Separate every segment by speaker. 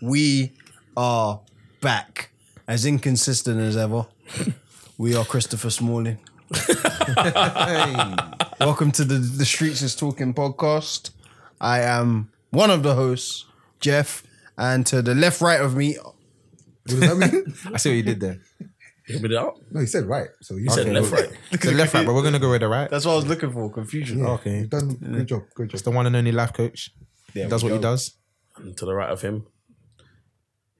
Speaker 1: we are back, as inconsistent as ever. We are Christopher Smalling. Hey. Welcome to the the Streets is Talking podcast. I am one of the hosts, Jeff, and to the left, right of me.
Speaker 2: What does that mean?
Speaker 3: I see what you did there.
Speaker 4: Give it up.
Speaker 2: No, he said right. So you
Speaker 4: said left, right.
Speaker 3: The left right, but we're gonna go with the right.
Speaker 1: That's what I was looking for. Confusion.
Speaker 2: Yeah,
Speaker 3: Okay.
Speaker 2: You've done good job. Good job.
Speaker 3: the one and only life coach. does what he does.
Speaker 4: And to the right of him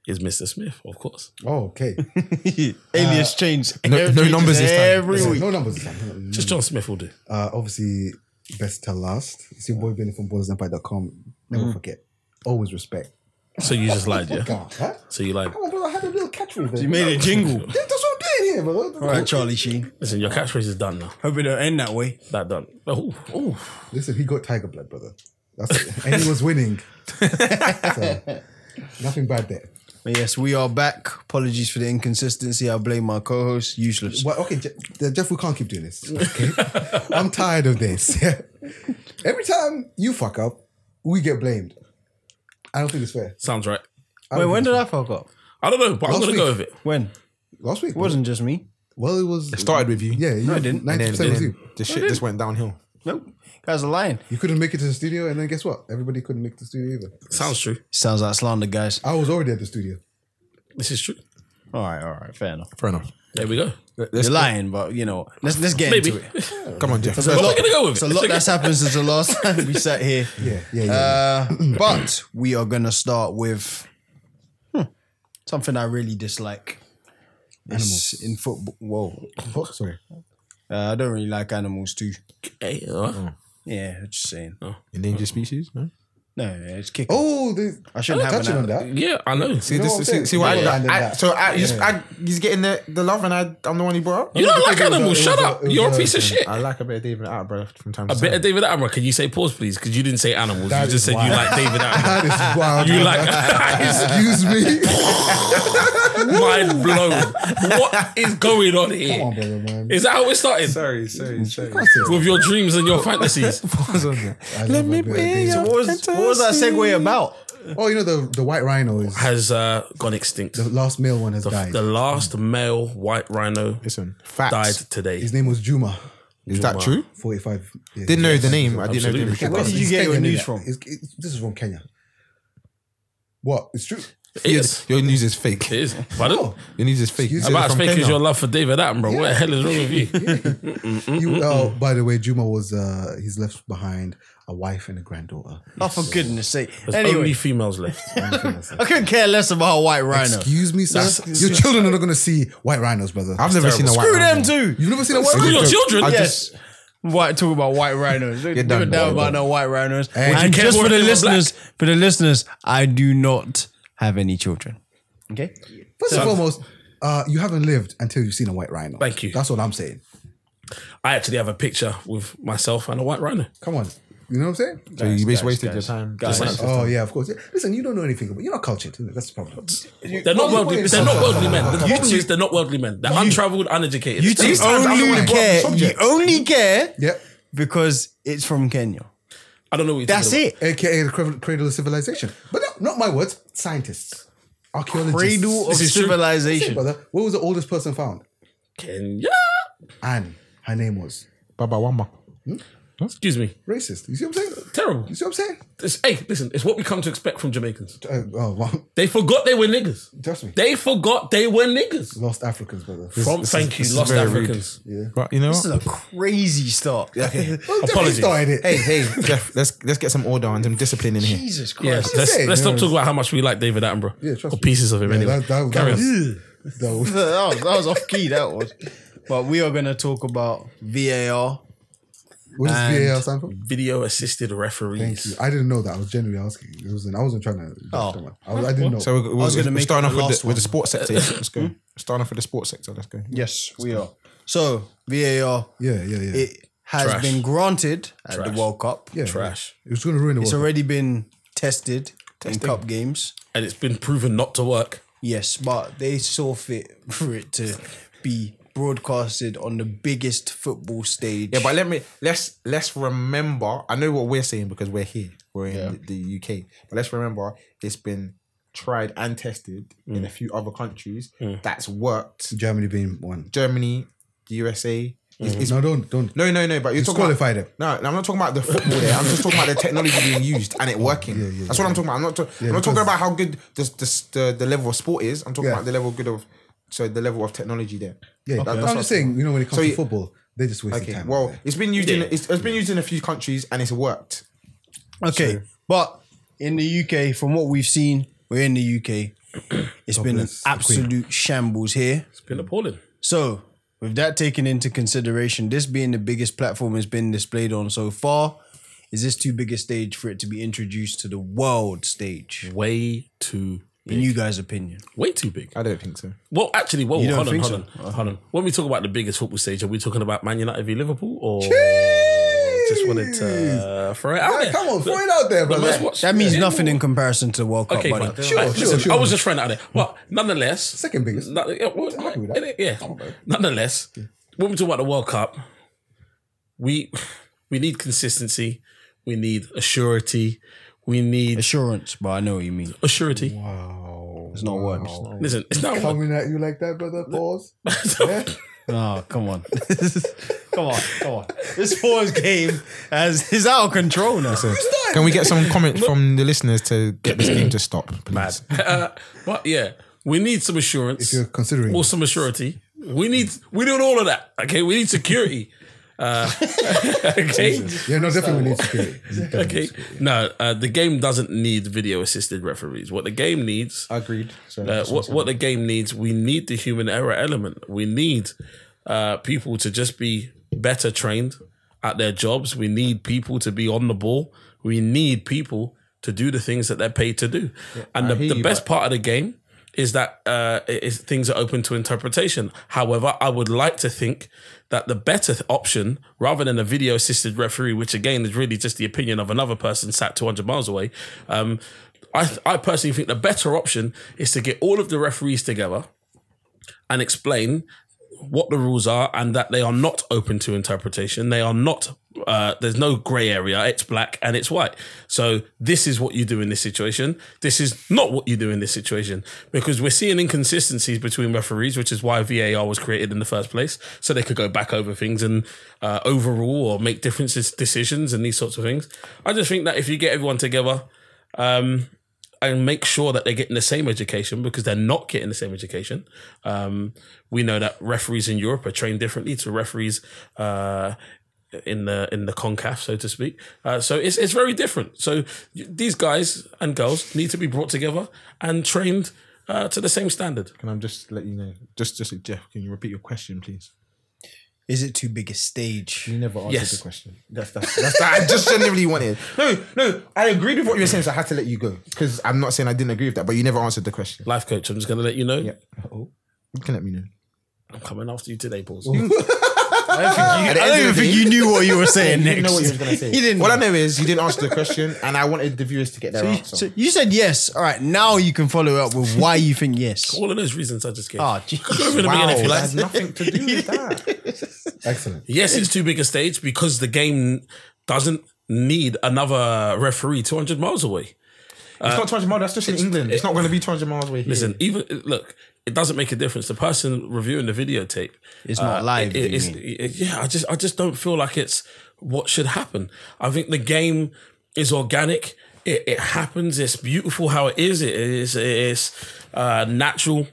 Speaker 4: is Mr. Smith, of course.
Speaker 2: Oh, okay.
Speaker 1: Alias change.
Speaker 3: no- no numbers this time.
Speaker 1: every
Speaker 2: Listen,
Speaker 1: week.
Speaker 2: no numbers. this time.
Speaker 4: Just John Smith will do.
Speaker 2: Uh, obviously, best to last. It's your boy Benny from BordersEmpire.com. Never
Speaker 1: Mm.
Speaker 2: forget. Always respect.
Speaker 4: So you just lied, yeah?
Speaker 2: God, huh?
Speaker 4: So you lied.
Speaker 2: Come on, bro. I had a little catchphrase.
Speaker 1: Ah. You
Speaker 2: there.
Speaker 1: made a jingle.
Speaker 2: That's what I'm doing here, bro.
Speaker 1: All right, Charlie Sheen.
Speaker 4: Listen, your catchphrase is done now.
Speaker 1: Hope it don't end that way.
Speaker 4: That done. Oh, oh.
Speaker 2: Listen, he got tiger blood, brother. That's it. and he was winning. so, nothing bad there.
Speaker 1: But yes, we are back. Apologies for the inconsistency. I blame my co-host. Useless.
Speaker 2: Well, okay, Jeff, Jeff, we can't keep doing this. Okay, I'm tired of this. Every time you fuck up, we get blamed. I don't think it's fair.
Speaker 4: Sounds right.
Speaker 2: I
Speaker 1: Wait,
Speaker 2: don't
Speaker 1: when
Speaker 2: think
Speaker 1: did I fuck up?
Speaker 4: I don't know, but I'm
Speaker 2: Last
Speaker 4: going to go
Speaker 2: week.
Speaker 4: with it.
Speaker 1: When?
Speaker 2: it's- last week
Speaker 1: It wasn't just me.
Speaker 2: Well, it was.
Speaker 3: It started with you.
Speaker 2: Yeah, you,
Speaker 1: I didn't.
Speaker 3: And
Speaker 2: Ninety
Speaker 3: then,
Speaker 2: percent was
Speaker 3: then
Speaker 2: you.
Speaker 3: the shit just went downhill.
Speaker 1: Nope. Guys are lying.
Speaker 2: You couldn't make it to the studio, and then guess what? Everybody couldn't make it to the studio either.
Speaker 4: Sounds true.
Speaker 1: Sounds like slander, guys.
Speaker 2: I was already at the studio.
Speaker 4: This is true.
Speaker 1: All right, all right, fair enough.
Speaker 3: Fair enough.
Speaker 4: There we go.
Speaker 1: You're lying, but you know, let's let's get
Speaker 4: Maybe.
Speaker 1: into it.
Speaker 3: Come on, Jeff.
Speaker 1: a
Speaker 4: Well,
Speaker 1: lot-
Speaker 4: we're gonna go with
Speaker 1: it's a
Speaker 4: it.
Speaker 1: lot
Speaker 4: It's
Speaker 1: that's happened since the last time we sat here.
Speaker 2: Yeah, yeah, yeah.
Speaker 1: Uh, but we are gonna start with hmm, something I really dislike. Animals in football. Whoa,
Speaker 2: Oh, sorry.
Speaker 1: uh, I don't really like animals too.
Speaker 4: Hey, uh,
Speaker 1: Yeah, just saying.
Speaker 3: Endangered species. No?
Speaker 1: No, yeah, it's kicking.
Speaker 2: Oh, they,
Speaker 1: I shouldn't have
Speaker 2: touching
Speaker 1: an
Speaker 2: on that.
Speaker 4: yeah, I know.
Speaker 3: See,
Speaker 2: know
Speaker 3: this,
Speaker 2: what I'm
Speaker 3: see,
Speaker 2: saying?
Speaker 3: see what
Speaker 2: Yeah,
Speaker 3: I,
Speaker 2: yeah,
Speaker 3: I-
Speaker 2: yeah.
Speaker 3: So I, just, I, he's getting the, the love, and I, I'm the uh, one he brought up.
Speaker 4: you don't like
Speaker 2: it was a-
Speaker 4: animals.
Speaker 2: it was
Speaker 4: Shut
Speaker 2: a-
Speaker 4: up.
Speaker 2: it was
Speaker 4: You're a
Speaker 2: a-
Speaker 4: piece of shit.
Speaker 3: I like a bit of David Attenborough from time to
Speaker 4: A
Speaker 3: time.
Speaker 4: bit of David Attenborough. Can you say pause, please? Because you didn't say animals.
Speaker 2: That
Speaker 4: you just
Speaker 2: is
Speaker 4: said you
Speaker 2: wild.
Speaker 4: like David Attenborough.
Speaker 2: that is wild.
Speaker 4: You like
Speaker 2: Excuse me.
Speaker 4: mind blown. What is going on
Speaker 2: Come on,
Speaker 4: here?
Speaker 2: brother, man.
Speaker 4: Is that how it started?
Speaker 3: Sorry, sorry, sorry.
Speaker 4: With your dreams and your fantasies.
Speaker 3: Pause on that.
Speaker 2: I love my brother, David.
Speaker 1: What was, what was that segue about?
Speaker 2: Oh, you know the the white rhino is
Speaker 4: Has uh, gone extinct.
Speaker 2: the last male one has died.
Speaker 4: The last male white rhino
Speaker 3: Listen, facts.
Speaker 4: died today.
Speaker 2: His name was Juma.
Speaker 3: Is that true?
Speaker 2: Forty five. Yeah,
Speaker 3: Didn't know the name. I didn't know the name.
Speaker 4: Absolutely.
Speaker 3: Shut
Speaker 1: Where
Speaker 3: up.
Speaker 1: did you get your news from?
Speaker 2: It's, it's, this is from Kenya. What? It's true.
Speaker 4: It is.
Speaker 3: Your news is fake.
Speaker 4: It is. Pardon?
Speaker 2: Oh,
Speaker 3: Your news is fake. You said it's
Speaker 4: About as
Speaker 3: from
Speaker 4: fake as
Speaker 3: Kenya.
Speaker 4: your love for David Attenborough. What the hell is wrong with you?
Speaker 2: you, oh, by the way, Juma was uh, he's left behind a wife and a granddaughter.
Speaker 1: Oh, for goodness sake.
Speaker 4: There's
Speaker 1: Anyway,
Speaker 4: only females left.
Speaker 1: I couldn't care less about a white rhino.
Speaker 2: Excuse me, sir. Your children are not going to see white rhinos, brother.
Speaker 3: I've never seen a white
Speaker 1: Screw
Speaker 3: rhino.
Speaker 1: them too.
Speaker 2: You've never seen a white
Speaker 4: Screw
Speaker 2: rhino.
Speaker 4: your children.
Speaker 3: I
Speaker 4: Yes.
Speaker 3: just
Speaker 1: White talk about white rhinos. Don't
Speaker 3: done,
Speaker 1: give a damn
Speaker 3: boy.
Speaker 1: about no white rhinos. And,
Speaker 4: you care
Speaker 1: just
Speaker 4: more
Speaker 1: for
Speaker 4: if
Speaker 1: the
Speaker 4: they were
Speaker 1: listeners, for the listeners, I do not have any children. Okay.
Speaker 2: First and foremost, uh, you haven't lived until you've seen a white rhino.
Speaker 4: Thank you.
Speaker 2: That's what I'm saying.
Speaker 4: I actually have a picture with myself and a white rhino.
Speaker 2: Come on. You know what I'm saying?
Speaker 3: So you
Speaker 1: guys,
Speaker 3: basically wasted your
Speaker 1: guys,
Speaker 3: time.
Speaker 4: guys.
Speaker 3: Just like-
Speaker 2: Oh yeah, of course. Listen, you don't know anything about. You're not cultured. Isn't it? That's the problem.
Speaker 4: They're not
Speaker 2: Well,
Speaker 4: worldly.
Speaker 2: wait,
Speaker 4: They're not
Speaker 2: so-
Speaker 4: worldly men. The problem is they're not worldly men. They're untravelled, uneducated.
Speaker 1: You two
Speaker 3: These times I don't
Speaker 1: only
Speaker 3: wanna brought up the
Speaker 1: care. You
Speaker 3: subject.
Speaker 1: only care
Speaker 2: Yep.
Speaker 1: because it's from Kenya.
Speaker 4: I don't know what you're
Speaker 1: That's
Speaker 4: talking
Speaker 1: it.
Speaker 2: aka the cradle cradle of civilization. But no, not my words, scientists, archaeologists.
Speaker 1: Cradle of
Speaker 4: This is true.
Speaker 2: Hey,
Speaker 1: civilization.
Speaker 2: brother, what was the oldest person found?
Speaker 4: about. Kenya.
Speaker 2: Anne. Her name was
Speaker 3: Baba Wamba.
Speaker 4: Excuse me.
Speaker 2: racist. You see what I'm saying?
Speaker 4: Terrible.
Speaker 2: You see what I'm saying?
Speaker 4: It's- hey, listen. It's what we come to expect from Jamaicans.
Speaker 2: Uh, oh, well,
Speaker 4: They forgot they were niggas.
Speaker 2: trust me.
Speaker 4: They forgot they were niggas.
Speaker 2: Lost Africans, brother.
Speaker 4: From thank you, lost
Speaker 3: very rude.
Speaker 4: Africans.
Speaker 3: But you know
Speaker 1: This is a crazy start.
Speaker 2: Well, Jeffrey
Speaker 4: Apologies.
Speaker 2: started it.
Speaker 3: Hey, hey, Jeff, let's let's get some order and some discipline in here.
Speaker 1: Jesus Christ.
Speaker 4: Yes, let's,
Speaker 2: saying,
Speaker 4: let's
Speaker 2: you
Speaker 4: stop
Speaker 2: know.
Speaker 4: talking about how much we like David Attenborough.
Speaker 2: Yeah, trust
Speaker 4: or
Speaker 2: me.
Speaker 4: pieces of him
Speaker 2: Yeah,
Speaker 4: anyway.
Speaker 2: that- that-
Speaker 4: Carry
Speaker 2: that
Speaker 4: on.
Speaker 2: That was-
Speaker 1: that, was, that was off key, that was. But we are going to talk about VAR.
Speaker 2: what does
Speaker 1: And-
Speaker 2: VAR stand for?
Speaker 4: Video assisted referees.
Speaker 2: Thank you. I didn't know that. I was genuinely asking. It wasn't. I wasn't trying to.
Speaker 1: Oh.
Speaker 2: I, was, I didn't know.
Speaker 3: So we're, we're,
Speaker 1: was gonna
Speaker 3: we're
Speaker 1: make it
Speaker 3: starting off
Speaker 1: the
Speaker 3: with
Speaker 1: last
Speaker 3: the, with the
Speaker 1: one.
Speaker 3: sports sector. Let's go. Starting off with the sports sector. Let's go.
Speaker 1: Yes, we are. So, VAR,
Speaker 2: yeah, yeah, yeah. It,
Speaker 1: it has
Speaker 4: Trash.
Speaker 1: been granted at the
Speaker 4: Trash.
Speaker 1: World Cup.
Speaker 2: yeah.
Speaker 4: Trash.
Speaker 2: was going to ruin the
Speaker 1: It's
Speaker 2: world.
Speaker 1: already been tested in cup games.
Speaker 4: And it's been proven not to work.
Speaker 1: Yes, but they saw fit for it to be broadcasted on the biggest football stage.
Speaker 3: Yeah, but let me let's let's remember. I know what we're saying because we're here. were in
Speaker 2: Yeah.
Speaker 3: the, the UK. But let's remember, it's been tried and tested
Speaker 1: Mm.
Speaker 3: in a few other countries.
Speaker 4: Mm.
Speaker 3: That's worked.
Speaker 2: Germany being one.
Speaker 3: Germany, the USA. It's, it's,
Speaker 2: no, don't don't
Speaker 3: no, no, no. But you're talking about
Speaker 2: disqualify them.
Speaker 3: no, I'm not talking about the football there. I'm just talking about the technology being used and it working.
Speaker 2: yeah,
Speaker 3: That's what I'm talking about. I'm not, ta- I'm not talking
Speaker 2: because-
Speaker 3: about how good the, the, the, the level of sport is. I'm talking
Speaker 2: Yeah.
Speaker 3: about the level good of so the level of technology there.
Speaker 2: Yeah,
Speaker 3: That- that's
Speaker 2: I'm
Speaker 3: what-
Speaker 2: just saying. You know, when it comes
Speaker 3: So
Speaker 2: to
Speaker 3: you-
Speaker 2: football, they're just wasting
Speaker 3: Okay,
Speaker 2: time.
Speaker 3: well,
Speaker 2: there.
Speaker 3: it's been used in
Speaker 4: Yeah.
Speaker 3: it's, it's been used in a few countries and it's worked.
Speaker 1: Okay, but in the UK, from what we've seen, we're in the UK. It's been an
Speaker 2: bless the Queen.
Speaker 1: absolute shambles here.
Speaker 4: It's been appalling.
Speaker 1: So, with that taken into consideration, this being the biggest platform it's been displayed on so far, is this too big a stage for it to be introduced to the world stage?
Speaker 4: Way too,
Speaker 1: In you guys' opinion,
Speaker 4: way too big.
Speaker 3: I don't think so.
Speaker 4: Well, actually, well,
Speaker 1: don't
Speaker 4: hold on,
Speaker 1: think
Speaker 4: hold on, hold on. When we talk about the biggest football stage, are we talking about Man United v Liverpool, or just wanted to uh, throw it out
Speaker 2: Yeah,
Speaker 4: there?
Speaker 2: come on, throw it out there,
Speaker 4: The
Speaker 2: brother.
Speaker 4: most watched-
Speaker 1: that means
Speaker 4: Yeah.
Speaker 1: nothing in comparison to the World Cup,
Speaker 4: Okay,
Speaker 1: buddy.
Speaker 4: fine.
Speaker 2: Sure,
Speaker 4: Like,
Speaker 2: sure,
Speaker 4: listen,
Speaker 2: sure.
Speaker 4: I was just throwing it out there, but nonetheless,
Speaker 2: Second biggest.
Speaker 4: no- yeah, well,
Speaker 2: happy with that.
Speaker 4: innit? yeah. Nonetheless, when we talk about the World Cup, we we need consistency, we need a surety, we need
Speaker 1: Assurance, but I know what you mean.
Speaker 4: a surety.
Speaker 2: Wow.
Speaker 1: It's not words.
Speaker 4: Listen, it's not
Speaker 2: Coming at you like that, brother. Pause. Yeah.
Speaker 1: Oh, come on. come on, come on. This Forbes game has, is out of control now.
Speaker 3: Can we get some comments from the listeners to get this game to stop? Please?
Speaker 4: Uh, but yeah, we need some
Speaker 2: If
Speaker 4: assurance
Speaker 2: you're considering,
Speaker 4: or some surety. We need we need all of that. Okay, we need security. Uh, okay,
Speaker 2: yeah, no, definitely we need security.
Speaker 4: okay. No, uh, the game doesn't need video assisted referees. What the game needs
Speaker 3: Agreed. So
Speaker 4: Uh, what what the game needs, we need the human error element. We need uh, people to just be better trained at their jobs. We need people to be on the ball. We need people to do the things that they're paid to do. and the,
Speaker 3: hear
Speaker 4: the
Speaker 3: you,
Speaker 4: best part of the game is that uh, is things are open to interpretation. However, I would like to think that the better th- option, rather than a video assisted referee, which again is really just the opinion of another person sat 200 miles away, um, I, th- I personally think the better option is to get all of the referees together and explain what the rules are and that they are not open to interpretation. They are not, uh, there's no gray area. It's black and it's white. So this is what you do in this situation. This is not what you do in this situation because we're seeing inconsistencies between referees, which is why VAR was created in the first place. So they could go back over things and uh, overrule or make differences, decisions and these sorts of things. I just think that if you get everyone together, um, and make sure that they're getting the same education because they're not getting the same education. Um, we know that referees in Europe are trained differently to referees uh, in the in the Concaf, so to speak. Uh, so it's it's very different. So y- these guys and girls need to be brought together and trained uh, to the same standard.
Speaker 3: Can I just let you know? Just, just Jeff, can you repeat your question, please?
Speaker 1: Is it too big a stage?
Speaker 3: You never answered
Speaker 4: Yes.
Speaker 3: the question. That's that's, that's that I just genuinely wanted. No, no, I agreed with what you were saying, so I had to let you go because I'm not saying I didn't agree with that, but you never answered the question.
Speaker 4: Life coach, I'm just going to let you know.
Speaker 3: Oh, you can let me know.
Speaker 4: I'm coming after you today, Paul.
Speaker 1: I don't even think you knew what you were saying next.
Speaker 3: You know what you was gonna say.
Speaker 1: You didn't
Speaker 3: What I
Speaker 1: know.
Speaker 3: know is you didn't answer the question, and I wanted the viewers to get their answer.
Speaker 1: So you said yes. All right, now you can follow up with why you think yes.
Speaker 4: All of those reasons I just gave.
Speaker 1: Ah, jeez.
Speaker 4: Go over them
Speaker 3: wow,
Speaker 4: again if you
Speaker 3: that
Speaker 4: like.
Speaker 3: has nothing to do with that.
Speaker 2: Excellent.
Speaker 4: Yes, it's too big a stage because the game doesn't need another referee 200 miles away.
Speaker 3: it's not 200 miles. That's just in England. It's not going to be 200 miles away. Here.
Speaker 4: Listen, even look, it doesn't make a difference. The person reviewing the videotape
Speaker 1: It's not live, you
Speaker 4: it's- Uh, it- yeah, I just I just don't feel like it's what should happen. I think the game is organic. It, it happens. It's beautiful how it is. It is it is uh, natural.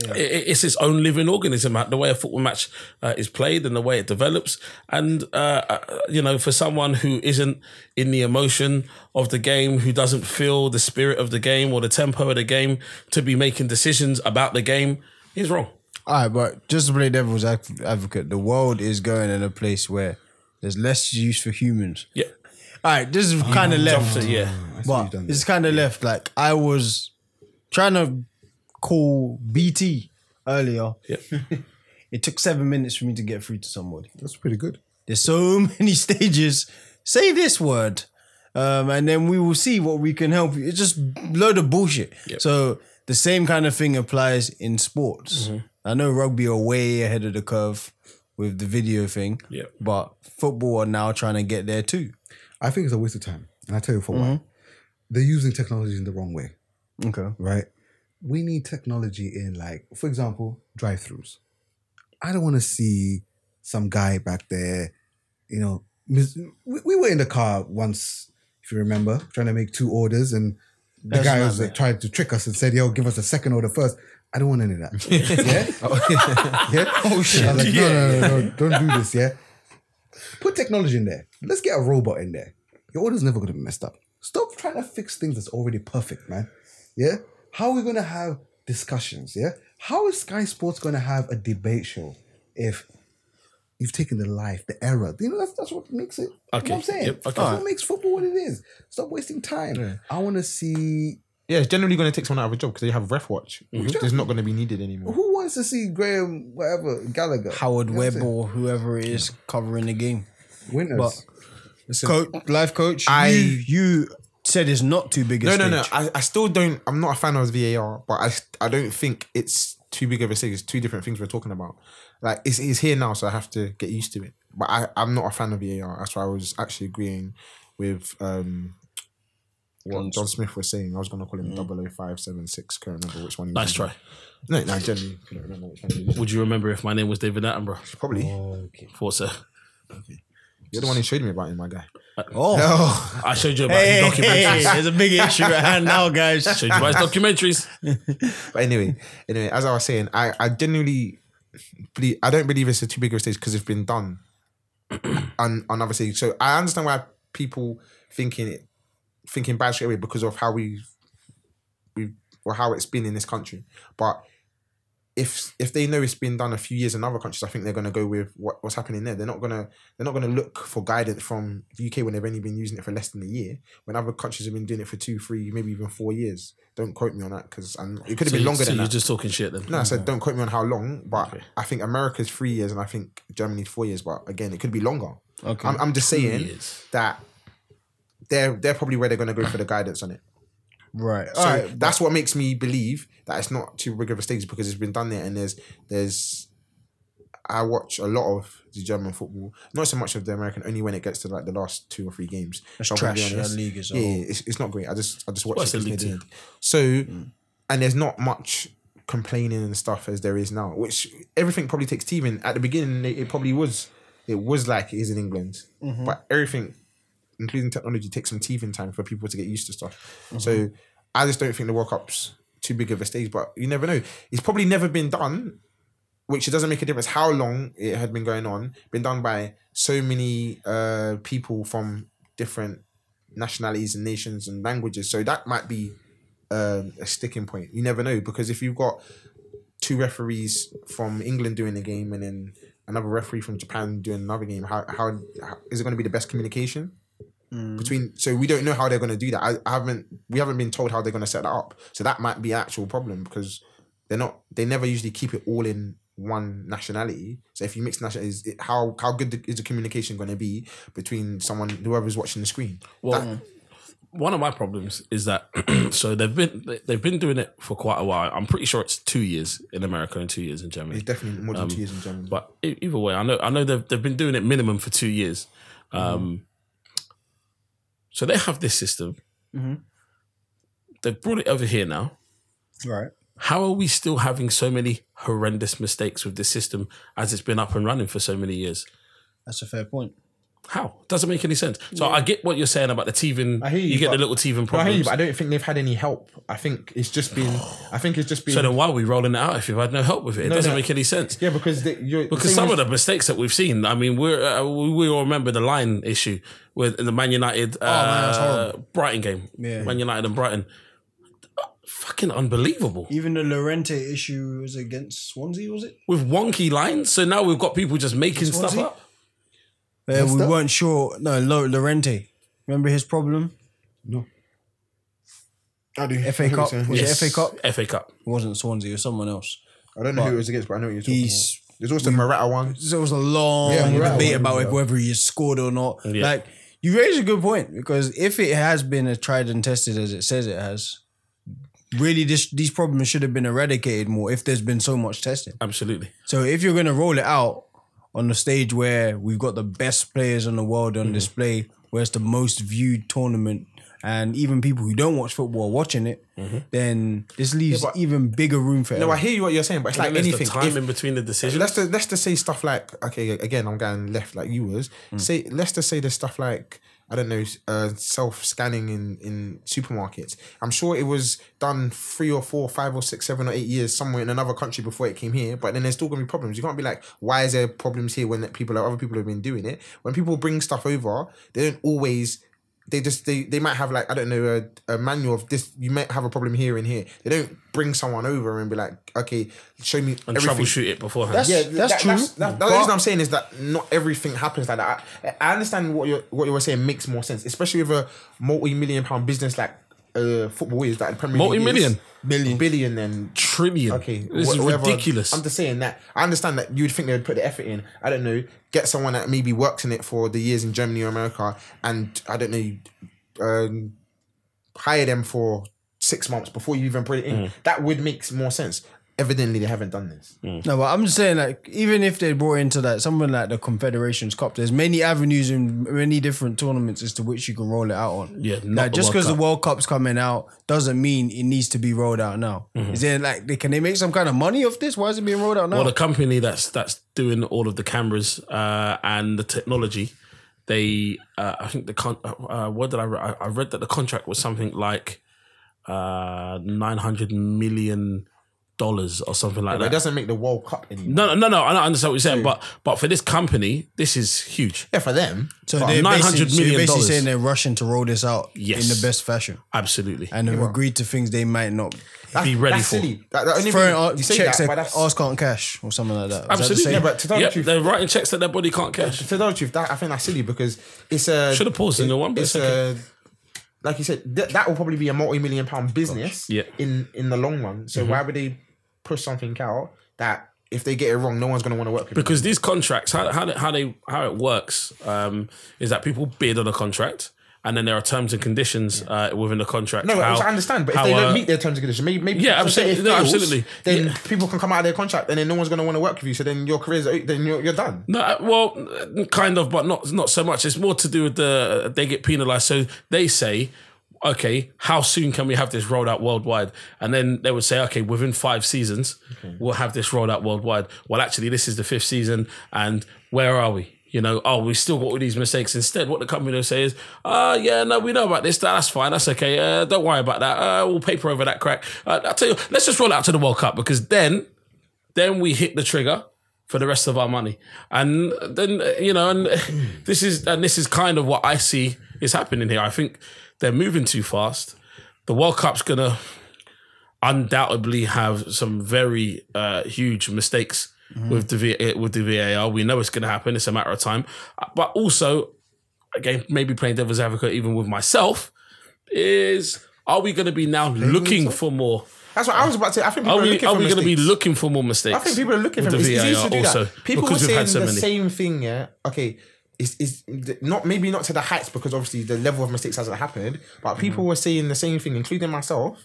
Speaker 4: It- it- it's its own living organism. like The way a football match uh, is played and the way it develops, and uh, uh, you know, for someone who isn't in the emotion of the game, who doesn't feel the spirit of the game or the tempo of the game, to be making decisions about the game is wrong.
Speaker 1: All right, but just to play devil's adv- advocate, the world is going in a place where there's less use for humans.
Speaker 4: Yeah,
Speaker 1: All right, this is kind of left.
Speaker 4: so yeah,
Speaker 1: But
Speaker 2: done
Speaker 1: it's kind of left. Like I was trying to call BT earlier.
Speaker 4: Yep.
Speaker 1: it took seven minutes for me to get through to somebody.
Speaker 2: That's pretty good.
Speaker 1: There's so many stages. Say this word, um, and then we will see what we can help you. It's just load of bullshit. So the same kind of thing applies in sports.
Speaker 3: Mm-hmm.
Speaker 1: I know rugby are way ahead of the curve with the video thing,
Speaker 4: Yep.
Speaker 1: but football are now trying to get there too.
Speaker 2: I think it's a waste of time. and I tell you for why. They're using technology in the wrong way,
Speaker 1: Okay.
Speaker 2: right? We need technology in, like, for example, drive-throughs. I don't want to see some guy back there, you know. Mis- we, we were in the car once, if you remember, trying to make two orders, and the
Speaker 1: That's
Speaker 2: guy
Speaker 1: not
Speaker 2: was like,
Speaker 1: me.
Speaker 2: tried to trick us and said, "Yo, give us a second order first. I don't want any of that. yeah, yeah. Oh shit! I was like, no, no, no, no, don't do this. Yeah, put technology in there. Let's get a robot in there. Your order's never going to be messed up. Stop trying to fix things that's already perfect, man. Yeah. How are we going to have discussions? Yeah. How is Sky Sports going to have a debate show if you've taken the life, the error? You know, that's, that's what makes it. You
Speaker 4: Okay.
Speaker 2: know what I'm saying?
Speaker 4: Yep. Okay.
Speaker 2: That's what makes football what it is. Stop wasting time. I want to see.
Speaker 3: Yeah, it's generally going to take someone out of a job because they have ref watch, which is not going to be needed anymore.
Speaker 2: Who wants to see Graham, whatever, Gallagher?
Speaker 1: Howard
Speaker 2: You know what
Speaker 1: Webb
Speaker 2: I'm saying?
Speaker 1: or whoever it is covering the game.
Speaker 2: Winners.
Speaker 1: But coach, life coach,
Speaker 3: I-
Speaker 1: you, you said it's not too big a
Speaker 3: No,
Speaker 1: stage.
Speaker 3: no, no. I, I still don't. I'm not a fan of VAR, but I I don't think it's too big of a thing. It's two different things we're talking about. Like it's, it's here now, so I have to get used to it. But I I'm not a fan of VAR. That's why I was actually agreeing with um what John Smith was saying. I was going to call him 00576. Can't remember which one. He
Speaker 4: Nice
Speaker 3: was.
Speaker 4: try.
Speaker 3: No, no, I genuinely can't remember which one. He was.
Speaker 4: Would you remember if my name was David Attenborough?
Speaker 3: Probably
Speaker 2: Okay.
Speaker 4: Thought so.
Speaker 3: you're the one who showed me about him, my guy.
Speaker 1: Oh,
Speaker 3: Oh,
Speaker 4: I showed you about
Speaker 1: hey,
Speaker 4: his documentaries.
Speaker 1: there's a big issue at hand now,
Speaker 4: Showed
Speaker 1: guys.
Speaker 4: you about his documentaries.
Speaker 3: But anyway, anyway, as I was saying, I, I genuinely believe I don't believe it's a too big of a stage because it's been done on on other stages. So I understand why people thinking it thinking bad straight away because of how we we or how it's been in this country. But if if they know it's been done a few years in other countries, I think they're gonna go with what, what's happening there. They're not gonna they're not gonna look for guidance from the UK when they've only been using it for less than a year, when other countries have been doing it for two, three, maybe even four years. Don't quote me on that because it could have been longer
Speaker 4: so
Speaker 3: than
Speaker 4: you're
Speaker 3: that.
Speaker 4: just talking shit then.
Speaker 3: No, I said don't quote me on how long, but I think America's three years and I think Germany's four years, but again, it could be longer.
Speaker 1: Okay.
Speaker 3: I'm, I'm just saying
Speaker 4: years.
Speaker 3: that they're they're probably where they're going to go for the guidance on it.
Speaker 1: Right.
Speaker 3: So that's what makes me believe that it's not too big of a stage because it's been done there and there's there's I watch a lot of the German football, not so much of the American, only when it gets to like the last two or three games. It's
Speaker 1: trash, that league is a
Speaker 3: yeah,
Speaker 1: whole-
Speaker 3: yeah, it's, it's not great. I just I just watch
Speaker 4: What's
Speaker 3: it.
Speaker 4: the league
Speaker 3: because they did. So and there's not much complaining and stuff as there is now, which everything probably takes team in. At the beginning, it, it probably was it was like it is in England, but everything including technology, takes some teething time for people to get used to stuff. So I just don't think the World Cup's too big of a stage, but you never know. It's probably never been done, which it doesn't make a difference how long it had been going on, been done by so many uh, people from different nationalities and nations and languages. So that might be um, a sticking point. You never know because if you've got two referees from England doing the game and then another referee from Japan doing another game, how, how, how is it going to be the best communication? between so we don't know how they're going to do that I, I haven't we haven't been told how they're going to set that up so that might be an actual problem because they're not they never usually keep it all in one nationality so if you mix nationalities it, how how good is the communication going to be between someone whoever's watching the screen
Speaker 4: Well, one of my problems is that so they've been they- they've been doing it for quite a while. I'm pretty sure it's two years in America and two years in Germany.
Speaker 3: it's definitely more than two years in Germany
Speaker 4: But e- either way, I know I know they've they've been doing it minimum for two years. Um, so they have this system. They've brought it over here now.
Speaker 1: Right.
Speaker 4: How are we still having so many horrendous mistakes with this system as it's been up and running for so many years?
Speaker 1: That's a fair point.
Speaker 4: How doesn't make any sense. So I get what you're saying about the teething.
Speaker 3: hear you,
Speaker 4: you, get the
Speaker 3: but-
Speaker 4: little teething
Speaker 3: No, I hear
Speaker 4: problems.
Speaker 3: you, but I don't think they've had any help I think it's just been I think it's just been
Speaker 4: so then why are we rolling it out if you've had no help with it? It doesn't
Speaker 3: no.
Speaker 4: make any sense.
Speaker 3: yeah because they, you're
Speaker 4: Because some of the mistakes that we've seen, I mean, we're, uh, we we all remember the line issue with the Man United
Speaker 3: Oh,
Speaker 1: that's
Speaker 4: uh,
Speaker 1: horrible.
Speaker 4: Brighton game.
Speaker 1: Yeah.
Speaker 4: Man United and Brighton. Fucking unbelievable.
Speaker 1: Even the Lorente issue was against Swansea, was it?
Speaker 4: With wonky lines. So now we've got people just making stuff
Speaker 1: Swansea?
Speaker 4: up.
Speaker 1: Uh, we
Speaker 2: that?
Speaker 1: weren't sure. No, Lo- Lorente. Remember his problem?
Speaker 3: I do
Speaker 1: FA Cup. Was
Speaker 4: Yes.
Speaker 1: it FA Cup?
Speaker 4: FA Cup.
Speaker 1: It wasn't Swansea. It was someone else.
Speaker 3: I don't know who it was against but I know what you're talking
Speaker 1: He's-
Speaker 3: about there's also Morata one
Speaker 1: there was a long
Speaker 2: Yeah, you're right.
Speaker 1: debate about if whether he scored or not.
Speaker 4: Yeah.
Speaker 1: Like you raise a good point because if it has been as tried and tested as it says it has, really this these problems should have been eradicated more if there's been so much testing.
Speaker 4: Absolutely.
Speaker 1: So if
Speaker 4: Hmm.
Speaker 1: you're gonna roll it out on the stage where we've got the best players in the world on display where it's the most viewed tournament, and even people who don't watch football are watching it,
Speaker 4: Mm-hmm.
Speaker 1: then this leaves
Speaker 3: but-
Speaker 1: even bigger room for
Speaker 3: No, I
Speaker 1: error.
Speaker 3: hear you what you're saying, but it's like
Speaker 4: And there's the
Speaker 3: anything.
Speaker 4: time
Speaker 3: If-
Speaker 4: in between the decision.
Speaker 3: let's just, let's just say stuff like okay again I'm going left like you was say let's just say there's stuff like I don't know uh, self scanning in in supermarkets I'm sure it was done three or four five or six seven or eight years somewhere in another country before it came here but then there's still gonna be problems you can't be like why is there problems here when people other people have been doing it when people bring stuff over they don't always they just they, they might have like I don't know a, a manual of this. You might have a problem here and here. They don't bring someone over and be like, okay, show me
Speaker 4: and
Speaker 3: everything.
Speaker 4: troubleshoot it beforehand.
Speaker 1: That's-
Speaker 3: Yeah,
Speaker 1: that's
Speaker 3: that-
Speaker 1: true,
Speaker 3: That's, that, the
Speaker 1: but-
Speaker 3: reason I'm saying is that not everything happens like that. I, I understand what you what you were saying makes more sense, especially with a multi-million pound business like uh, football is that Premier League
Speaker 4: Multi-million?
Speaker 3: is. billion, billion, and
Speaker 4: trillion.
Speaker 3: okay,
Speaker 4: this is
Speaker 3: whatever.
Speaker 4: ridiculous.
Speaker 3: I'm just saying that I understand that you'd think they would put the effort in. I don't know, get someone that maybe works in it for the years in Germany or America, and I don't know, um, hire them for six months before you even put it
Speaker 4: Mm.
Speaker 3: in. That would make more sense. Evidently, they haven't done this.
Speaker 1: No, but I'm just saying, like, even if they brought into that something like the Confederations Cup, there's many avenues and many different tournaments as to which you can roll it out on.
Speaker 4: Yeah, not
Speaker 1: like
Speaker 4: the
Speaker 1: just
Speaker 4: World
Speaker 1: because the
Speaker 4: Cup.
Speaker 1: World Cup's coming out doesn't mean it needs to be rolled out now. Is there like they, can they make some kind of money off this? Why is it being rolled out now?
Speaker 4: Mm-hmm. Well, the company that's that's doing all of the cameras uh, and the technology, they uh, I think the con- uh, what did I, re- I I read that the contract was something like uh, nine hundred million dollars or something like
Speaker 3: But it
Speaker 4: that.
Speaker 3: doesn't make the World Cup anymore.
Speaker 4: No, no, no, I don't understand what you're saying, but but for this company, this is huge.
Speaker 3: Yeah, for them.
Speaker 1: so
Speaker 4: but
Speaker 1: they're basically,
Speaker 4: $900
Speaker 1: so you're
Speaker 4: million
Speaker 1: basically saying they're rushing to roll this out
Speaker 4: Yes.
Speaker 1: in the best fashion
Speaker 4: Absolutely.
Speaker 1: and have agreed to things they might not.
Speaker 3: That's,
Speaker 4: Be ready
Speaker 3: that's
Speaker 4: for it.
Speaker 3: silly. That, that only
Speaker 1: Throwing
Speaker 3: thing-
Speaker 1: out "Oh,
Speaker 3: you say
Speaker 1: checks
Speaker 3: that,
Speaker 1: that,
Speaker 3: but that's-
Speaker 1: ask can't cash or something like that. Is that the
Speaker 4: Absolutely.
Speaker 1: same?
Speaker 3: Yeah, but to tell the
Speaker 4: Yep,
Speaker 3: truth-
Speaker 4: they're writing checks that their body can't cash.
Speaker 3: to tell the truth, that, I think that's silly because it's a.
Speaker 4: Should have paused in the one, but
Speaker 3: It's
Speaker 4: it's okay.
Speaker 3: a. Like you said, th- that will probably be a multi-million pound business
Speaker 4: Yeah. Mm-hmm.
Speaker 3: in in the long run. So why would they push something out that if they get it wrong, no one's going to want to work with? them?
Speaker 4: because these contracts how how they- how they how it works um, is that people bid on a contract and then there are terms and conditions uh, within the contract.
Speaker 3: No,
Speaker 4: how-
Speaker 3: I understand, but if
Speaker 4: how,
Speaker 3: they
Speaker 4: uh,
Speaker 3: don't meet their terms and conditions, maybe, maybe
Speaker 4: Yeah,
Speaker 3: so say it
Speaker 4: absolutely. No, absolutely.
Speaker 3: Then people can come out of their contract, and then no one's going to want to work with you. So then your career's o- then you're, you're done.
Speaker 4: no, uh, well, kind of, but not not so much. It's more to do with the uh, they get penalised. So they say, okay, how soon can we have this rolled out worldwide? And then they would say, okay, within five seasons, we'll have this rolled out worldwide. Well, actually, this is the fifth season, and where are we? You know, oh, we still got all these mistakes. Instead, what the company will say is, uh, yeah, no, we know about this. That- That's fine. That's okay. Uh, don't worry about that. Uh, we'll paper over that crack. Uh, I'll tell you, let's just roll it out to the World Cup because then then we hit the trigger for the rest of our money and then you know and this is and this is kind of what i see is happening here i think they're moving too fast the world cup's gonna undoubtedly have some very uh, huge mistakes
Speaker 3: Mm-hmm.
Speaker 4: with the v- eh, with the var we know it's gonna happen it's a matter of time but also again maybe playing devil's advocate even with myself is are we going to be now looking for more
Speaker 3: That's what I was about to. say. I think people
Speaker 4: are
Speaker 3: are,
Speaker 4: we,
Speaker 3: looking
Speaker 4: are
Speaker 3: for
Speaker 4: we going to be
Speaker 3: mistakes.
Speaker 4: looking for more mistakes?
Speaker 3: I think people are looking for
Speaker 4: with
Speaker 3: it's
Speaker 4: the VAR
Speaker 3: easy to do
Speaker 4: also,
Speaker 3: that. People were
Speaker 4: because we've
Speaker 3: saying
Speaker 4: had so
Speaker 3: the
Speaker 4: many.
Speaker 3: same thing, yeah. Okay, it's, it's not maybe not to the heights because obviously the level of mistakes hasn't happened, but
Speaker 4: Mm-hmm.
Speaker 3: people were saying the same thing, including myself.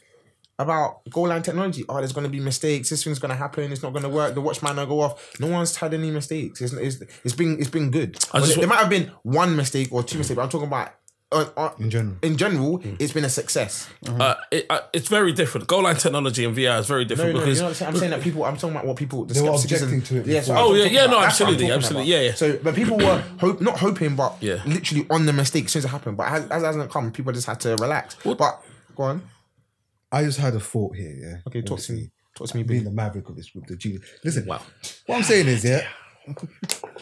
Speaker 3: About goal line technology. Oh, there's going to be mistakes. This thing's going to happen. It's not going to work. The watch might not go off. No one's had any mistakes. It's, it's, it's been it's been good.
Speaker 4: I just
Speaker 3: there
Speaker 4: wa-
Speaker 3: might have been one mistake or two mistakes, but I'm talking about uh, uh, in
Speaker 2: general.
Speaker 3: In general,
Speaker 4: Mm.
Speaker 3: it's been a success.
Speaker 4: Uh, it, uh, it's very different. Goal line technology and VR is very
Speaker 3: No,
Speaker 4: different
Speaker 3: no,
Speaker 4: because
Speaker 3: you know what I'm saying? I'm saying that people. I'm talking about what people. The
Speaker 2: They were
Speaker 3: skepticism-
Speaker 2: objecting to it
Speaker 3: Yeah, so
Speaker 2: before.
Speaker 3: I'm
Speaker 4: Oh, yeah,
Speaker 3: talking
Speaker 4: yeah,
Speaker 3: about-
Speaker 4: no,
Speaker 3: that's what I'm
Speaker 4: absolutely,
Speaker 3: talking
Speaker 4: absolutely,
Speaker 3: about.
Speaker 4: yeah, yeah.
Speaker 3: So, but people were hope not hoping, but
Speaker 4: Yeah.
Speaker 3: literally on the mistake since it happened. But as, as it hasn't come, people just had to relax. But go on.
Speaker 2: I just had a thought here. Yeah.
Speaker 3: Okay, talk to me. Talk to me.
Speaker 2: Being
Speaker 3: Big.
Speaker 2: the maverick of this group, the genius. Listen,
Speaker 4: Wow.
Speaker 2: what I'm saying is, yeah,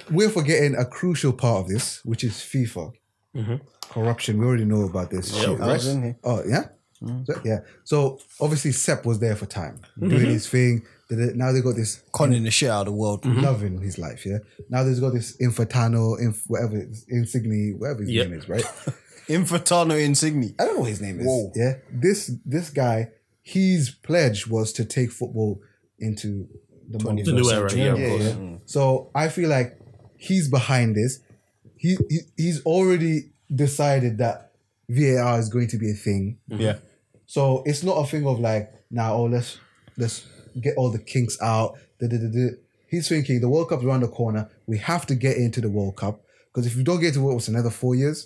Speaker 2: we're forgetting a crucial part of this, which is FIFA
Speaker 3: Mm-hmm.
Speaker 2: corruption. We already know about this. shit,
Speaker 1: I was in here.
Speaker 2: Oh yeah, so, yeah. So obviously Sepp was there for time
Speaker 3: Mm-hmm.
Speaker 2: doing his thing. They- they- Now they got this
Speaker 1: conning the shit out of the world.
Speaker 4: Mm.
Speaker 3: Mm-hmm.
Speaker 2: loving his life. Yeah. Now they've got this Infantano, inf- whatever it's- Insigne, whatever his
Speaker 4: Yep.
Speaker 2: name is, right?
Speaker 1: Infantino Insigne.
Speaker 2: I don't know what his name is.
Speaker 1: Whoa.
Speaker 2: Yeah. This this guy, his pledge was to take football into the modern
Speaker 4: the new era, yeah, of
Speaker 2: yeah,
Speaker 4: course.
Speaker 2: yeah. So I feel like he's behind this. He, he he's already decided that VAR is going to be a thing.
Speaker 4: Mm-hmm.
Speaker 1: Yeah.
Speaker 2: So it's not a thing of like now. oh, let's let's get all the kinks out. da, da, da, da. He's thinking the World Cup's around the corner. We have to get into the World Cup because if we don't get to what's another four years,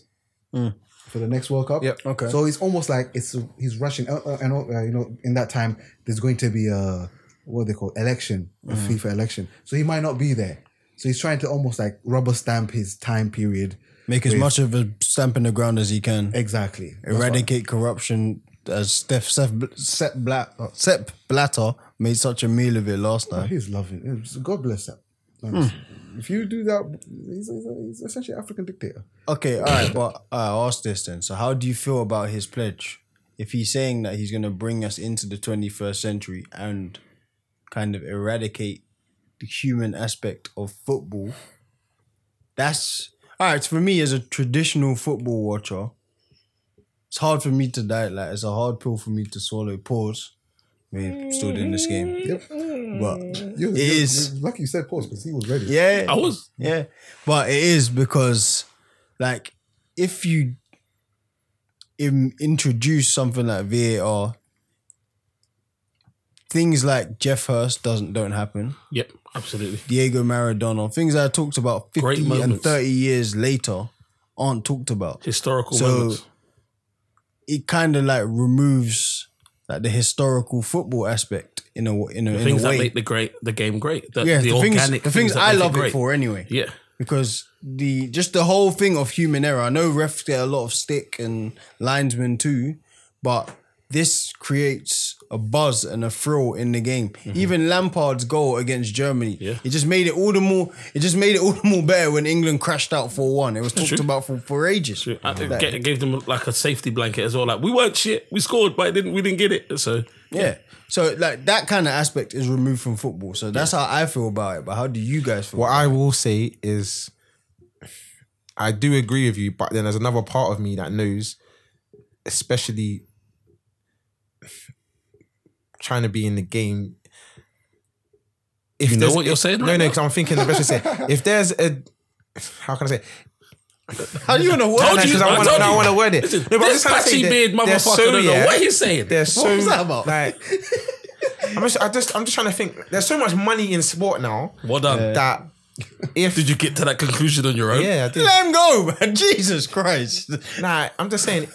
Speaker 2: for the next World Cup.
Speaker 3: Yep.
Speaker 1: Okay.
Speaker 2: So it's almost like it's he's rushing. Uh, uh, and uh, you know, in that time, there's going to be a what they call election, a FIFA election. So he might not be there. So he's trying to almost like rubber stamp his time period.
Speaker 1: Make as much of a stamp in the ground as he can.
Speaker 2: Exactly. That's what-
Speaker 1: eradicate corruption as Steph Seth, Seth, Blat, Sepp Blatter made such a meal of it last time.
Speaker 2: He's loving. It. God bless him. Honestly.
Speaker 3: Hmm.
Speaker 2: If you do that, he's, he's, he's essentially an African dictator.
Speaker 1: Okay, all right, but I ask this then. So, how do you feel about his pledge? If he's saying that he's going to bring us into the 21st century and kind of eradicate the human aspect of football, that's all right. For me, as a traditional football watcher, it's hard for me to die. Like, it's a hard pill for me to swallow. Pause. We're still doing this game.
Speaker 2: Yep.
Speaker 1: But
Speaker 2: You,
Speaker 1: It
Speaker 2: you-
Speaker 1: is.
Speaker 2: you- Lucky you said pause because he was ready.
Speaker 1: Yeah.
Speaker 4: I was.
Speaker 1: Yeah. But it is because, like, if you im- introduce something like VAR, things like Jeff Hurst doesn't don't happen.
Speaker 4: Yep, absolutely.
Speaker 1: Diego Maradona, things that I talked about
Speaker 4: Great
Speaker 1: 50 and
Speaker 4: moments.
Speaker 1: 30 years later aren't talked about
Speaker 4: Historical
Speaker 1: So-
Speaker 4: moments.
Speaker 1: it kind of like removes like the historical football aspect in a w- in a, in a
Speaker 4: Things that
Speaker 1: way.
Speaker 4: make the great the game great. The,
Speaker 1: yeah,
Speaker 4: the,
Speaker 1: the, things,
Speaker 4: organic
Speaker 1: the things, I
Speaker 4: that make
Speaker 1: love it
Speaker 4: great.
Speaker 1: for anyway.
Speaker 4: Yeah.
Speaker 1: because the just the whole thing of human error. I know refs get a lot of stick and linesmen too, but this creates a buzz and a thrill in the game. Even Lampard's goal against Germany,
Speaker 4: Mm-hmm. Yeah.
Speaker 1: it just made it all the more. It just made it all the more better when England crashed out four one. It was talked about for, for ages.
Speaker 4: I think
Speaker 1: Like,
Speaker 4: ga- gave them like a safety blanket as well. Like we weren't shit. We scored, but it didn't we didn't get it. So
Speaker 1: yeah. So like that kind of aspect is removed from football. So that's how I feel about it. But how do you guys feel?
Speaker 3: What I will say is, I do agree with you, but then there's another part of me that knows, especially trying to be in the game. If
Speaker 4: You know
Speaker 3: there's-
Speaker 4: what you're saying
Speaker 3: No,
Speaker 4: right
Speaker 3: no,
Speaker 4: now?
Speaker 3: because I'm thinking the best to say. If there's a, how can I say?
Speaker 1: how do you know what?
Speaker 4: Told you,
Speaker 3: Because
Speaker 4: I
Speaker 3: I want,
Speaker 4: told
Speaker 3: no,
Speaker 4: you.
Speaker 3: I want to word it.
Speaker 4: listen,
Speaker 3: No, but I'm
Speaker 4: this
Speaker 3: just trying to say
Speaker 4: patchy
Speaker 3: that
Speaker 4: beard
Speaker 3: they're
Speaker 4: motherfucker
Speaker 3: so,
Speaker 4: don't know
Speaker 3: yeah,
Speaker 4: what he's saying.
Speaker 3: They're so
Speaker 1: was that about?
Speaker 3: like. I'm just, I just, I'm just trying to think. There's so much money in sport now
Speaker 4: Well done.
Speaker 3: that if
Speaker 4: Did you get to that conclusion on your own?
Speaker 3: yeah, I did.
Speaker 1: Let him go, man. Jesus Christ.
Speaker 3: Nah, I'm just saying.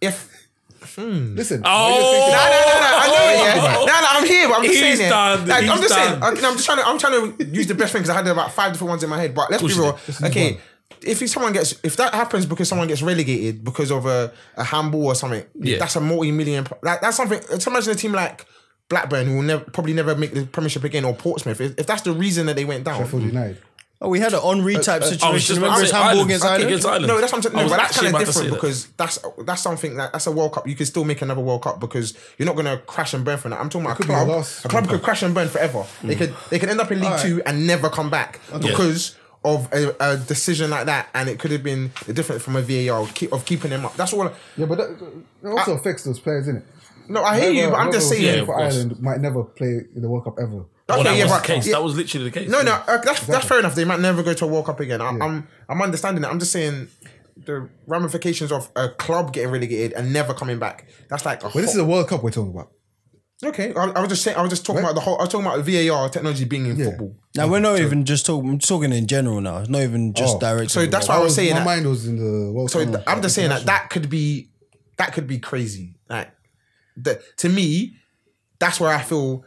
Speaker 3: If
Speaker 2: Listen.
Speaker 4: Oh,
Speaker 3: no, no, no, no, I know it. Yeah, no, no, I'm here, but I'm just
Speaker 4: He's
Speaker 3: saying. it.
Speaker 4: done,
Speaker 3: Like, I'm
Speaker 4: he's
Speaker 3: just saying.
Speaker 4: done.
Speaker 3: I, am just trying to. I'm trying to use the best thing because I had about five different ones in my head. But let's be
Speaker 4: you
Speaker 3: real. Okay, if he- someone gets, if that happens because someone gets relegated because of a, a handball or something,
Speaker 4: Yeah.
Speaker 3: that's a multi-million. pro- Like, that's something. Just imagine a team like. Blackburn who will never, probably never make the Premiership again, or Portsmouth. If, if that's the reason that they went down,
Speaker 2: Sheffield United.
Speaker 1: Oh, we had an Henri type
Speaker 4: I was
Speaker 1: situation.
Speaker 4: just
Speaker 1: Remember
Speaker 4: about to
Speaker 1: his
Speaker 4: say
Speaker 1: handball
Speaker 4: Ireland.
Speaker 1: against
Speaker 4: Okay,
Speaker 1: Ireland?
Speaker 4: against Ireland.
Speaker 3: No, that's what I'm saying.
Speaker 4: I
Speaker 3: No,
Speaker 4: was
Speaker 3: but that's
Speaker 4: actually
Speaker 3: kind of
Speaker 4: about to say
Speaker 3: different
Speaker 4: that.
Speaker 3: because that's that's something that that's a World Cup. You could still make another World Cup because you're not going to crash and burn for that. I'm talking about a
Speaker 2: could be the
Speaker 3: club.
Speaker 2: last
Speaker 3: a club could crash and burn forever. They could they could end up in League Two and never come back because of a, a decision like that. And it could have been different from a VAR keep, of keeping them up. That's all.
Speaker 2: Yeah, but that, it also affects those players, innit?
Speaker 3: No, I hear you, but I'm just
Speaker 2: Whoever was playing
Speaker 4: of
Speaker 3: saying.
Speaker 2: for
Speaker 4: course.
Speaker 2: Ireland might never play in the World Cup ever.
Speaker 4: Well, that
Speaker 3: Okay, yeah,
Speaker 4: was
Speaker 3: but
Speaker 4: the case.
Speaker 3: yeah.
Speaker 4: That was literally the case.
Speaker 3: No, no, uh, that's that's fair enough. They might never go to a World Cup again. I, I'm I'm understanding that. I'm just saying the ramifications of a club getting relegated and never coming back. That's like a
Speaker 2: But this is a World Cup we're talking about.
Speaker 3: Okay, I, I was just saying. I was just talking about the whole. I was talking about VAR technology being in football.
Speaker 1: Now we're not even just talking. I'm talking in general now. It's not even just
Speaker 2: Oh.
Speaker 1: direct.
Speaker 3: So that's why I
Speaker 2: I
Speaker 3: was
Speaker 2: was,
Speaker 3: saying
Speaker 2: my
Speaker 3: that.
Speaker 2: mind was in the World
Speaker 3: So
Speaker 2: Cup.
Speaker 3: th- I'm just saying that that could be, that could be crazy. Like, that to me, that's where I feel.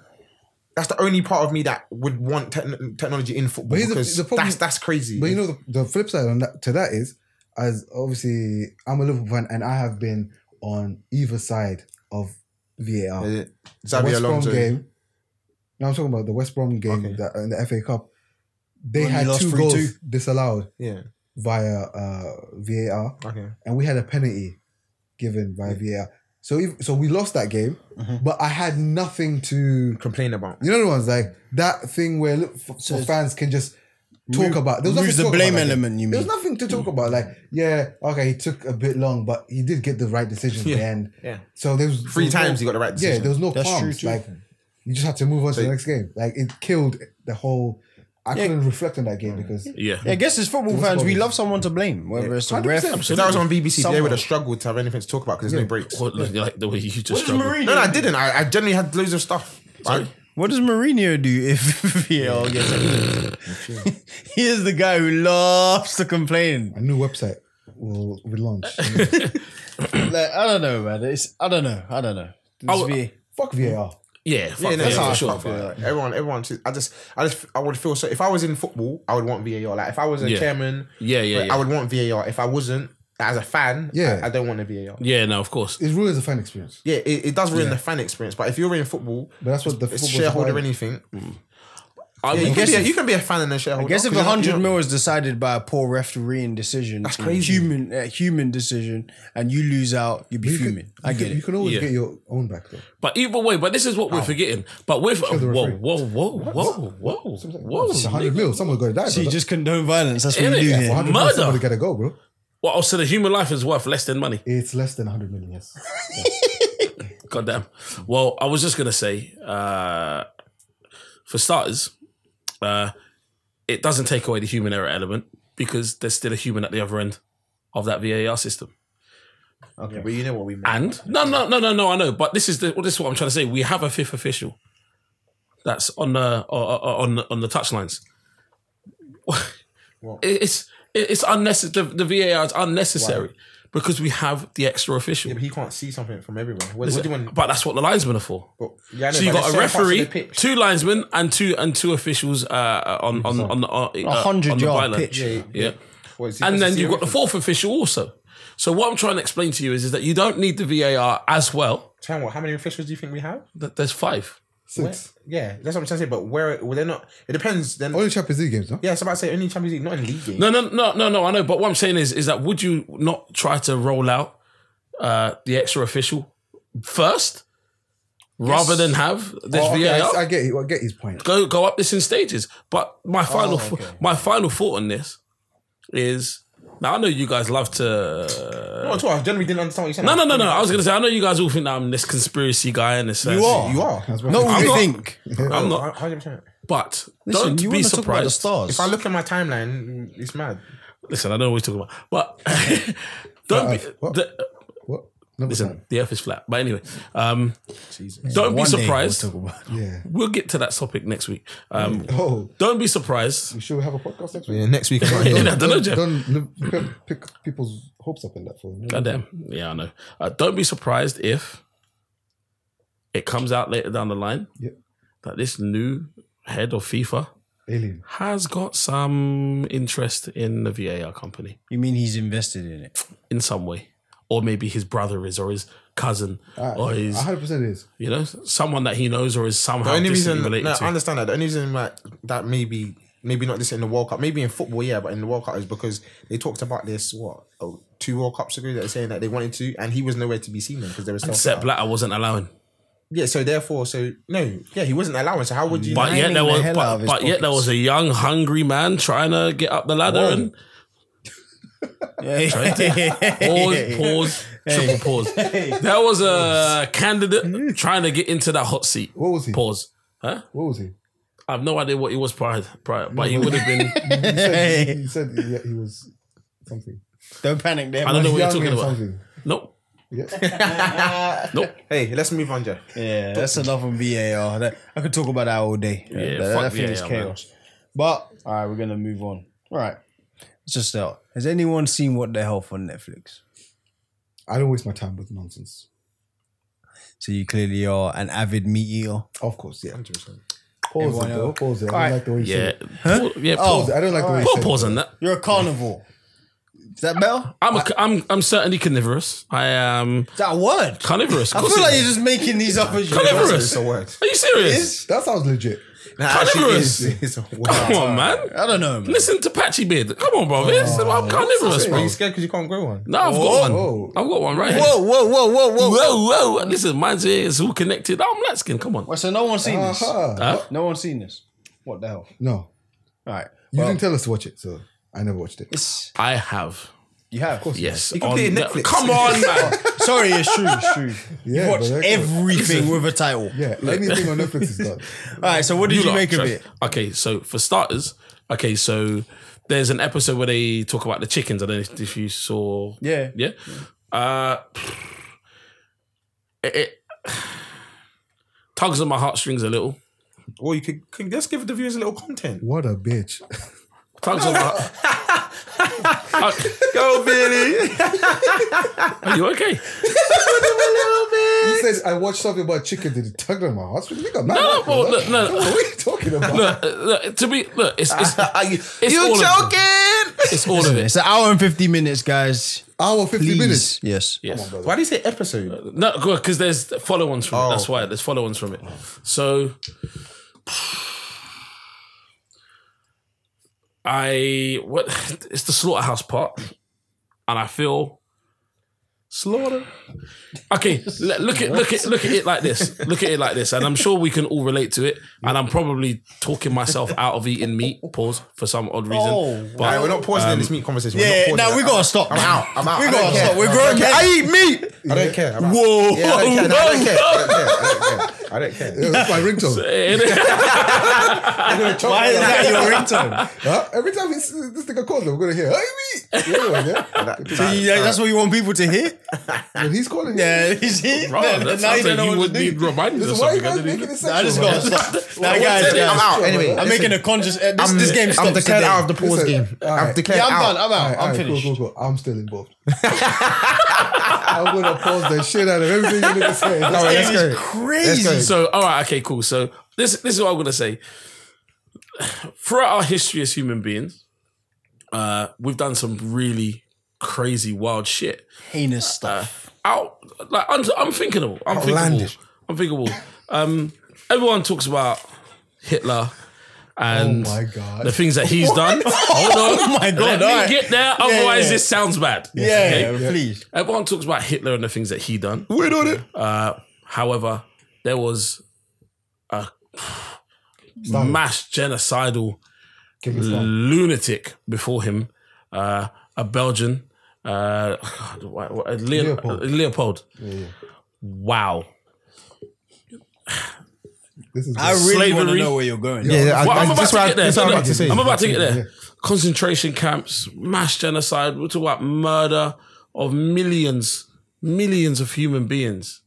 Speaker 3: That's the only part of me that would want techn technology in football
Speaker 2: But here's the-
Speaker 3: because
Speaker 2: the problem-
Speaker 3: that's that's crazy.
Speaker 2: But you know, the, the flip side on that, to that is, as obviously I'm a Liverpool fan and I have been on either side of VAR.
Speaker 3: Uh,
Speaker 2: The
Speaker 3: Xabi Alonso.
Speaker 2: game. No, I'm talking about the West Brom game
Speaker 3: Okay.
Speaker 2: that, in the FA Cup. They
Speaker 1: When we
Speaker 2: had
Speaker 1: lost
Speaker 2: two
Speaker 1: 3-2.
Speaker 2: goals disallowed
Speaker 3: Yeah.
Speaker 2: via uh, VAR.
Speaker 3: Okay.
Speaker 2: and we had a penalty given by VAR. So if, so we lost that game, but I had nothing to.
Speaker 3: Complain about.
Speaker 2: You know the ones like that thing where look, f-
Speaker 1: So
Speaker 2: for fans can just talk about. There was nothing
Speaker 1: Use the
Speaker 2: to talk
Speaker 1: blame
Speaker 2: about that
Speaker 1: element. You
Speaker 2: game. There was
Speaker 1: mean?
Speaker 2: nothing to talk about. Like yeah, okay, he took a bit long, but he did get the right decision at the end.
Speaker 3: Yeah.
Speaker 2: So there was
Speaker 3: Three
Speaker 2: there was
Speaker 3: times
Speaker 2: no-
Speaker 3: you got the right
Speaker 2: Yeah,
Speaker 3: decision.
Speaker 2: there was no
Speaker 1: That's true
Speaker 2: qualms.
Speaker 1: too.
Speaker 2: Like you just had to move on to the next game. Like it killed the whole. I
Speaker 1: Yeah.
Speaker 2: couldn't reflect on that game because
Speaker 4: Yeah.
Speaker 1: Yeah, I guess as football
Speaker 2: What's
Speaker 1: fans, we
Speaker 2: wrong?
Speaker 1: love someone to blame, whether it's the ref.
Speaker 2: 100%.
Speaker 3: If that was on BBC, they
Speaker 1: Someone.
Speaker 3: would have struggled to have anything to talk about because there's no breaks.
Speaker 4: What, like the way you just
Speaker 1: What does
Speaker 4: struggled.
Speaker 1: Mourinho?
Speaker 3: No, no, I didn't. I, I generally had loads of stuff. I,
Speaker 1: What does Mourinho do if VAR gets? he is the guy who loves to complain.
Speaker 2: a new website. will, will launch.
Speaker 1: Like, I don't know, man. It's I don't know. I don't know. This
Speaker 4: Oh,
Speaker 1: be-
Speaker 2: Fuck VAR.
Speaker 4: Yeah, fuck
Speaker 3: Yeah, no,
Speaker 4: yeah,
Speaker 3: that's how
Speaker 4: for
Speaker 3: I
Speaker 4: sure.
Speaker 3: felt, yeah. Like, everyone, everyone. too- I just, I just, I would feel so. If I was in football, I would want VAR. Like if I was a
Speaker 4: Yeah.
Speaker 3: chairman,
Speaker 4: Yeah, yeah,
Speaker 3: like,
Speaker 4: yeah.
Speaker 3: I would want VAR. If I wasn't, as a fan,
Speaker 2: Yeah.
Speaker 3: I, I don't want a VAR.
Speaker 4: yeah, no, of course.
Speaker 2: It's ruins the fan experience.
Speaker 3: Yeah, it, it does ruin the fan experience. But if you're in football,
Speaker 2: But that's what the
Speaker 3: it's
Speaker 2: football's
Speaker 3: shareholder or
Speaker 2: about.
Speaker 3: anything. Yeah,
Speaker 4: I
Speaker 3: you,
Speaker 4: would-
Speaker 3: can be a, you can be a fan and a shareholder.
Speaker 1: I guess if
Speaker 3: 'cause you're not-
Speaker 1: hundred
Speaker 3: you're not-
Speaker 1: mil is decided by a poor refereeing decision, that's
Speaker 3: crazy.
Speaker 1: Human, uh, human decision, and you lose out, you'd be
Speaker 2: You
Speaker 1: fuming.
Speaker 2: can,
Speaker 1: I
Speaker 2: you
Speaker 1: get
Speaker 2: can,
Speaker 1: it.
Speaker 2: You can always
Speaker 4: Yeah.
Speaker 2: get your own back though.
Speaker 4: But either way, but this is what we're forgetting. But with whoa,
Speaker 2: the
Speaker 4: whoa,
Speaker 2: referee.
Speaker 4: whoa, whoa, whoa, whoa,
Speaker 2: oh, It's a hundred mil. Someone's got to die.
Speaker 1: So you
Speaker 2: brother.
Speaker 1: just condone violence. That's what
Speaker 4: Innit?
Speaker 1: you do
Speaker 4: Yeah,
Speaker 1: here.
Speaker 4: well,
Speaker 2: Hundred
Speaker 4: murder.
Speaker 2: mil, Somebody got to go, bro.
Speaker 4: Well, so the human life is worth less than money.
Speaker 2: It's less than hundred million. Yes.
Speaker 4: Goddamn. Well, I was just gonna say, uh, for starters, uh, it doesn't take away the human error element because there's still a human at the other end of that VAR system.
Speaker 3: Yeah, but you know what we mean.
Speaker 4: And no, no, no, no, no. I know, but this is the well, this is what I'm trying to say. We have a fifth official that's on the o- o- on the- on the touchlines. It's it's unnecessary. The, the VAR is unnecessary because we have the extra official.
Speaker 3: Yeah, but he can't see something from everywhere. What, what do you
Speaker 4: Listen,
Speaker 3: want?
Speaker 4: but that's what the linesmen are for.
Speaker 3: Well, yeah, I know,
Speaker 4: So you
Speaker 3: but
Speaker 4: got a
Speaker 3: there's certain parts of
Speaker 4: referee,
Speaker 3: the pitch.
Speaker 4: two linesmen, and two and two officials uh, on on on, on uh,
Speaker 1: A hundred
Speaker 4: on the
Speaker 1: yard
Speaker 4: byline.
Speaker 1: pitch.
Speaker 3: Yeah,
Speaker 4: Yeah.
Speaker 3: What, is he
Speaker 4: And
Speaker 3: supposed to
Speaker 4: then
Speaker 3: see
Speaker 4: you've got the
Speaker 3: everything?
Speaker 4: fourth official also. So what I'm trying to explain to you is, is that you don't need the VAR as well.
Speaker 3: Tell me what, how many officials do you think we have?
Speaker 4: That there's five.
Speaker 2: Six. Oh.
Speaker 3: Yeah, that's what I'm trying to say. But where well, they're not, it depends. Then
Speaker 2: Only Champions League games, no?
Speaker 3: yeah, it's about to say only Champions League, not in league games.
Speaker 4: No, no, no, no, no. I know, but what I'm saying is, is that would you not try to roll out uh, the extra official first, rather than have this
Speaker 2: Oh, okay,
Speaker 4: VAR?
Speaker 2: I, I get. it. I get his point.
Speaker 4: go go up this in stages. But
Speaker 1: Oh,
Speaker 4: my final my final thought on this is now I know you guys love to
Speaker 3: not at all. I generally didn't understand what you said.
Speaker 4: no no no no. I was gonna say I know you guys all think that I'm this conspiracy guy and this
Speaker 1: You are.
Speaker 3: You are. Oh,
Speaker 2: That's what
Speaker 1: No,
Speaker 2: I'm
Speaker 1: you
Speaker 4: not-
Speaker 1: think.
Speaker 4: I'm not.
Speaker 3: 100%.
Speaker 4: But
Speaker 1: Listen,
Speaker 4: don't
Speaker 1: you
Speaker 4: be
Speaker 1: want to talk about the
Speaker 4: surprised.
Speaker 1: stars.
Speaker 3: If I look at my timeline, it's mad.
Speaker 4: Listen, I know what we're talking about, but don't be.
Speaker 1: uh,
Speaker 2: Earth. What?
Speaker 4: The,
Speaker 2: saying. What? Never
Speaker 4: listen,
Speaker 2: mind.
Speaker 4: the Earth is flat. But anyway, um, don't be
Speaker 1: One day we'll
Speaker 4: surprised.
Speaker 1: talk about it.
Speaker 2: Yeah.
Speaker 4: We'll get to that topic next week. Um,
Speaker 2: Oh,
Speaker 4: don't be surprised.
Speaker 2: we should have a podcast next week.
Speaker 3: Yeah, next week.
Speaker 4: I don't know, Jeff.
Speaker 2: Don't, don't, don't pick people's hopes up in that for them.
Speaker 4: Goddamn. Yeah, I know. Uh, don't be surprised if it comes out later down the line
Speaker 2: Yep.
Speaker 4: that this new head of FIFA
Speaker 2: Alien.
Speaker 4: has got some interest in the VAR company
Speaker 1: You mean he's invested in it?
Speaker 4: in some way. Or maybe his brother is, or his cousin,
Speaker 1: Uh,
Speaker 4: or
Speaker 2: A
Speaker 4: his,
Speaker 2: hundred percent is.
Speaker 4: you know, someone that he knows or is
Speaker 3: The
Speaker 4: somehow
Speaker 3: only
Speaker 4: distantly
Speaker 3: reason,
Speaker 4: related
Speaker 3: no,
Speaker 4: to.
Speaker 3: I understand that. The only reason that that maybe, maybe not this in the World Cup, maybe in football, yeah, but in the World Cup is because they talked about this what oh, two World Cups ago that they're saying that they wanted to, and he was nowhere to be seen because there was
Speaker 4: Sepp Blatter wasn't allowing.
Speaker 3: yeah. So therefore, so no, yeah, he wasn't allowing. So how would you?
Speaker 4: But
Speaker 1: Lining
Speaker 4: yet there
Speaker 1: the
Speaker 4: was,
Speaker 1: hell out of
Speaker 4: but,
Speaker 1: his
Speaker 4: but yet there
Speaker 1: pockets.
Speaker 4: was a young, hungry man trying to get up the ladder and pause, pause, triple pause. There was a
Speaker 1: Mm-hmm.
Speaker 4: candidate trying to get into that hot seat.
Speaker 2: What was he?
Speaker 4: Pause. Huh?
Speaker 2: What was he?
Speaker 4: I have no idea what he was prior, prior but he would have been.
Speaker 2: He said, he, said yeah, he was something.
Speaker 1: Don't panic there.
Speaker 4: I don't know what you're
Speaker 2: Young
Speaker 4: talking
Speaker 2: and
Speaker 4: about.
Speaker 2: Something.
Speaker 4: Nope.
Speaker 2: Yeah.
Speaker 4: Nope.
Speaker 3: Hey, let's move on, Jeff.
Speaker 1: Yeah, that's enough on VAR. That, I could talk about that all day.
Speaker 4: Yeah,
Speaker 1: that, that
Speaker 4: fuck
Speaker 1: thing is
Speaker 4: VAR,
Speaker 1: chaos. But all right, we're gonna move on. All right, it's just out. Has anyone seen What the Health on Netflix?
Speaker 2: I don't waste my time with nonsense.
Speaker 1: So you clearly are an avid meat eater.
Speaker 2: Of course, yeah. Pause
Speaker 1: Everyone
Speaker 2: it, though.
Speaker 1: else.
Speaker 2: Pause it. I
Speaker 1: Alright.
Speaker 2: don't like the way you
Speaker 4: Yeah.
Speaker 2: said it.
Speaker 4: Pause, yeah.
Speaker 2: Pause
Speaker 4: Pause.
Speaker 2: it.
Speaker 1: Oh,
Speaker 2: I don't like the way you
Speaker 4: Put
Speaker 2: said
Speaker 4: a
Speaker 2: it.
Speaker 4: pause on that.
Speaker 1: You're a carnivore. Is that better?
Speaker 4: I'm, a, I'm, I'm certainly carnivorous. I am
Speaker 1: Is that a word?
Speaker 4: carnivorous.
Speaker 1: I
Speaker 4: Of course
Speaker 1: feel
Speaker 4: it
Speaker 1: like
Speaker 4: is.
Speaker 1: you're just making these up as you go.
Speaker 4: carnivorous.
Speaker 3: It's a word.
Speaker 4: Are you serious?
Speaker 2: That sounds legit.
Speaker 3: Nah, actually,
Speaker 4: Carnivorous.
Speaker 3: it is. It's a
Speaker 4: Come
Speaker 3: word.
Speaker 4: on, man.
Speaker 1: I don't know. Man.
Speaker 4: Listen to Patchy Beard. Come on,
Speaker 1: Oh,
Speaker 4: bro. It's- I'm carnivorous,
Speaker 3: Are
Speaker 4: bro.
Speaker 3: you scared because you can't grow one?
Speaker 4: No, I've got one.
Speaker 2: whoa.
Speaker 4: I've got one right here.
Speaker 1: Whoa, whoa, whoa, whoa, whoa,
Speaker 4: Whoa, whoa. Listen, mine's here. It's all connected. Oh, I'm light skin. Come on.
Speaker 1: Well, so no one's seen
Speaker 4: Uh-huh.
Speaker 2: Aha.
Speaker 4: Uh,
Speaker 1: this. No one's seen this. What the hell?
Speaker 2: No.
Speaker 1: All right,
Speaker 2: You
Speaker 1: well,
Speaker 2: didn't tell us to watch it, so I never watched it.
Speaker 1: it's
Speaker 4: I have.
Speaker 1: you have.
Speaker 4: Yes.
Speaker 3: You can play
Speaker 4: on
Speaker 3: it Netflix.
Speaker 4: Come on, man.
Speaker 1: Sorry, it's true. It's true.
Speaker 2: Yeah,
Speaker 1: you
Speaker 2: but
Speaker 1: watch
Speaker 2: they're good.
Speaker 1: everything with a title.
Speaker 2: Yeah, anything on Netflix is done.
Speaker 1: All right. So what did you,
Speaker 4: lot
Speaker 1: make of
Speaker 4: trash.
Speaker 1: it?
Speaker 4: Okay, so for starters, okay, so there's an episode where they talk about the chickens. I don't know if- if you saw.
Speaker 1: Yeah.
Speaker 4: Yeah. Uh, it, it tugs on my heartstrings a little.
Speaker 3: Or you could, could just give the viewers a little content.
Speaker 2: What a bitch.
Speaker 4: Tugs on my.
Speaker 3: Go, Billy.
Speaker 4: Are you okay?
Speaker 2: He says, I watched something about chicken. Did it tug on my heart? No,
Speaker 4: No, well, look, no,
Speaker 2: What are you talking about?
Speaker 4: Look, uh, look, to be look, it's it's,
Speaker 3: you
Speaker 4: all of them.
Speaker 3: joking?
Speaker 4: it's all of it.
Speaker 1: It's an hour and 50 minutes, guys.
Speaker 2: Hour 50
Speaker 1: Please.
Speaker 2: minutes.
Speaker 1: Yes.
Speaker 4: Yes.
Speaker 3: Why do you say episode?
Speaker 4: No, because there's follow-ons from
Speaker 1: Oh.
Speaker 4: it. That's why there's follow-ons from it. So, I what? It's the slaughterhouse part, and I feel slaughter. Okay, le- look at look at look at it like this. Look at it like this, and I'm sure we can all relate to it. And I'm probably talking myself out of eating meat. Pause for some odd reason.
Speaker 1: Oh,
Speaker 4: but
Speaker 3: All right, we're not pausing
Speaker 4: um,
Speaker 3: in this meat conversation. We're not
Speaker 1: Yeah,
Speaker 3: pausing
Speaker 1: now
Speaker 3: it.
Speaker 1: we gotta stop.
Speaker 3: I'm
Speaker 1: now.
Speaker 3: out. I'm out.
Speaker 1: We
Speaker 3: I
Speaker 1: gotta
Speaker 3: don't care.
Speaker 1: stop. We're
Speaker 3: I
Speaker 1: grown.
Speaker 3: don't care.
Speaker 1: I eat meat.
Speaker 3: I don't care. I'm out.
Speaker 1: Whoa.
Speaker 3: Yeah, I don't care. No, I don't care. I don't care. I don't care.
Speaker 2: That's my ringtone.
Speaker 1: Why is that your ringtone?
Speaker 2: Huh? Every time this, this nigga calls him, we're going to hear, hey, me. Yeah, yeah.
Speaker 1: So you- yeah, that's what you want people to hear?
Speaker 2: When he's calling
Speaker 1: Yeah, he's here.
Speaker 4: Bro,
Speaker 1: Now-
Speaker 4: that
Speaker 1: now you
Speaker 4: sounds like
Speaker 1: know
Speaker 4: he
Speaker 1: what
Speaker 4: would
Speaker 1: to
Speaker 4: be
Speaker 1: do.
Speaker 4: reminded
Speaker 2: So
Speaker 4: of
Speaker 2: why are you
Speaker 4: something.
Speaker 2: guys
Speaker 4: I didn't
Speaker 2: making
Speaker 4: even-
Speaker 2: it
Speaker 1: I just
Speaker 2: sexual?
Speaker 1: gotta stop. Now, guys,
Speaker 3: I'm
Speaker 1: guys,
Speaker 3: out. Anyway,
Speaker 1: I'm making a conscious. eh, This, this game stops.
Speaker 3: I'm declared
Speaker 1: today.
Speaker 3: out of the pause
Speaker 2: Listen,
Speaker 3: game.
Speaker 2: all right.
Speaker 3: I'm declared
Speaker 1: Yeah, I'm
Speaker 3: out.
Speaker 1: done. I'm out. I'm
Speaker 2: Alright,
Speaker 1: finished.
Speaker 2: Cool, cool, cool. I'm still involved. I'm gonna pause the shit out of everything you niggas say. Oh All
Speaker 3: right,
Speaker 1: This
Speaker 3: let's
Speaker 1: is
Speaker 3: go.
Speaker 1: crazy.
Speaker 4: So, all right, okay, cool. So, this this is what I'm gonna say. Throughout our history as human beings, uh, we've done some really crazy, wild shit.
Speaker 1: Heinous stuff.
Speaker 4: Out, like un- unthinkable, unthinkable,
Speaker 3: Outlandish.
Speaker 4: unthinkable. Um, everyone talks about Hitler and
Speaker 2: Oh my God.
Speaker 4: the things that he's done. Hold on,
Speaker 1: Oh my god!
Speaker 4: let me
Speaker 1: all right.
Speaker 4: get there. Otherwise,
Speaker 1: yeah.
Speaker 4: this sounds bad.
Speaker 1: Yeah, please.
Speaker 4: Everyone talks about Hitler and the things that he done.
Speaker 2: Wait on it.
Speaker 4: Uh, However, there was a mass genocidal lunatic before him, uh, a Belgian, uh, God, wha- wha- Leon- uh,
Speaker 2: Leopold.
Speaker 4: Leopold. Wow.
Speaker 2: This is
Speaker 1: I really want to
Speaker 4: Slavery.
Speaker 1: know where you're going.
Speaker 3: Yeah, I-
Speaker 4: Well,
Speaker 3: I-
Speaker 4: I'm about
Speaker 3: that's
Speaker 4: to
Speaker 3: what I-
Speaker 4: get there.
Speaker 3: that's what I'm about to say.
Speaker 4: I'm about to get there. Concentration camps, mass genocide. We're talking about murder of millions, millions of human beings.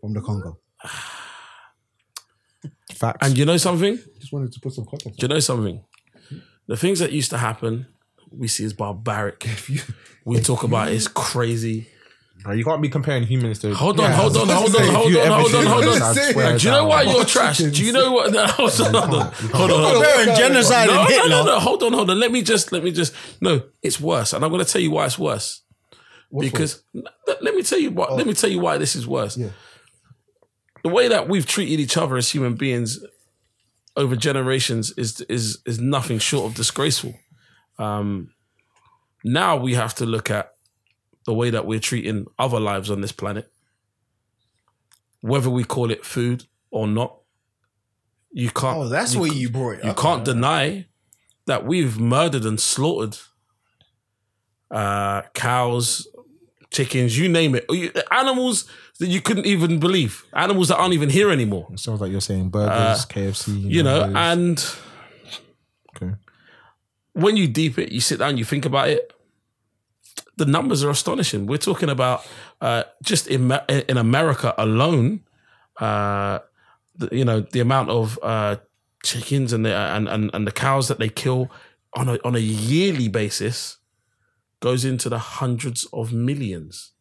Speaker 2: from the Congo.
Speaker 3: Facts.
Speaker 4: And you know something?
Speaker 2: Just wanted to put some context.
Speaker 4: Do you know something? The things that used to happen, we see as barbaric. we talk about it as crazy.
Speaker 3: Bro, you can't be comparing humans to.
Speaker 4: Hold on, hold on,
Speaker 2: I was gonna
Speaker 4: hold on, hold
Speaker 3: say,
Speaker 4: on,
Speaker 3: if
Speaker 4: hold
Speaker 3: you
Speaker 4: on,
Speaker 3: ever
Speaker 4: hold
Speaker 2: do this,
Speaker 4: on. Do
Speaker 2: I
Speaker 3: swear
Speaker 4: you know
Speaker 3: down.
Speaker 4: why you're trash? Do you know what? No, hold on, hold on, hold on. hold on.
Speaker 1: Comparing Oh, genocide
Speaker 4: No,
Speaker 1: and
Speaker 4: no,
Speaker 1: Hitler.
Speaker 4: no, no. Hold on, hold on. Let me just, let me just. No, it's worse, and I'm going to tell you why it's worse. because N- let me tell you what.
Speaker 1: Oh.
Speaker 4: Let me tell you why this is worse. The way that we've treated each other as human beings over generations is is is nothing short of disgraceful. Um, now we have to look at the way that we're treating other lives on this planet, whether we call it food or not. You can't.
Speaker 1: Oh, that's
Speaker 4: you
Speaker 1: where you brought it.
Speaker 4: you
Speaker 1: up.
Speaker 4: can't deny that we've murdered and slaughtered uh, cows, chickens, you name it. You- Animals that you couldn't even believe. Animals that aren't even here anymore.
Speaker 3: Sounds like you're saying burgers, KFC.
Speaker 4: Uh, You know,
Speaker 3: burgers.
Speaker 4: and
Speaker 3: Okay.
Speaker 4: when you deep it, you sit down, you think about it. The numbers are astonishing. We're talking about uh, just in Ma- in America alone, uh, the, you know, the amount of uh, chickens and the and, and and the cows that they kill on a on a yearly basis goes into the hundreds of millions.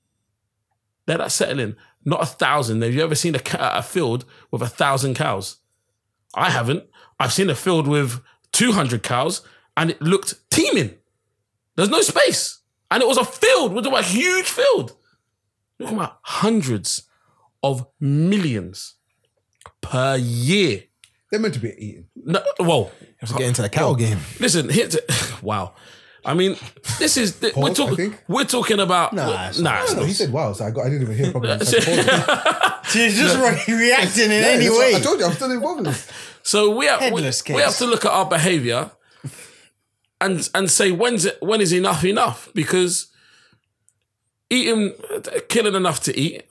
Speaker 4: They're not settling. Not a thousand. Have you ever seen a, ca- a field with a thousand cows? I haven't. I've seen a field with 200 cows and it looked teeming. There's no space. And it was a field. We're talking about a huge field. We're talking about hundreds of millions per year.
Speaker 2: They're meant to be eating.
Speaker 4: No, well,
Speaker 3: Let's get into the cow game.
Speaker 4: listen, here's wow. I mean, this is we're
Speaker 2: Pause, I
Speaker 4: talking.
Speaker 2: think.
Speaker 4: We're talking about
Speaker 1: Nah,
Speaker 4: nah,
Speaker 1: it's
Speaker 4: nah, it's
Speaker 2: No, he
Speaker 4: not.
Speaker 2: said wow, so I got I didn't even hear properly.
Speaker 4: That's it.
Speaker 1: She's just re- reacting in any
Speaker 2: That's
Speaker 1: way.
Speaker 2: why I told you I'm still involved in this.
Speaker 4: So we have we,
Speaker 1: Headless
Speaker 4: we
Speaker 1: case.
Speaker 4: have to look at our behavior and and say when's it, when is enough enough because eating killing enough to eat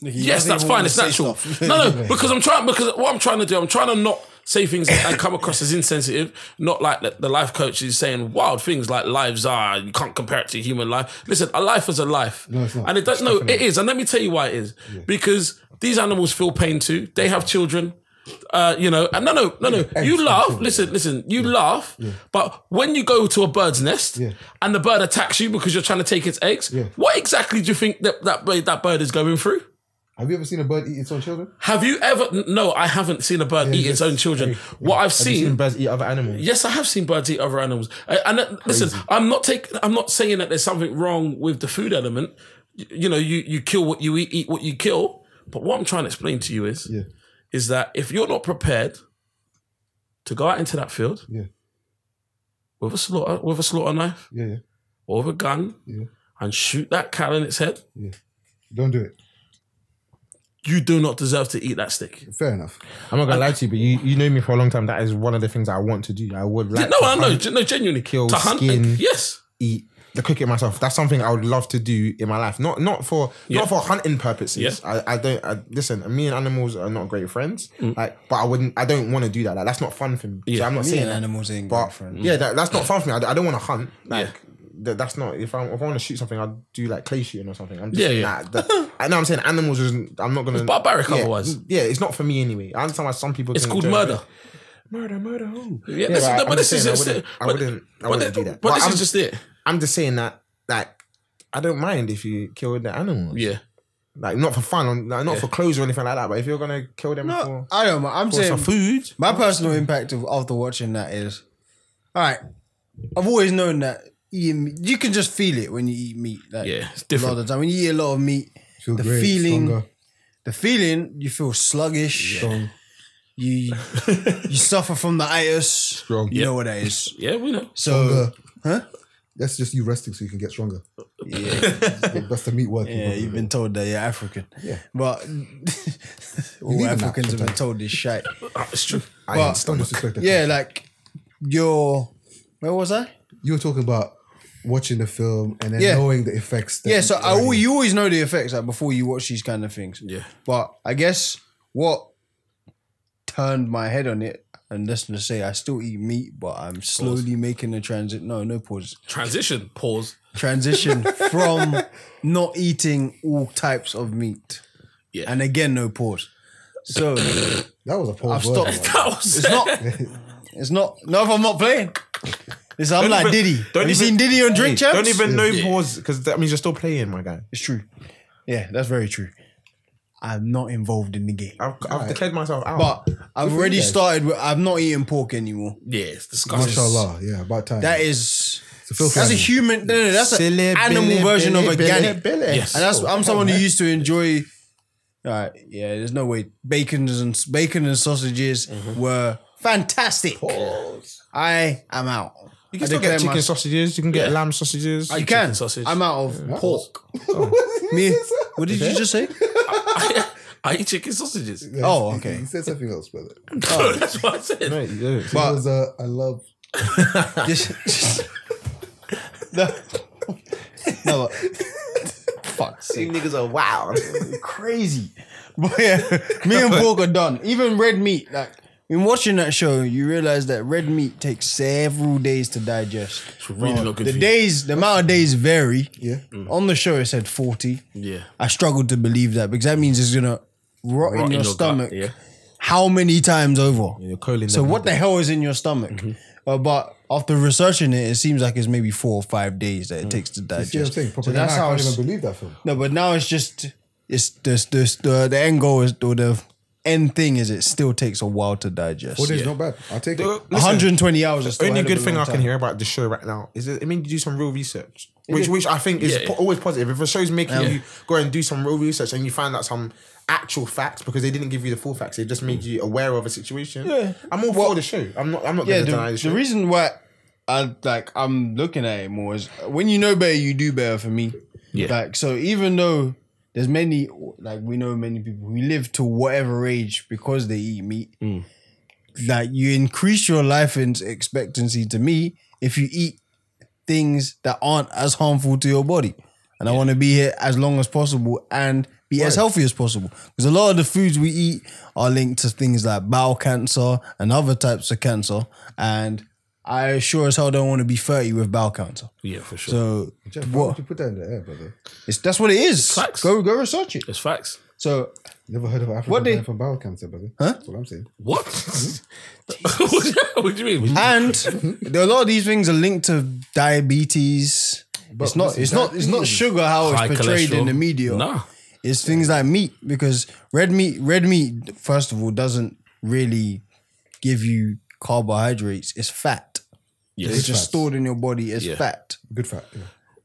Speaker 4: yes that's fine it's natural no no because I'm trying because what I'm trying to do I'm trying to not say things that I come across as insensitive not like the, the life coach is saying wild things like lives are you can't compare it to human life listen a life is a life no,
Speaker 2: it's not.
Speaker 4: and it does no it is and let me tell you why it is because these animals feel pain too they have children Uh, you know, and no, no, no, no. You laugh. Listen, listen. You laugh, but when you go to a bird's nest and the bird attacks you because you're trying to take its eggs, what exactly do you think that that bird- that bird is going through?
Speaker 2: Have you ever seen a bird eat its own children?
Speaker 4: Have you ever? n- No, I haven't seen a bird eat its own children. What I've
Speaker 3: You seen
Speaker 4: seen.
Speaker 3: birds eat other animals.
Speaker 4: Yes, I have seen birds eat other animals. I- And uh, listen, I'm not taking. I'm not saying that there's something wrong with the food element. You, you know, you you kill what you eat, eat what you kill. But what I'm trying to explain to you is,
Speaker 2: Yeah.
Speaker 4: is that if you're not prepared to go out into that field,
Speaker 2: Yeah.
Speaker 4: with a slaughter with a slaughter knife
Speaker 2: Yeah, yeah.
Speaker 4: or with a gun,
Speaker 2: Yeah.
Speaker 4: and shoot that cow in its head,
Speaker 2: Don't do it.
Speaker 4: you do not deserve to eat that steak.
Speaker 2: Fair enough.
Speaker 3: I'm not gonna lie to you, but you, you know me for a long time. That is one of the things I want to do. I would like
Speaker 4: no,
Speaker 3: to
Speaker 4: I know,
Speaker 3: hunt,
Speaker 4: gen- no, genuinely
Speaker 3: kill,
Speaker 4: to hunt.
Speaker 3: skin.
Speaker 4: Yes.
Speaker 3: eat the cook it myself. That's something I would love to do in my life. Not not for
Speaker 4: Yeah.
Speaker 3: not for hunting purposes.
Speaker 4: Yeah. Mm.
Speaker 3: I, I don't I, listen. Me and animals are not great friends. Like, but I wouldn't. I don't want to do that. Like, that's not fun for me. So I'm not
Speaker 1: Me
Speaker 3: saying
Speaker 1: and
Speaker 3: that.
Speaker 1: animals ain't
Speaker 3: But
Speaker 1: good friends.
Speaker 3: yeah, that, that's not fun for me. I, don't- I don't want to hunt. Like
Speaker 4: Yeah.
Speaker 3: that, that's not if I if I want to shoot something, I'd do like clay shooting or something. I'm just
Speaker 4: Yeah, yeah.
Speaker 3: Nah, that- I know I'm saying animals. Isn't, I'm not gonna
Speaker 4: barbaric
Speaker 3: yeah,
Speaker 4: otherwise.
Speaker 3: Yeah, it's not for me anyway. I understand why some people.
Speaker 4: It's
Speaker 3: can
Speaker 4: called
Speaker 3: enjoy it.
Speaker 4: murder.
Speaker 3: Murder, murder. Who?
Speaker 4: Yeah, this is-
Speaker 3: I'm
Speaker 4: but
Speaker 3: just
Speaker 4: this
Speaker 3: saying,
Speaker 4: is-
Speaker 3: I wouldn't. I
Speaker 4: but-
Speaker 3: wouldn't, I
Speaker 4: but
Speaker 3: wouldn't
Speaker 4: th-
Speaker 3: do that.
Speaker 4: but this
Speaker 3: I'm,
Speaker 4: is just it.
Speaker 3: I'm just saying that, like, I don't mind if you kill the animals.
Speaker 4: Yeah.
Speaker 3: Like, not for fun, or, like, not for clothes or anything like that. But if you're gonna kill them
Speaker 1: No,
Speaker 3: for,
Speaker 1: I don't. know, I'm
Speaker 3: for
Speaker 1: saying
Speaker 3: some food,
Speaker 1: my personal impact of after watching that is, all right. I've always known that eating, you can just feel it when you eat meat. Like,
Speaker 4: Yeah, it's
Speaker 1: A lot
Speaker 4: different.
Speaker 1: of the time, when you eat a lot of meat,
Speaker 2: Feel
Speaker 1: the
Speaker 2: great,
Speaker 1: feeling,
Speaker 2: stronger.
Speaker 1: the feeling, you feel sluggish. You you suffer from the itis.
Speaker 2: Strong.
Speaker 1: You know what that is.
Speaker 4: Yeah, we know.
Speaker 1: So, huh?
Speaker 2: That's just you resting so you can get stronger. Yeah. That's the meat working.
Speaker 1: Yeah,
Speaker 2: properly.
Speaker 1: you've been told that you're African.
Speaker 2: Yeah.
Speaker 1: But all
Speaker 2: need an
Speaker 1: Africans have been
Speaker 2: appetite.
Speaker 1: told this shit.
Speaker 4: Uh, It's true.
Speaker 2: Iron
Speaker 1: But-
Speaker 2: stomach. Don't disrespect that.
Speaker 1: Yeah, like you're. Where was I?
Speaker 2: You were talking about watching the film and then
Speaker 1: Yeah.
Speaker 2: knowing the effects. That
Speaker 1: Yeah, so I, al- you always know the effects like before you watch these kind of things.
Speaker 4: Yeah.
Speaker 1: But I guess what turned my head on it, and listen to say I still eat meat, but I'm slowly making a transit. No, no pause.
Speaker 4: Transition. Pause.
Speaker 1: Transition from not eating all types of meat.
Speaker 4: Yeah.
Speaker 1: And again, no pause. So it's
Speaker 2: that was a poor
Speaker 1: I've
Speaker 2: word,
Speaker 1: stopped.
Speaker 2: man.
Speaker 1: not. It's not. No, if I'm not playing. It's, I'm like
Speaker 3: even-
Speaker 1: Diddy. Have
Speaker 3: don't
Speaker 1: you
Speaker 3: even-
Speaker 1: seen Diddy on Drink Champs?
Speaker 3: don't even know pause because that means you're still playing, my guy.
Speaker 1: It's true. Yeah, that's very true. I'm not involved in the game.
Speaker 3: I've, I've declared myself out.
Speaker 1: But I've already
Speaker 2: you guys.
Speaker 1: started with I've not eaten pork anymore.
Speaker 4: yeah, it's disgusting.
Speaker 2: Mashallah. Yeah, about time.
Speaker 1: That is
Speaker 2: filthy
Speaker 1: that's a
Speaker 2: animal.
Speaker 1: human no, no, that's an
Speaker 3: Silly
Speaker 1: animal
Speaker 3: Billy,
Speaker 1: version
Speaker 3: Billy,
Speaker 1: of
Speaker 3: Billy,
Speaker 1: organic.
Speaker 3: Billy.
Speaker 4: Yes.
Speaker 1: And that's
Speaker 3: Oh,
Speaker 1: I'm
Speaker 3: come
Speaker 1: someone
Speaker 3: on,
Speaker 1: who
Speaker 3: man.
Speaker 1: used to enjoy all right, yeah, there's no way bacons and bacon and sausages
Speaker 3: Mm-hmm.
Speaker 1: were fantastic. I am out.
Speaker 3: You can still get chicken sausages. You can get
Speaker 4: Yeah.
Speaker 3: lamb sausages.
Speaker 1: You can.
Speaker 4: sausage.
Speaker 1: I'm out of pork.
Speaker 3: Oh.
Speaker 1: Me, what did you just say?
Speaker 4: I eat chicken sausages.
Speaker 1: Oh,
Speaker 2: He-
Speaker 1: okay.
Speaker 2: He, said something else, brother. It
Speaker 4: That's
Speaker 1: Oh.
Speaker 4: what I said.
Speaker 3: No, you don't.
Speaker 2: was uh, I love.
Speaker 1: Just, just- no. no. look. Fuck.
Speaker 3: You niggas are wow.
Speaker 1: Crazy. But yeah, me and pork are done. Even red meat. Like, in watching that show, you realize that red meat takes several days to digest.
Speaker 4: Really not good
Speaker 1: The
Speaker 4: for you.
Speaker 1: days, the amount of days vary. Mm.
Speaker 2: Yeah.
Speaker 1: On the show, it said 40.
Speaker 4: Yeah.
Speaker 1: I struggled to believe that because that means it's going to rot, in your,
Speaker 4: gut,
Speaker 1: stomach
Speaker 4: yeah.
Speaker 1: how many times over?
Speaker 3: You're calling
Speaker 1: So
Speaker 3: them
Speaker 1: what the hell is in your stomach? Uh, but after researching it, it seems like it's maybe four or five days that it takes to digest.
Speaker 2: See what I'm saying? Proper
Speaker 1: so that's
Speaker 2: now,
Speaker 1: how
Speaker 2: I can't
Speaker 1: it's,
Speaker 2: even believe that film.
Speaker 1: no, but now it's just it's this this the the end goal is or the end thing is it still takes a while to digest.
Speaker 2: Four days not bad. I'll take it.
Speaker 3: Listen,
Speaker 1: 120 hours. Is still
Speaker 3: only
Speaker 1: ahead of
Speaker 3: good
Speaker 1: a
Speaker 3: thing
Speaker 1: long
Speaker 3: I can
Speaker 1: time.
Speaker 3: hear about the show right now is it, it made you do some real research, which which I think is
Speaker 4: Yeah.
Speaker 3: po- always positive. If a show's making
Speaker 1: Yeah.
Speaker 3: you go and do some real research and you find out some actual facts because they didn't give you the full facts, they just made you aware of a situation.
Speaker 1: Yeah.
Speaker 3: I'm all for the show. I'm not. I'm not
Speaker 1: Yeah,
Speaker 3: going to deny
Speaker 1: the,
Speaker 3: the
Speaker 1: the
Speaker 3: show.
Speaker 1: reason why I like I'm looking at it more is when you know better, you do better. For me,
Speaker 4: Yeah.
Speaker 1: Like so, even though there's many like we know many people who live to whatever age because they eat meat. Like you increase your life in expectancy to me if you eat things that aren't as harmful to your body. And I want to be here as long as possible and be as healthy as possible. Because a lot of the foods we eat are linked to things like bowel cancer and other types of cancer. And I sure as hell don't want to be 30 with bowel cancer.
Speaker 4: Yeah, for sure.
Speaker 1: So
Speaker 2: Jeff, why
Speaker 1: what?
Speaker 2: would you put that in the air, brother?
Speaker 1: It's, that's what it is.
Speaker 4: Facts.
Speaker 1: Go go research it.
Speaker 4: it's facts.
Speaker 1: So
Speaker 2: Never heard of Africa
Speaker 1: What
Speaker 2: what
Speaker 1: they-
Speaker 2: from bowel cancer, brother. Huh? That's what I'm saying.
Speaker 4: What?
Speaker 1: Mm-hmm.
Speaker 4: what do you mean?
Speaker 1: And there- a lot of these things are linked to diabetes. it's not. It's not. It's not
Speaker 2: diabetes?
Speaker 1: sugar how it's
Speaker 4: High
Speaker 1: portrayed in
Speaker 4: cholesterol.
Speaker 1: the media.
Speaker 4: Nah.
Speaker 1: It's things like meat because red meat. Red meat, first of all, doesn't really give you carbohydrates. It's fat.
Speaker 4: Yes.
Speaker 1: It's just stored in your body as
Speaker 4: Yeah.
Speaker 1: fat.
Speaker 2: Good fact. Yeah.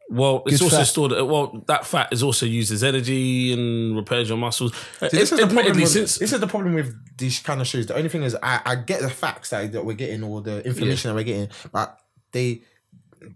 Speaker 4: Well, it's
Speaker 1: Good
Speaker 4: also
Speaker 1: fat.
Speaker 4: stored. Well, that fat is also used as energy and repairs your muscles. it's
Speaker 3: this is the problem.
Speaker 4: admittedly
Speaker 3: With,
Speaker 4: since
Speaker 3: this is the problem with these kind of shows. The only thing is, I, I get the facts that, that we're getting or the information that we're getting, but they.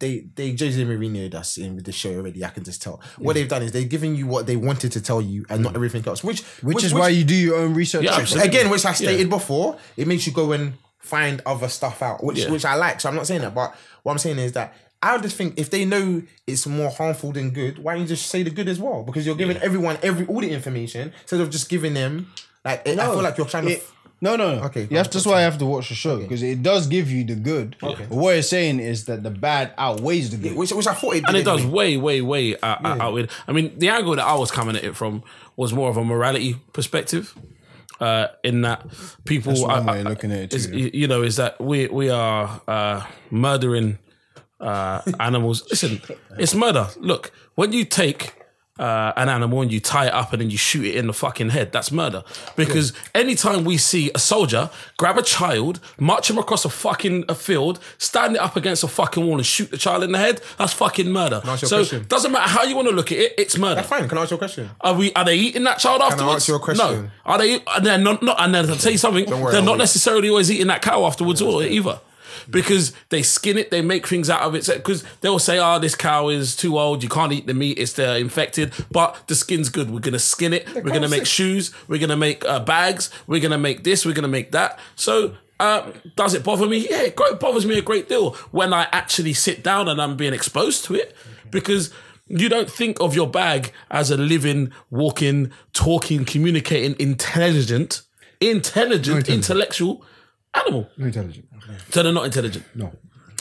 Speaker 3: They they Jose Mourinho that's in with the show already. I can just tell what they've done is they've given you what they wanted to tell you and not everything else. Which
Speaker 1: Which, is why you do your own research.
Speaker 4: Yeah,
Speaker 1: yourself.
Speaker 4: absolutely.
Speaker 3: again, which I stated before, it makes you go and find other stuff out, which
Speaker 4: Yeah.
Speaker 3: which I like. So I'm not saying that, but what I'm saying is that I just think if they know it's more harmful than good, why don't you just say the good as well? Because you're giving everyone every all the information instead of just giving them like I feel like you're trying to.
Speaker 1: It- no, no, no.
Speaker 3: Okay,
Speaker 1: Okay,
Speaker 3: fine,
Speaker 1: that's that's why I have to watch the show because it does give you the good. Okay. But what it's saying is that the bad outweighs the good.
Speaker 3: which, which I thought it did.
Speaker 4: and it does
Speaker 3: anyway.
Speaker 4: way, way, way uh, uh, outweigh. I mean, the angle that I was coming at it from was more of a morality perspective. Uh, in that people,
Speaker 1: That's one
Speaker 4: I-
Speaker 1: way
Speaker 4: I-
Speaker 1: of looking at it
Speaker 4: is-
Speaker 1: too,
Speaker 4: y- you know, is that we we are uh, murdering uh, animals. Listen, it's murder. Look, when you take. Uh, an animal and you tie it up and then you shoot it in the fucking head. That's murder. Because anytime we see a soldier grab a child, march him across a fucking a field, stand it up against a fucking wall and shoot the child in the head, that's fucking murder.
Speaker 3: ask you a
Speaker 4: so
Speaker 3: question?
Speaker 4: doesn't matter how you want to look at it, it's murder.
Speaker 3: That's fine. Can I ask your question?
Speaker 4: Are we? Are they eating that child
Speaker 3: I
Speaker 4: afterwards?
Speaker 3: ask you a question?
Speaker 4: No. Are they? And they're not. not and then I'll tell you something.
Speaker 3: worry,
Speaker 4: they're
Speaker 3: I'll
Speaker 4: not
Speaker 3: wait.
Speaker 4: necessarily always eating that cow afterwards, or either, because they skin it. They make things out of it. Because they'll say, "Oh, this cow is too old. You can't eat the meat. It's uh, infected." But the skin's good. We're gonna skin it. we're gonna make shoes. We're gonna make uh, bags. We're gonna make this. We're gonna make that. So. Uh, does it bother me? Yeah, it gro- bothers me a great deal when I actually sit down and I'm being exposed to it because you don't think of your bag as a living, walking, talking, communicating, intelligent, intelligent, intellectual animal.
Speaker 2: No intelligent.
Speaker 4: So they're not intelligent.
Speaker 2: No.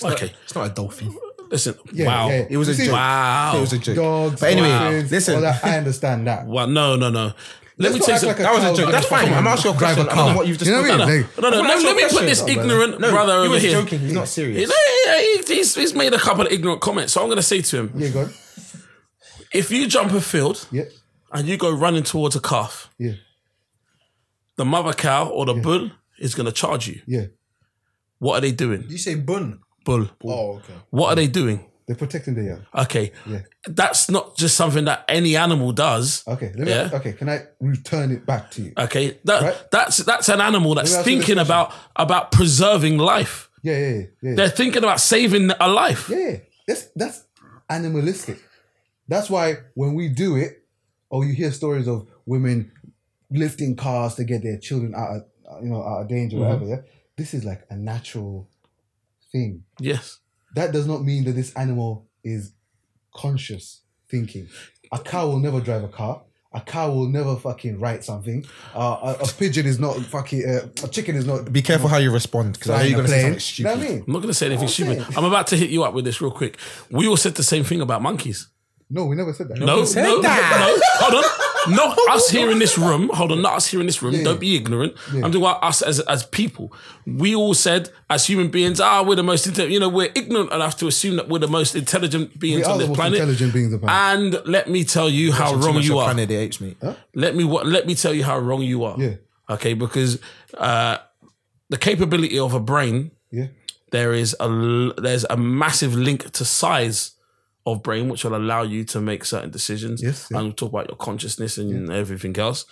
Speaker 4: Okay,
Speaker 3: It's not a dolphin.
Speaker 4: listen. wow.
Speaker 2: yeah.
Speaker 3: It was a
Speaker 2: You see-
Speaker 3: joke.
Speaker 4: Wow.
Speaker 3: It was a joke.
Speaker 2: Dogs.
Speaker 3: But anyway,
Speaker 2: dolphins,
Speaker 3: listen.
Speaker 2: all that, I understand that.
Speaker 4: Wow. No, no, no. Let me
Speaker 2: not
Speaker 4: take
Speaker 2: act
Speaker 4: some.
Speaker 2: like a
Speaker 3: That was a
Speaker 2: cow
Speaker 3: joke. That's
Speaker 2: driver.
Speaker 3: fine. I'm asking your
Speaker 2: Drive a
Speaker 3: question. I don't know
Speaker 2: car.
Speaker 3: what you've just
Speaker 2: You know what I mean?
Speaker 3: done.
Speaker 2: Like,
Speaker 4: no, no,
Speaker 3: I'm
Speaker 4: let,
Speaker 3: asking
Speaker 4: let me
Speaker 3: your
Speaker 4: put
Speaker 3: question.
Speaker 4: this
Speaker 3: Oh,
Speaker 4: ignorant
Speaker 3: No,
Speaker 4: brother
Speaker 3: he
Speaker 4: over
Speaker 3: was
Speaker 4: here.
Speaker 3: joking. He's not serious.
Speaker 4: He's, he- he- he's, he's made a couple of ignorant comments, so I'm going to say to him:
Speaker 2: Yeah, go on.
Speaker 4: If you jump a field
Speaker 2: Yeah.
Speaker 4: and you go running towards a calf,
Speaker 2: Yeah.
Speaker 4: the mother cow or the bull is going to charge you.
Speaker 2: Yeah.
Speaker 4: What are they doing?
Speaker 1: you say bun?
Speaker 4: Bull.
Speaker 1: Oh, okay.
Speaker 4: What are they doing?
Speaker 2: They're protecting the young.
Speaker 4: Okay.
Speaker 2: Yeah.
Speaker 4: That's not just something that any animal does.
Speaker 2: Okay. Let me,
Speaker 4: Yeah.
Speaker 2: Okay. Can I return it back to you?
Speaker 4: Okay. That
Speaker 2: Right.
Speaker 4: that's that's an animal that's
Speaker 2: Let me ask you this
Speaker 4: thinking
Speaker 2: question.
Speaker 4: about about preserving life.
Speaker 2: Yeah. Yeah. Yeah. Yeah.
Speaker 4: They're thinking about saving a life.
Speaker 2: yeah. yeah. That's that's animalistic. That's why when we do it, or you hear stories of women lifting cars to get their children out of you know out of danger,
Speaker 3: Mm-hmm.
Speaker 2: whatever. Yeah. This is like a natural thing.
Speaker 4: Yes.
Speaker 2: that does not mean that this animal is conscious thinking. A cow will never drive a car. A cow will never fucking write something. Uh, a, a pigeon is not fucking. Uh, a chicken is not.
Speaker 3: Be careful how you respond because I know
Speaker 2: flying
Speaker 3: you're
Speaker 2: a
Speaker 3: going to say
Speaker 2: plane. You
Speaker 3: something
Speaker 2: know
Speaker 3: stupid.
Speaker 2: what I mean?
Speaker 4: I'm not gonna say anything
Speaker 2: Okay.
Speaker 4: stupid. I'm about to hit you up with this real quick. We all said the same thing about monkeys.
Speaker 2: No, we never said that.
Speaker 4: No,
Speaker 3: said
Speaker 4: no,
Speaker 3: that.
Speaker 4: no, hold on. Not us here in this room. Hold on, not us here in this room. Don't be ignorant. I'm talking about us as, as people. We all said, as human beings, ah, we're the most, inte- you know, we're ignorant enough to assume that we're the most intelligent
Speaker 2: we
Speaker 4: beings
Speaker 2: are
Speaker 4: on
Speaker 2: the
Speaker 4: this
Speaker 2: most
Speaker 4: planet. Ah.
Speaker 2: intelligent beings on planet.
Speaker 4: And let me tell you how
Speaker 3: Too
Speaker 4: wrong
Speaker 3: much
Speaker 4: you
Speaker 3: of
Speaker 4: are.
Speaker 3: Planet of the Apes, mate.
Speaker 4: Let me wa- let me tell you how wrong you are.
Speaker 2: Yeah.
Speaker 4: Okay, because uh, the capability of a brain
Speaker 2: Yeah,
Speaker 4: there is a l- there's a massive link to size of brain which will allow you to make certain decisions
Speaker 2: Yes, yeah.
Speaker 4: and we'll talk about your consciousness and everything else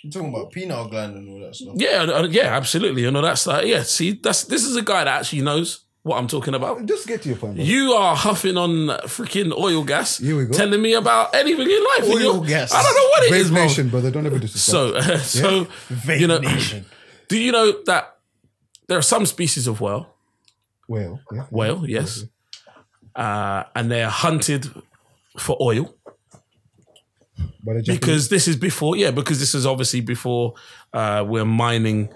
Speaker 1: You're talking about penile gland and all that stuff.
Speaker 4: yeah and- and- yeah absolutely you know that's like yeah see that's this is a guy that actually knows what i'm talking about
Speaker 2: just get to your point. bro.
Speaker 4: you are huffing on freaking oil gas
Speaker 2: Here we go.
Speaker 4: telling me about anything in life and
Speaker 1: Oil
Speaker 4: you're-
Speaker 1: gas.
Speaker 4: i don't know what it
Speaker 2: Brave
Speaker 4: is, bro.
Speaker 2: nation, brother. Don't ever disrespect.
Speaker 4: so so you know do you know that there are some species of whale
Speaker 2: well, yeah.
Speaker 4: whale, yes. Uh, and they are hunted for oil
Speaker 2: But a Japanese-
Speaker 4: because this is before, yeah, because this is obviously before uh, we're mining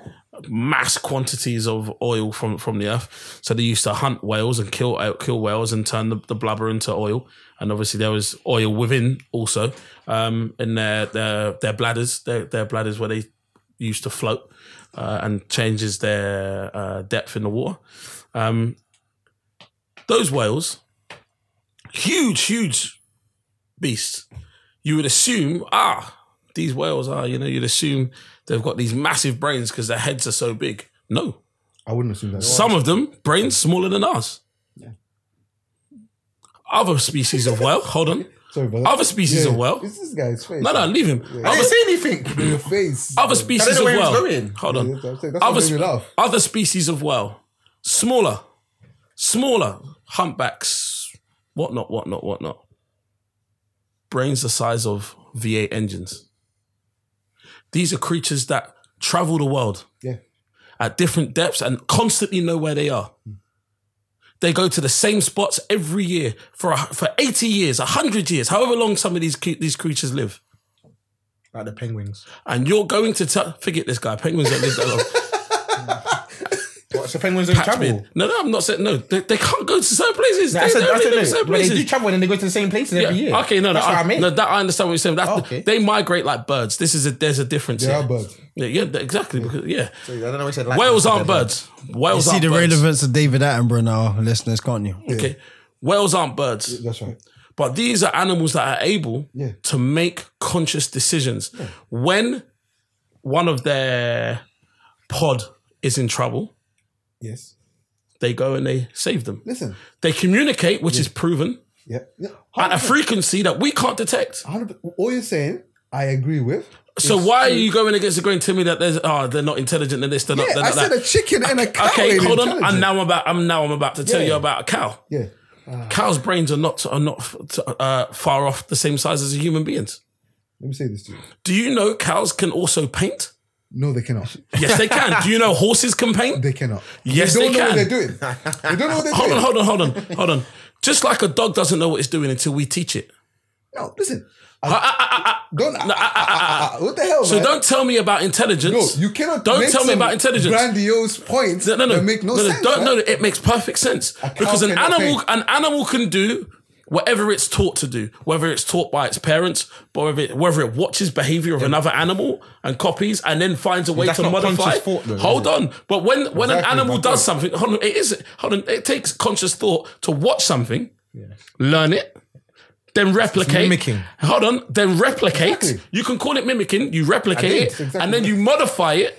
Speaker 4: mass quantities of oil uh, from, from the earth. So they used to hunt whales and kill kill whales and turn the, the blubber into oil. and obviously there was oil within also um, in their their, their bladders, their, their bladders where they used to float, uh, and changes their uh, depth in the water. Um, those whales, huge, huge beasts. You would assume, ah, these whales are, you know, you'd assume they've got these massive brains because their heads are so big. No,
Speaker 2: I wouldn't assume that.
Speaker 4: some of them brains smaller than ours. Other species of whale. Hold on.
Speaker 2: Sorry, but
Speaker 4: Other species of whale.
Speaker 2: It's this guy's face.
Speaker 4: No, no, leave him.
Speaker 3: I
Speaker 4: Other,
Speaker 3: didn't say anything.
Speaker 2: Your face.
Speaker 4: other species of
Speaker 3: where he was
Speaker 4: whale.
Speaker 3: going.
Speaker 4: Hold
Speaker 2: Yeah,
Speaker 4: on.
Speaker 2: that's what I'm saying. That's what
Speaker 4: Other,
Speaker 2: made me
Speaker 4: spe-
Speaker 2: laugh.
Speaker 4: other species of whale. Smaller. Smaller. Humpbacks. Whatnot, whatnot, whatnot. Brains the size of V8 engines. These are creatures that travel the world
Speaker 2: Yeah.
Speaker 4: at different depths and constantly know where they are. They go to the same spots every year for a, for 80 years, 100 years, however long some of these cre- these creatures live.
Speaker 3: Like the penguins.
Speaker 4: And you're going to tell, forget this guy, penguins don't live that long.
Speaker 3: What, so penguins don't
Speaker 4: Pat's
Speaker 3: travel?
Speaker 4: been- No, no, I'm not saying, no, they, they can't go to certain places.
Speaker 3: I
Speaker 4: they
Speaker 3: said,
Speaker 4: don't
Speaker 3: I
Speaker 4: really
Speaker 3: said,
Speaker 4: go
Speaker 3: no,
Speaker 4: to certain
Speaker 3: but they do
Speaker 4: places.
Speaker 3: travel and they go to the same places every year.
Speaker 4: Yeah. Okay, no, no,
Speaker 3: that's
Speaker 4: I,
Speaker 3: what I meant.
Speaker 4: no, that I understand what you're saying. That's
Speaker 3: Oh,
Speaker 4: the-
Speaker 3: okay.
Speaker 4: they migrate like birds. This is a there's a difference.
Speaker 2: They
Speaker 4: here.
Speaker 2: are birds.
Speaker 4: Yeah, yeah, exactly. Because yeah,
Speaker 3: I don't know what you said. Like
Speaker 4: whales aren't birds. Whales
Speaker 1: See
Speaker 4: aren't
Speaker 1: the
Speaker 4: birds.
Speaker 1: relevance of David Attenborough now, listeners, can't you?
Speaker 4: Okay, whales aren't birds.
Speaker 2: That's right.
Speaker 4: But these are animals that are able
Speaker 2: Yeah.
Speaker 4: to make conscious decisions. When one of their pod is in trouble,
Speaker 2: Yes.
Speaker 4: they go and they save them.
Speaker 2: Listen.
Speaker 4: They communicate, which is proven,
Speaker 2: Yeah. yeah.
Speaker 4: at a frequency that we can't detect.
Speaker 2: 100%. All you're saying, I agree with.
Speaker 4: So why are you going against the grain to me that there's oh they're not intelligent than this, they're not
Speaker 2: Yeah,
Speaker 4: they're
Speaker 2: I
Speaker 4: not
Speaker 2: said
Speaker 4: that.
Speaker 2: a chicken and a cow.
Speaker 4: okay,
Speaker 2: ain't
Speaker 4: hold on.
Speaker 2: intelligent.
Speaker 4: And now I'm about I'm now I'm about to tell
Speaker 2: Yeah.
Speaker 4: you about a cow.
Speaker 2: Yeah.
Speaker 4: Cows' brains are not are not uh, far off the same size as a human beings.
Speaker 2: Let me say this to you.
Speaker 4: Do you know cows can also paint?
Speaker 2: No, they cannot.
Speaker 4: Yes, they can. Do you know horses can paint?
Speaker 2: They cannot.
Speaker 4: Yes,
Speaker 2: don't
Speaker 4: they
Speaker 2: know
Speaker 4: can.
Speaker 2: what they're doing. They don't know what they're
Speaker 4: Hold
Speaker 2: doing.
Speaker 4: on, hold on, hold on, hold on. Just like a dog doesn't know what it's doing until we teach it.
Speaker 2: No, listen.
Speaker 4: Uh,
Speaker 2: Don't. ah, ah, ah, ah, ah. What the hell?
Speaker 4: So
Speaker 2: man?
Speaker 4: don't tell me about
Speaker 2: No,
Speaker 4: intelligence.
Speaker 2: you cannot.
Speaker 4: Don't
Speaker 2: make
Speaker 4: tell me
Speaker 2: some
Speaker 4: about intelligence.
Speaker 2: Grandiose points
Speaker 4: No, no, no.
Speaker 2: that make no, sense.
Speaker 4: Don't,
Speaker 2: man.
Speaker 4: no, no, it makes perfect sense because an
Speaker 2: cannot
Speaker 4: animal,
Speaker 2: think.
Speaker 4: an animal can do whatever it's taught to do, whether it's taught by its parents, whether it, whether it watches behavior of another animal and copies, and then finds a way
Speaker 3: That's
Speaker 4: to
Speaker 3: not
Speaker 4: modify.
Speaker 3: conscious thought though, is
Speaker 4: hold
Speaker 3: it?
Speaker 4: on, but when when an
Speaker 2: Exactly,
Speaker 4: animal
Speaker 2: my
Speaker 4: does
Speaker 2: point.
Speaker 4: something, hold on, it is hold on, it takes conscious thought to watch something, learn it. Then replicate.
Speaker 3: mimicking.
Speaker 4: Hold on. Then replicate.
Speaker 2: Exactly.
Speaker 4: You can call it mimicking. You replicate
Speaker 3: did,
Speaker 4: it,
Speaker 2: exactly.
Speaker 4: and then you modify it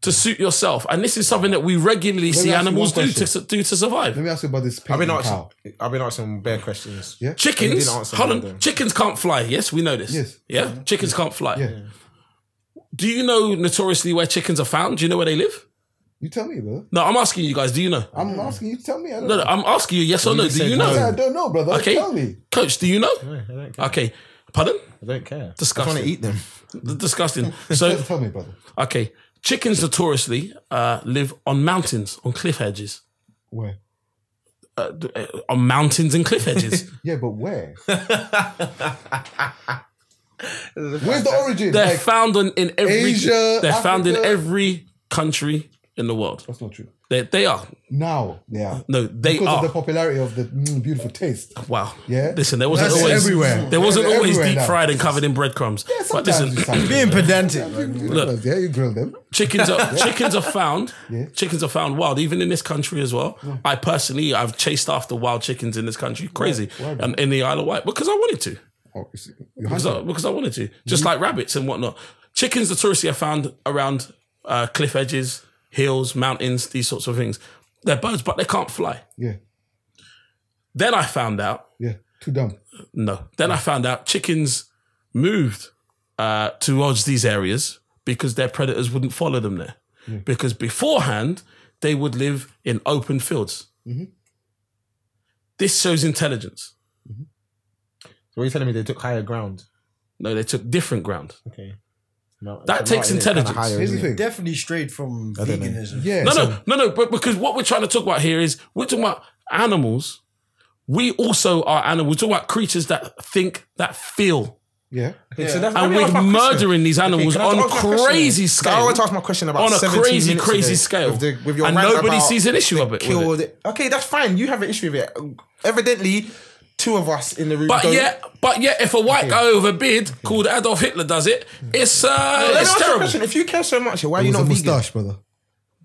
Speaker 4: to suit yourself. And this is something that we regularly
Speaker 2: ask
Speaker 4: see
Speaker 2: you
Speaker 4: animals
Speaker 2: one
Speaker 4: do to, do to survive.
Speaker 2: Let me ask you about this
Speaker 3: I've
Speaker 2: painting
Speaker 3: been
Speaker 2: cow.
Speaker 3: asking. I've been asking bear questions.
Speaker 2: Yeah.
Speaker 4: Chickens,
Speaker 3: didn't answer
Speaker 4: hold
Speaker 3: that,
Speaker 4: on.
Speaker 3: though.
Speaker 4: Chickens can't fly. Yes, we know this.
Speaker 2: Yes.
Speaker 4: Yeah, chickens can't fly.
Speaker 2: Yeah.
Speaker 4: Do you know notoriously where chickens are found? Do you know where they live?
Speaker 2: You tell me, bro.
Speaker 4: No, I'm asking you guys. Do you know?
Speaker 2: I'm asking you. Tell me. I don't
Speaker 4: No,
Speaker 2: know.
Speaker 4: no, I'm asking you. Yes or no? Do
Speaker 3: said
Speaker 4: you
Speaker 2: I
Speaker 4: know?
Speaker 2: said I don't know, brother.
Speaker 4: Okay.
Speaker 2: Tell me.
Speaker 4: Coach, do you know?
Speaker 3: I don't care.
Speaker 4: Okay. Pardon?
Speaker 3: I don't care.
Speaker 4: Disgusting.
Speaker 3: I want to eat them.
Speaker 4: D- Disgusting. So,
Speaker 2: Just tell me, brother.
Speaker 4: okay, chickens notoriously uh, live on mountains, on cliff edges,
Speaker 2: Where?
Speaker 4: uh, d- uh, on mountains and cliff edges.
Speaker 2: Yeah, but where? Where's the origin?
Speaker 4: They're
Speaker 2: Like,
Speaker 4: found in, in every.
Speaker 2: Asia,
Speaker 4: they're found in
Speaker 2: Africa.
Speaker 4: every country in the world.
Speaker 2: that's not true.
Speaker 4: They, they are.
Speaker 2: Now, yeah.
Speaker 4: No, they
Speaker 2: because
Speaker 4: are.
Speaker 2: of the popularity of the mm, beautiful taste.
Speaker 4: Wow.
Speaker 2: Yeah.
Speaker 4: Listen, there wasn't
Speaker 1: That's
Speaker 4: always
Speaker 1: everywhere.
Speaker 4: There wasn't
Speaker 2: They're
Speaker 4: always
Speaker 2: everywhere
Speaker 4: deep
Speaker 2: now.
Speaker 4: fried and covered in breadcrumbs.
Speaker 2: Yeah,
Speaker 4: but
Speaker 2: sometimes
Speaker 4: listen,
Speaker 2: you sacrifice.
Speaker 1: Being pedantic.
Speaker 2: Look, yeah, you grill them.
Speaker 4: chickens are chickens are found. Chickens are found wild, even in this country as well. I personally, I've chased after wild chickens in this country, crazy, and in the Isle of Wight because I wanted to.
Speaker 2: Oh, it's- you
Speaker 4: because I, because I wanted to, just like rabbits and whatnot. Chickens notoriously are found around uh, cliff edges, hills, mountains, these sorts of things. They're birds, but they can't fly.
Speaker 2: Yeah,
Speaker 4: Then I found out
Speaker 2: yeah. Too dumb.
Speaker 4: no. Then I found out chickens moved uh, towards these areas because their predators wouldn't follow them there. Because beforehand, they would live in open fields. This shows intelligence.
Speaker 3: So what are you telling me? They took higher ground.
Speaker 4: No, they took different ground.
Speaker 3: Okay. Mount-
Speaker 4: That
Speaker 3: it's a
Speaker 4: takes
Speaker 3: mountain, isn't it?
Speaker 4: intelligence.
Speaker 3: Kinda higher,
Speaker 2: Here's the
Speaker 3: isn't it?
Speaker 2: thing.
Speaker 1: Definitely strayed from
Speaker 3: don't know.
Speaker 1: veganism.
Speaker 2: Yeah.
Speaker 4: No, no, no, no. But because what we're trying to talk about here is we're talking about animals. We also are animals. We're talking about creatures that think, that feel.
Speaker 2: Yeah.
Speaker 3: Okay, so that's-
Speaker 4: And
Speaker 3: let me
Speaker 4: we're
Speaker 3: ask my question.
Speaker 4: murdering these animals
Speaker 3: can I
Speaker 4: on
Speaker 3: ask my question?
Speaker 4: crazy
Speaker 3: I
Speaker 4: scale.
Speaker 3: always ask my question about
Speaker 4: on a
Speaker 3: 17
Speaker 4: crazy,
Speaker 3: minutes
Speaker 4: crazy
Speaker 3: ago
Speaker 4: scale.
Speaker 3: with the- with your
Speaker 4: and
Speaker 3: rant
Speaker 4: nobody
Speaker 3: about
Speaker 4: sees an issue of it. with it.
Speaker 3: killed it. Okay, that's fine. You have an issue with it. Evidently, two of us in the room.
Speaker 4: But
Speaker 3: don't-
Speaker 4: yeah, but yeah, if a white guy with a beard called Adolf Hitler does it, it's uh,
Speaker 3: Let me
Speaker 4: it's
Speaker 3: ask you a
Speaker 4: terrible.
Speaker 3: question. If you care so much, why are
Speaker 2: It
Speaker 3: you
Speaker 2: was
Speaker 3: not
Speaker 2: a
Speaker 3: vegan?
Speaker 2: moustache, brother.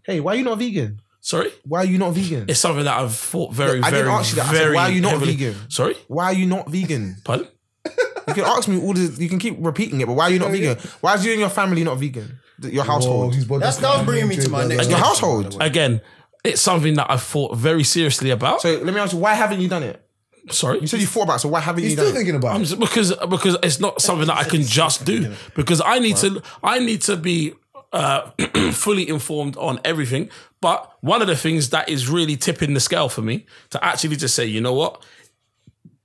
Speaker 3: Hey, why are you not vegan?
Speaker 4: Sorry,
Speaker 3: Why are you not vegan?
Speaker 4: it's something that I've thought very,
Speaker 3: I
Speaker 4: very,
Speaker 3: didn't ask you that. I said,
Speaker 4: very.
Speaker 3: why are you not
Speaker 4: heavily-
Speaker 3: vegan?
Speaker 4: Sorry,
Speaker 3: Why are you not vegan?
Speaker 4: pardon.
Speaker 3: You can ask me all this. You can keep repeating it, but why are you not vegan? Why is you and your family not vegan? Th- Your
Speaker 2: Oh,
Speaker 3: household.
Speaker 2: his body-
Speaker 1: That's now bringing me to my next.
Speaker 3: Your household.
Speaker 4: Again, it's something that I've thought very seriously about.
Speaker 3: So let me ask you, why haven't you done it?
Speaker 4: Sorry,
Speaker 3: You said you thought about it, so why haven't
Speaker 2: He's
Speaker 3: you done
Speaker 2: still
Speaker 3: it?
Speaker 2: thinking about
Speaker 4: I'm
Speaker 2: it.
Speaker 4: s- because because it's not something that I can just do because I need to I need to be uh, fully informed on everything. But one of the things that is really tipping the scale for me to actually just say, you know what,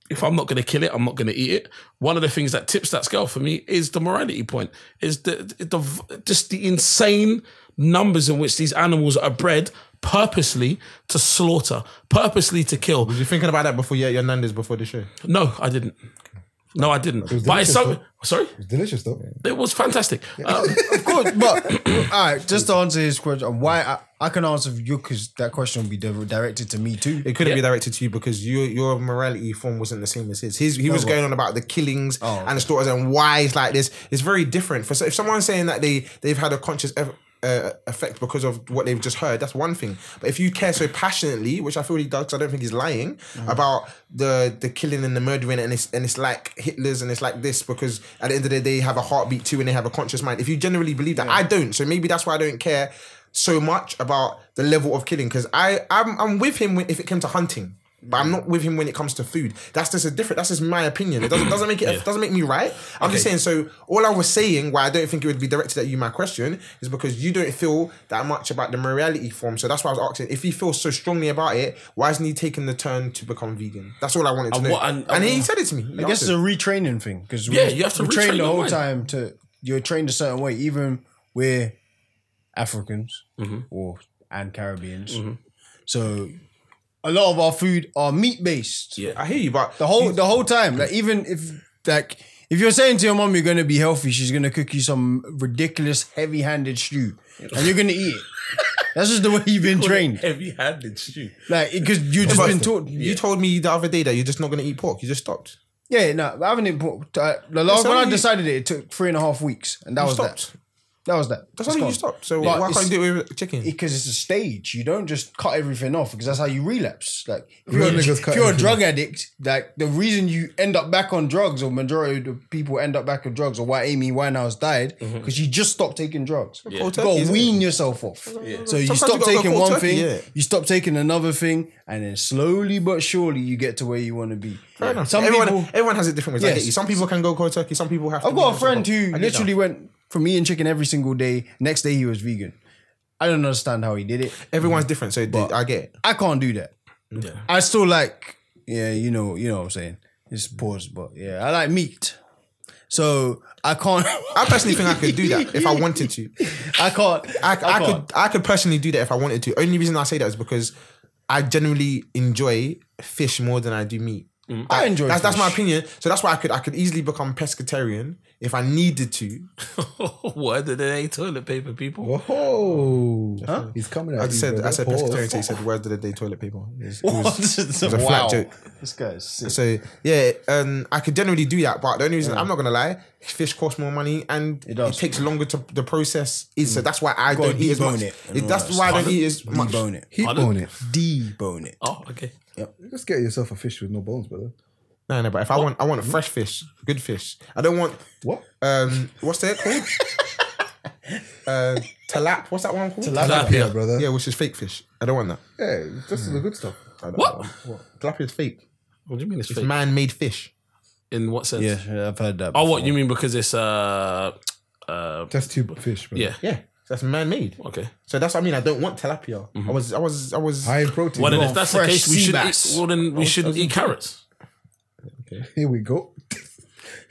Speaker 4: if I'm not going to kill it, I'm not going to eat it. One of the things that tips that scale for me is the morality point, is the, the the just the insane numbers in which these animals are bred purposely to slaughter, purposely to kill.
Speaker 3: You're thinking about that before you ate your Nando's before the show.
Speaker 4: No, I didn't. No, I didn't. but it's
Speaker 2: delicious,
Speaker 4: something. Sorry.
Speaker 2: Delicious though.
Speaker 4: It was fantastic. Um,
Speaker 1: Of course, but all right. Just to answer his question, why I, I can answer you because that question will be di- directed to me too.
Speaker 3: It couldn't be directed to you because your your morality form wasn't the same as his. His he was going on about the killings and the slaughters and why it's like this. It's very different. For so if someone's saying that they they've had a conscious eff- uh, effect because of what they've just heard, that's one thing. But if you care so passionately, which I feel he does, 'cause I don't think he's lying about the the killing and the murdering, and it's and it's like Hitler's and it's like this because at the end of the day they have a heartbeat too and they have a conscious mind. If you generally believe that, I don't. So maybe that's why I don't care so much about the level of killing because I I'm, I'm with him when, if it came to hunting, but I'm not with him when it comes to food. That's just a different. That's just my opinion. It doesn't doesn't make it doesn't make me right. I'm just saying. So all I was saying why I don't think it would be directed at you. My question is because you don't feel that much about the morality form. So that's why I was asking if he feels so strongly about it. Why isn't he taking the turn to become vegan? That's all I wanted to know.
Speaker 4: what- and-
Speaker 3: and he said it to me. He
Speaker 1: I guess it's a
Speaker 3: answered.
Speaker 1: retraining thing because
Speaker 4: Yeah, you have to
Speaker 1: we train
Speaker 4: retrain
Speaker 1: the
Speaker 4: your
Speaker 1: whole
Speaker 4: mind.
Speaker 1: time to you're trained a certain way. Even we're Africans
Speaker 4: Mm-hmm.
Speaker 1: or and Caribbeans, so a lot of our food are meat based.
Speaker 4: Yeah.
Speaker 3: I hear you, but
Speaker 1: The whole the whole time, like even if like if you're saying to your mom you're gonna be healthy, she's gonna cook you some ridiculous heavy handed stew, and you're gonna eat it. That's just the way you've been trained,
Speaker 4: Heavy-handed stew.
Speaker 1: like because you've just been taught.
Speaker 3: you told me the other day that you're just not going to eat pork. You just stopped.
Speaker 1: Yeah, no, I haven't. Important. Uh, the last
Speaker 3: how
Speaker 1: when I
Speaker 3: you-
Speaker 1: decided it, it took three and a half weeks, and that
Speaker 3: You
Speaker 1: was
Speaker 3: stopped.
Speaker 1: that. That was that.
Speaker 3: That's only you stopped. So
Speaker 1: But
Speaker 3: why
Speaker 1: it's-
Speaker 3: can't you do it with chicken?
Speaker 1: Because it's a stage. You don't just cut everything off because that's how you relapse. Like if you're,
Speaker 2: Real niggas
Speaker 1: if
Speaker 2: cut
Speaker 1: you're a
Speaker 2: everything
Speaker 1: drug addict, like the reason you end up back on drugs or majority of the people end up back on drugs or why Amy Winehouse died because you just stopped taking drugs. You
Speaker 3: Cold turkey,
Speaker 1: gotta
Speaker 3: isn't
Speaker 1: wean yourself off. So you
Speaker 3: Sometimes
Speaker 1: stop
Speaker 3: you gotta go
Speaker 1: taking
Speaker 3: cold
Speaker 1: one
Speaker 3: turkey,
Speaker 1: thing,
Speaker 3: yeah.
Speaker 1: you stop taking another thing, and then slowly but surely you get to where you want to be.
Speaker 3: Fair enough.
Speaker 1: Some
Speaker 3: everyone,
Speaker 1: people
Speaker 3: everyone has it different ways. I
Speaker 1: Yes.
Speaker 3: get you. Some people can go cold turkey. Some people have.
Speaker 1: I've
Speaker 3: to
Speaker 1: got a
Speaker 3: meat
Speaker 1: friend
Speaker 3: and stuff.
Speaker 1: who
Speaker 3: I get
Speaker 1: literally
Speaker 3: that.
Speaker 1: went from eating chicken every single day. Next day he was vegan. I don't understand how he did it.
Speaker 3: Everyone's different, so dude, I get it.
Speaker 1: I can't do that.
Speaker 4: Yeah.
Speaker 1: I still like, yeah, you know, you know what I'm saying. It's pause, but yeah, I like meat. So I can't,
Speaker 3: I personally think I could do that if I wanted to.
Speaker 1: I can't,
Speaker 3: I, I
Speaker 1: can't.
Speaker 3: could I could personally do that if I wanted to. Only reason I say that is because I generally enjoy fish more than I do meat.
Speaker 1: Mm. I enjoy.
Speaker 3: That's, that's my
Speaker 1: fish.
Speaker 3: opinion. So that's why I could I could easily become pescatarian if I needed to.
Speaker 4: Why did they ain't toilet paper, people?
Speaker 2: Whoa. He's coming out.
Speaker 3: I just said I said pescatarian. So he said word of the day toilet paper. It was- it was-
Speaker 1: What? It's
Speaker 3: a flat joke.
Speaker 1: This guy's sick.
Speaker 3: So yeah, um, I could generally do that, but the only reason I'm not gonna lie, fish costs more money and it,
Speaker 1: does. Mm.
Speaker 3: takes longer to the process. Is so that's why I
Speaker 1: Gotta
Speaker 3: don't eat as
Speaker 1: debone
Speaker 3: much.
Speaker 1: it and
Speaker 3: It-
Speaker 1: all
Speaker 3: that's
Speaker 1: that
Speaker 3: why I
Speaker 4: stuff.
Speaker 3: don't eat as much.
Speaker 1: Debone it.
Speaker 2: Heat
Speaker 4: Pardon?
Speaker 2: bone it.
Speaker 1: Debone it.
Speaker 4: Oh, okay.
Speaker 2: Just get yourself a fish with no bones, brother.
Speaker 3: No, no, but if I want, I want
Speaker 1: Mm-hmm.
Speaker 3: fresh fish, good fish. I don't want
Speaker 2: What?
Speaker 3: um, what's that called? uh, tilap. What's that one called?
Speaker 4: Tilapia.
Speaker 2: Yeah, brother.
Speaker 3: Yeah, which is fake fish. I don't want that.
Speaker 2: Yeah, this is the good stuff.
Speaker 3: I don't
Speaker 4: What?
Speaker 3: want that. Tilapia is fake.
Speaker 4: What do you mean it's
Speaker 3: It's
Speaker 4: fake?
Speaker 3: man-made fish.
Speaker 4: In what sense?
Speaker 1: Yeah, yeah, I've heard that.
Speaker 4: Oh, what you mean because it's uh, uh,
Speaker 2: That's two fish, brother.
Speaker 4: yeah.
Speaker 3: Yeah, that's man-made.
Speaker 4: Okay.
Speaker 3: So that's what I mean. I don't want tilapia.
Speaker 1: Mm-hmm.
Speaker 3: I was, I was, I was.
Speaker 2: High in protein.
Speaker 4: Well, then
Speaker 1: want
Speaker 4: if that's the
Speaker 1: fresh Oh,
Speaker 4: case, we
Speaker 1: sea
Speaker 4: should. Eat,
Speaker 1: bass.
Speaker 4: well, then we shouldn't eat carrots.
Speaker 2: Here we Oh, go.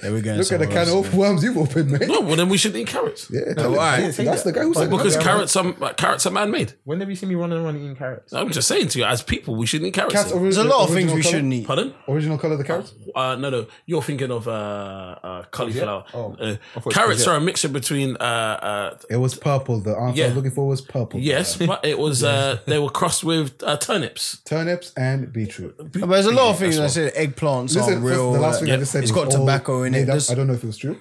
Speaker 1: There we go.
Speaker 2: Look at the can of worms you've opened, mate.
Speaker 4: No, well then we should eat carrots.
Speaker 2: Yeah,
Speaker 1: all right.
Speaker 2: that's the guy who said
Speaker 4: Because
Speaker 2: that.
Speaker 4: carrots are like, carrots are man made.
Speaker 3: When have you seen me running around eating carrots?
Speaker 4: I'm just saying to you, as people, we shouldn't eat carrots.
Speaker 2: Cats
Speaker 4: then.
Speaker 2: ori-
Speaker 1: There's a lot of things
Speaker 2: original
Speaker 1: we
Speaker 2: colour?
Speaker 1: shouldn't eat.
Speaker 4: Pardon?
Speaker 2: Original color of the carrots?
Speaker 4: Uh, no, no. You're thinking of uh, uh, cauliflower.
Speaker 3: Oh,
Speaker 4: Uh,
Speaker 3: I thought it
Speaker 4: carrots
Speaker 3: was
Speaker 4: are a mixture between. Uh, uh,
Speaker 2: It was purple. The answer I
Speaker 4: Yeah.
Speaker 2: was looking for was purple.
Speaker 4: yes, but it was. Uh, they were crossed with uh, turnips.
Speaker 2: Turnips and beetroot.
Speaker 1: But there's a lot of things. I said eggplants
Speaker 2: Listen,
Speaker 1: aren't real.
Speaker 2: the last thing
Speaker 1: uh,
Speaker 2: I just said
Speaker 1: it's
Speaker 2: was
Speaker 1: got
Speaker 2: all
Speaker 1: tobacco in it.
Speaker 2: made up.
Speaker 1: There's-
Speaker 2: I don't know if it was true.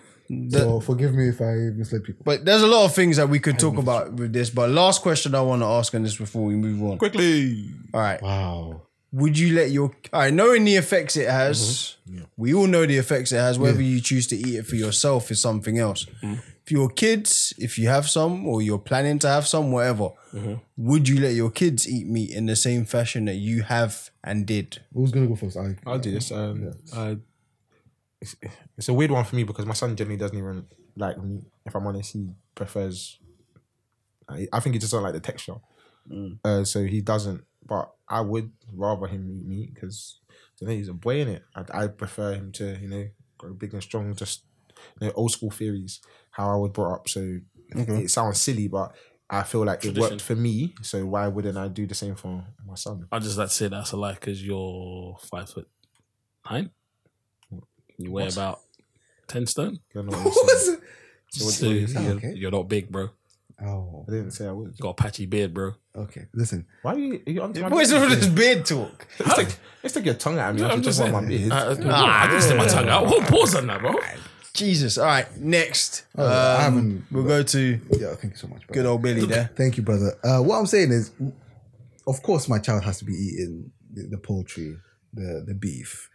Speaker 2: so forgive me if I misled people.
Speaker 1: But there's a lot of things that we could talk about with this. But last question I want to ask on this before we move on.
Speaker 4: Quickly.
Speaker 1: All right.
Speaker 2: wow.
Speaker 1: Would you let your all right, knowing the effects it has,
Speaker 2: Mm-hmm.
Speaker 1: we all know the effects it has, whether you choose to eat it for yourself is something else. For your kids, if you have some or you're planning to have some, whatever, would you let your kids eat meat in the same fashion that you have and did?
Speaker 2: Who's gonna go first? I,
Speaker 3: I'll do this. Um, uh, it's, it's a weird one for me because my son generally doesn't even like meat. If I'm honest, he prefers. I, I think he just doesn't like the texture, uh, so he doesn't. But I would rather him eat meat because you know he's a boy in it. I, I prefer him to you know grow big and strong. Just you know, old school theories how I was brought up. So it sounds silly, but. I feel like it worked for me, so why wouldn't I do the same for my son?
Speaker 4: I just like to say that's a lie because you're five foot nine. You weigh about ten stone.
Speaker 3: You know
Speaker 2: What
Speaker 3: what I'm
Speaker 2: was
Speaker 3: saying?
Speaker 2: it?
Speaker 4: So what
Speaker 2: So
Speaker 4: do you-
Speaker 2: you-
Speaker 4: you're,
Speaker 2: okay.
Speaker 4: you're not big, bro.
Speaker 2: Oh,
Speaker 3: I didn't say I would.
Speaker 4: You got a patchy beard, bro.
Speaker 2: okay. Listen,
Speaker 3: Why are you? Are you onto my
Speaker 1: What is all this
Speaker 3: business?
Speaker 1: beard talk?
Speaker 3: Let's take, let's take your tongue out of me.
Speaker 4: I'm
Speaker 3: I'm
Speaker 4: just
Speaker 3: just want my
Speaker 4: saying.
Speaker 3: beard.
Speaker 4: Uh,
Speaker 1: ah,
Speaker 4: I didn't stick my tongue out. What pause on that, bro?
Speaker 1: Jesus. All right, next.
Speaker 2: I
Speaker 1: Um,
Speaker 2: haven't-
Speaker 1: we'll go to
Speaker 2: yeah, thank you so much.
Speaker 1: good
Speaker 2: Brother.
Speaker 1: old Billy there.
Speaker 2: Thank you, brother. Uh, what I'm saying is, of course, my child has to be eating the, the poultry, the the beef,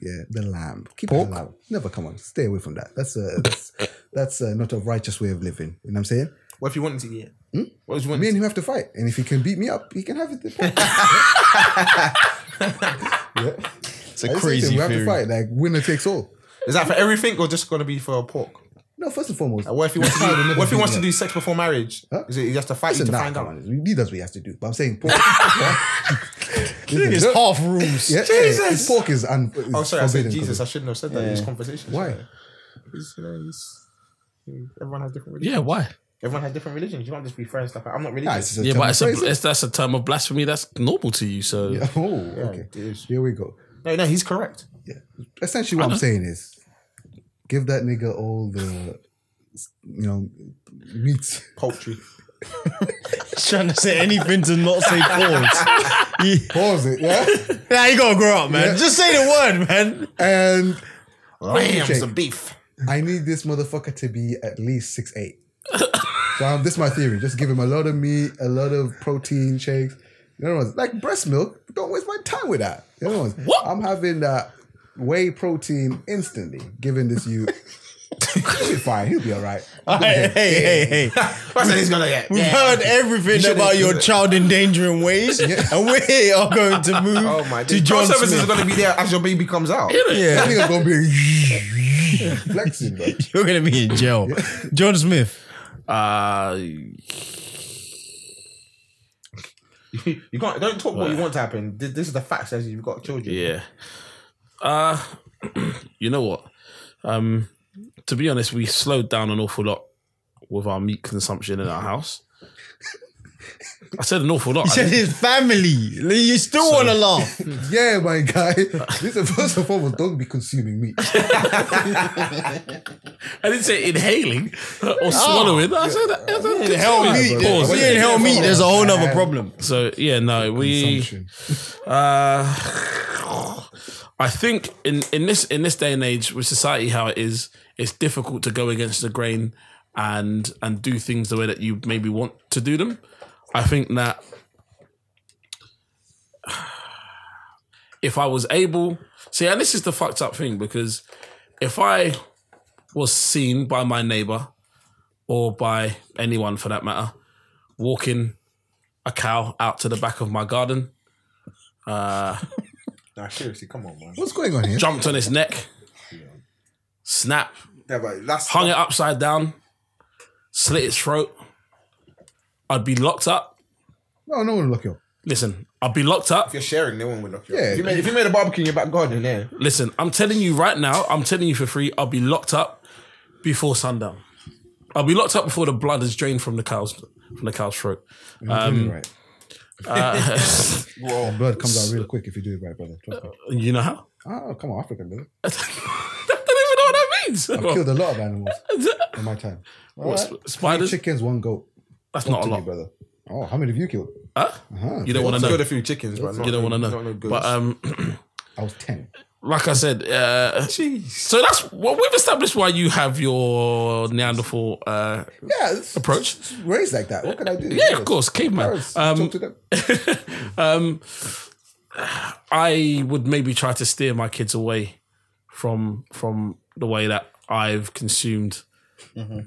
Speaker 2: yeah, the lamb. Keep it alive. Never come on, stay away from that. That's a that's, that's uh not a righteous way of living. You know what I'm saying?
Speaker 3: What if you wanted to eat it? What if you
Speaker 2: Me
Speaker 3: wanted
Speaker 2: and
Speaker 3: to
Speaker 2: him have to fight, and if he can beat me up, he can have it. yeah.
Speaker 1: It's a
Speaker 2: I just said to him,
Speaker 1: crazy
Speaker 2: We have to
Speaker 1: theory.
Speaker 2: fight. Like winner takes all.
Speaker 3: Is that for everything or just going to be for pork?
Speaker 2: No, first and foremost,
Speaker 3: Like, Uh, what if he wants to do, what if he wants to
Speaker 2: do?
Speaker 3: do sex before marriage?
Speaker 2: Huh?
Speaker 3: Is it he has to fight you
Speaker 2: Listen,
Speaker 3: to
Speaker 2: nah,
Speaker 3: find
Speaker 2: come
Speaker 3: out?
Speaker 2: on. He does what he has to do. But I'm saying pork. Listen,
Speaker 1: It's
Speaker 2: don't-
Speaker 1: half rules.
Speaker 2: yeah, Jesus. pork is un. Is
Speaker 3: Oh, sorry, I said
Speaker 2: forbidden
Speaker 3: Jesus. I
Speaker 2: because-
Speaker 3: shouldn't have said that in this conversation.
Speaker 2: Why?
Speaker 3: shouldn't I? Because, you know, he's- you- everyone has different religions.
Speaker 4: Yeah, why?
Speaker 3: Everyone has different religions. You can't just be friends. Like, I'm not
Speaker 2: Nah, it's just
Speaker 3: religious.
Speaker 2: a
Speaker 4: Yeah,
Speaker 2: term
Speaker 4: but
Speaker 2: of
Speaker 4: it's a,
Speaker 2: phrase.
Speaker 4: it's, that's a term of blasphemy that's normal to you. So
Speaker 2: Oh,
Speaker 3: Yeah,
Speaker 2: okay.
Speaker 3: it is.
Speaker 2: Here we go.
Speaker 3: No, no, he's correct.
Speaker 2: Yeah. Essentially, what I'm saying is, give that nigga all the, you know, meat.
Speaker 3: Poultry.
Speaker 1: trying to say anything to not say pause.
Speaker 2: Pause it. Yeah.
Speaker 1: nah, you gotta grow up, man. Just say the word, man.
Speaker 2: and
Speaker 3: Bam,
Speaker 2: check.
Speaker 3: some beef.
Speaker 2: I need this motherfucker to be at least six eight. so um, this is my theory. Just give him a lot of meat, a lot of protein shakes. You know what? I'm- Like breast milk. Don't waste my time with that. You know what? I'm-
Speaker 4: What?
Speaker 2: I'm having that whey protein instantly. Giving this you. He'll be fine. He'll be all right.
Speaker 1: Hey, hey, hey, hey.
Speaker 3: What's he's going to get?
Speaker 1: We've
Speaker 3: Yeah.
Speaker 1: heard everything about your child endangering ways, and we are going to move
Speaker 3: Oh my
Speaker 1: to
Speaker 3: days.
Speaker 1: John
Speaker 3: Child services
Speaker 1: Smith.
Speaker 3: is going to be there as your baby comes out.
Speaker 2: That nigga's gonna be flexing, bro.
Speaker 1: You're going to be in jail. John Smith.
Speaker 4: Uh,
Speaker 3: You can't don't talk what you want to happen. This, this is the facts as you've got children.
Speaker 4: yeah. Uh, you know what? Um, to be honest, we slowed down an awful lot with our meat consumption in our house. I said an awful lot. I
Speaker 1: Said
Speaker 4: didn't-
Speaker 1: his family. You still want to laugh.
Speaker 2: Yeah, my guy. This is first and foremost. Don't be consuming meat.
Speaker 4: I didn't say inhaling or swallowing. I said, I said
Speaker 1: Oh. Hell meat.
Speaker 2: bro.
Speaker 1: If you ain't hell meat, there's a whole nother problem.
Speaker 4: So yeah, no, we.
Speaker 2: Consumption.
Speaker 4: Uh, I think in, in this in this day and age with society how it is, it's difficult to go against the grain and and do things the way that you maybe want to do them. I think that if I was able, see, and this is the fucked up thing because if I was seen by my neighbor or by anyone for that matter walking a cow out to the back of my garden,
Speaker 3: Nah, seriously, come on, man.
Speaker 2: What's going on here?
Speaker 4: jumped on its neck, snap,
Speaker 3: Yeah, but that's
Speaker 4: hung it upside down, slit its throat. I'd be locked up.
Speaker 2: No, no one look you up.
Speaker 4: Listen, I'll be locked up.
Speaker 3: If you're sharing, they won't lock you. up.
Speaker 2: Yeah.
Speaker 3: If you, made, if you made a barbecue in your back garden, yeah.
Speaker 4: Listen, I'm telling you right now, I'm telling you for free, I'll be locked up before sundown. I'll be locked up before the blood is drained from the cow's from the cow's throat. Um, Uh,
Speaker 2: Doing it right. The blood comes out real quick if you do it right, brother. Trust me.
Speaker 4: You know how?
Speaker 2: Oh, come on, African brother.
Speaker 4: I don't even know what that means.
Speaker 2: Killed a lot of animals in my time. All
Speaker 4: What,
Speaker 2: right.
Speaker 4: sp- spiders?
Speaker 2: Three chickens, one goat.
Speaker 4: That's
Speaker 2: Talk
Speaker 4: not a
Speaker 2: to me,
Speaker 4: lot.
Speaker 2: brother. Oh, how many have you killed?
Speaker 4: Huh? You don't want to
Speaker 3: It's got
Speaker 4: know.
Speaker 3: a few chickens, but not,
Speaker 4: You don't want to
Speaker 3: not no
Speaker 4: know.
Speaker 3: goods.
Speaker 4: But um,
Speaker 2: I was ten.
Speaker 4: like I said, uh, so that's well, we've established why you have your Neanderthal. Uh,
Speaker 2: Yeah, it's,
Speaker 4: Approach?
Speaker 2: it's raised like that. What can I do?
Speaker 4: yeah, of course, caveman.
Speaker 2: Parents,
Speaker 4: Um,
Speaker 2: talk to them.
Speaker 4: um, I would maybe try to steer my kids away from from the way that I've consumed
Speaker 2: Mm-hmm.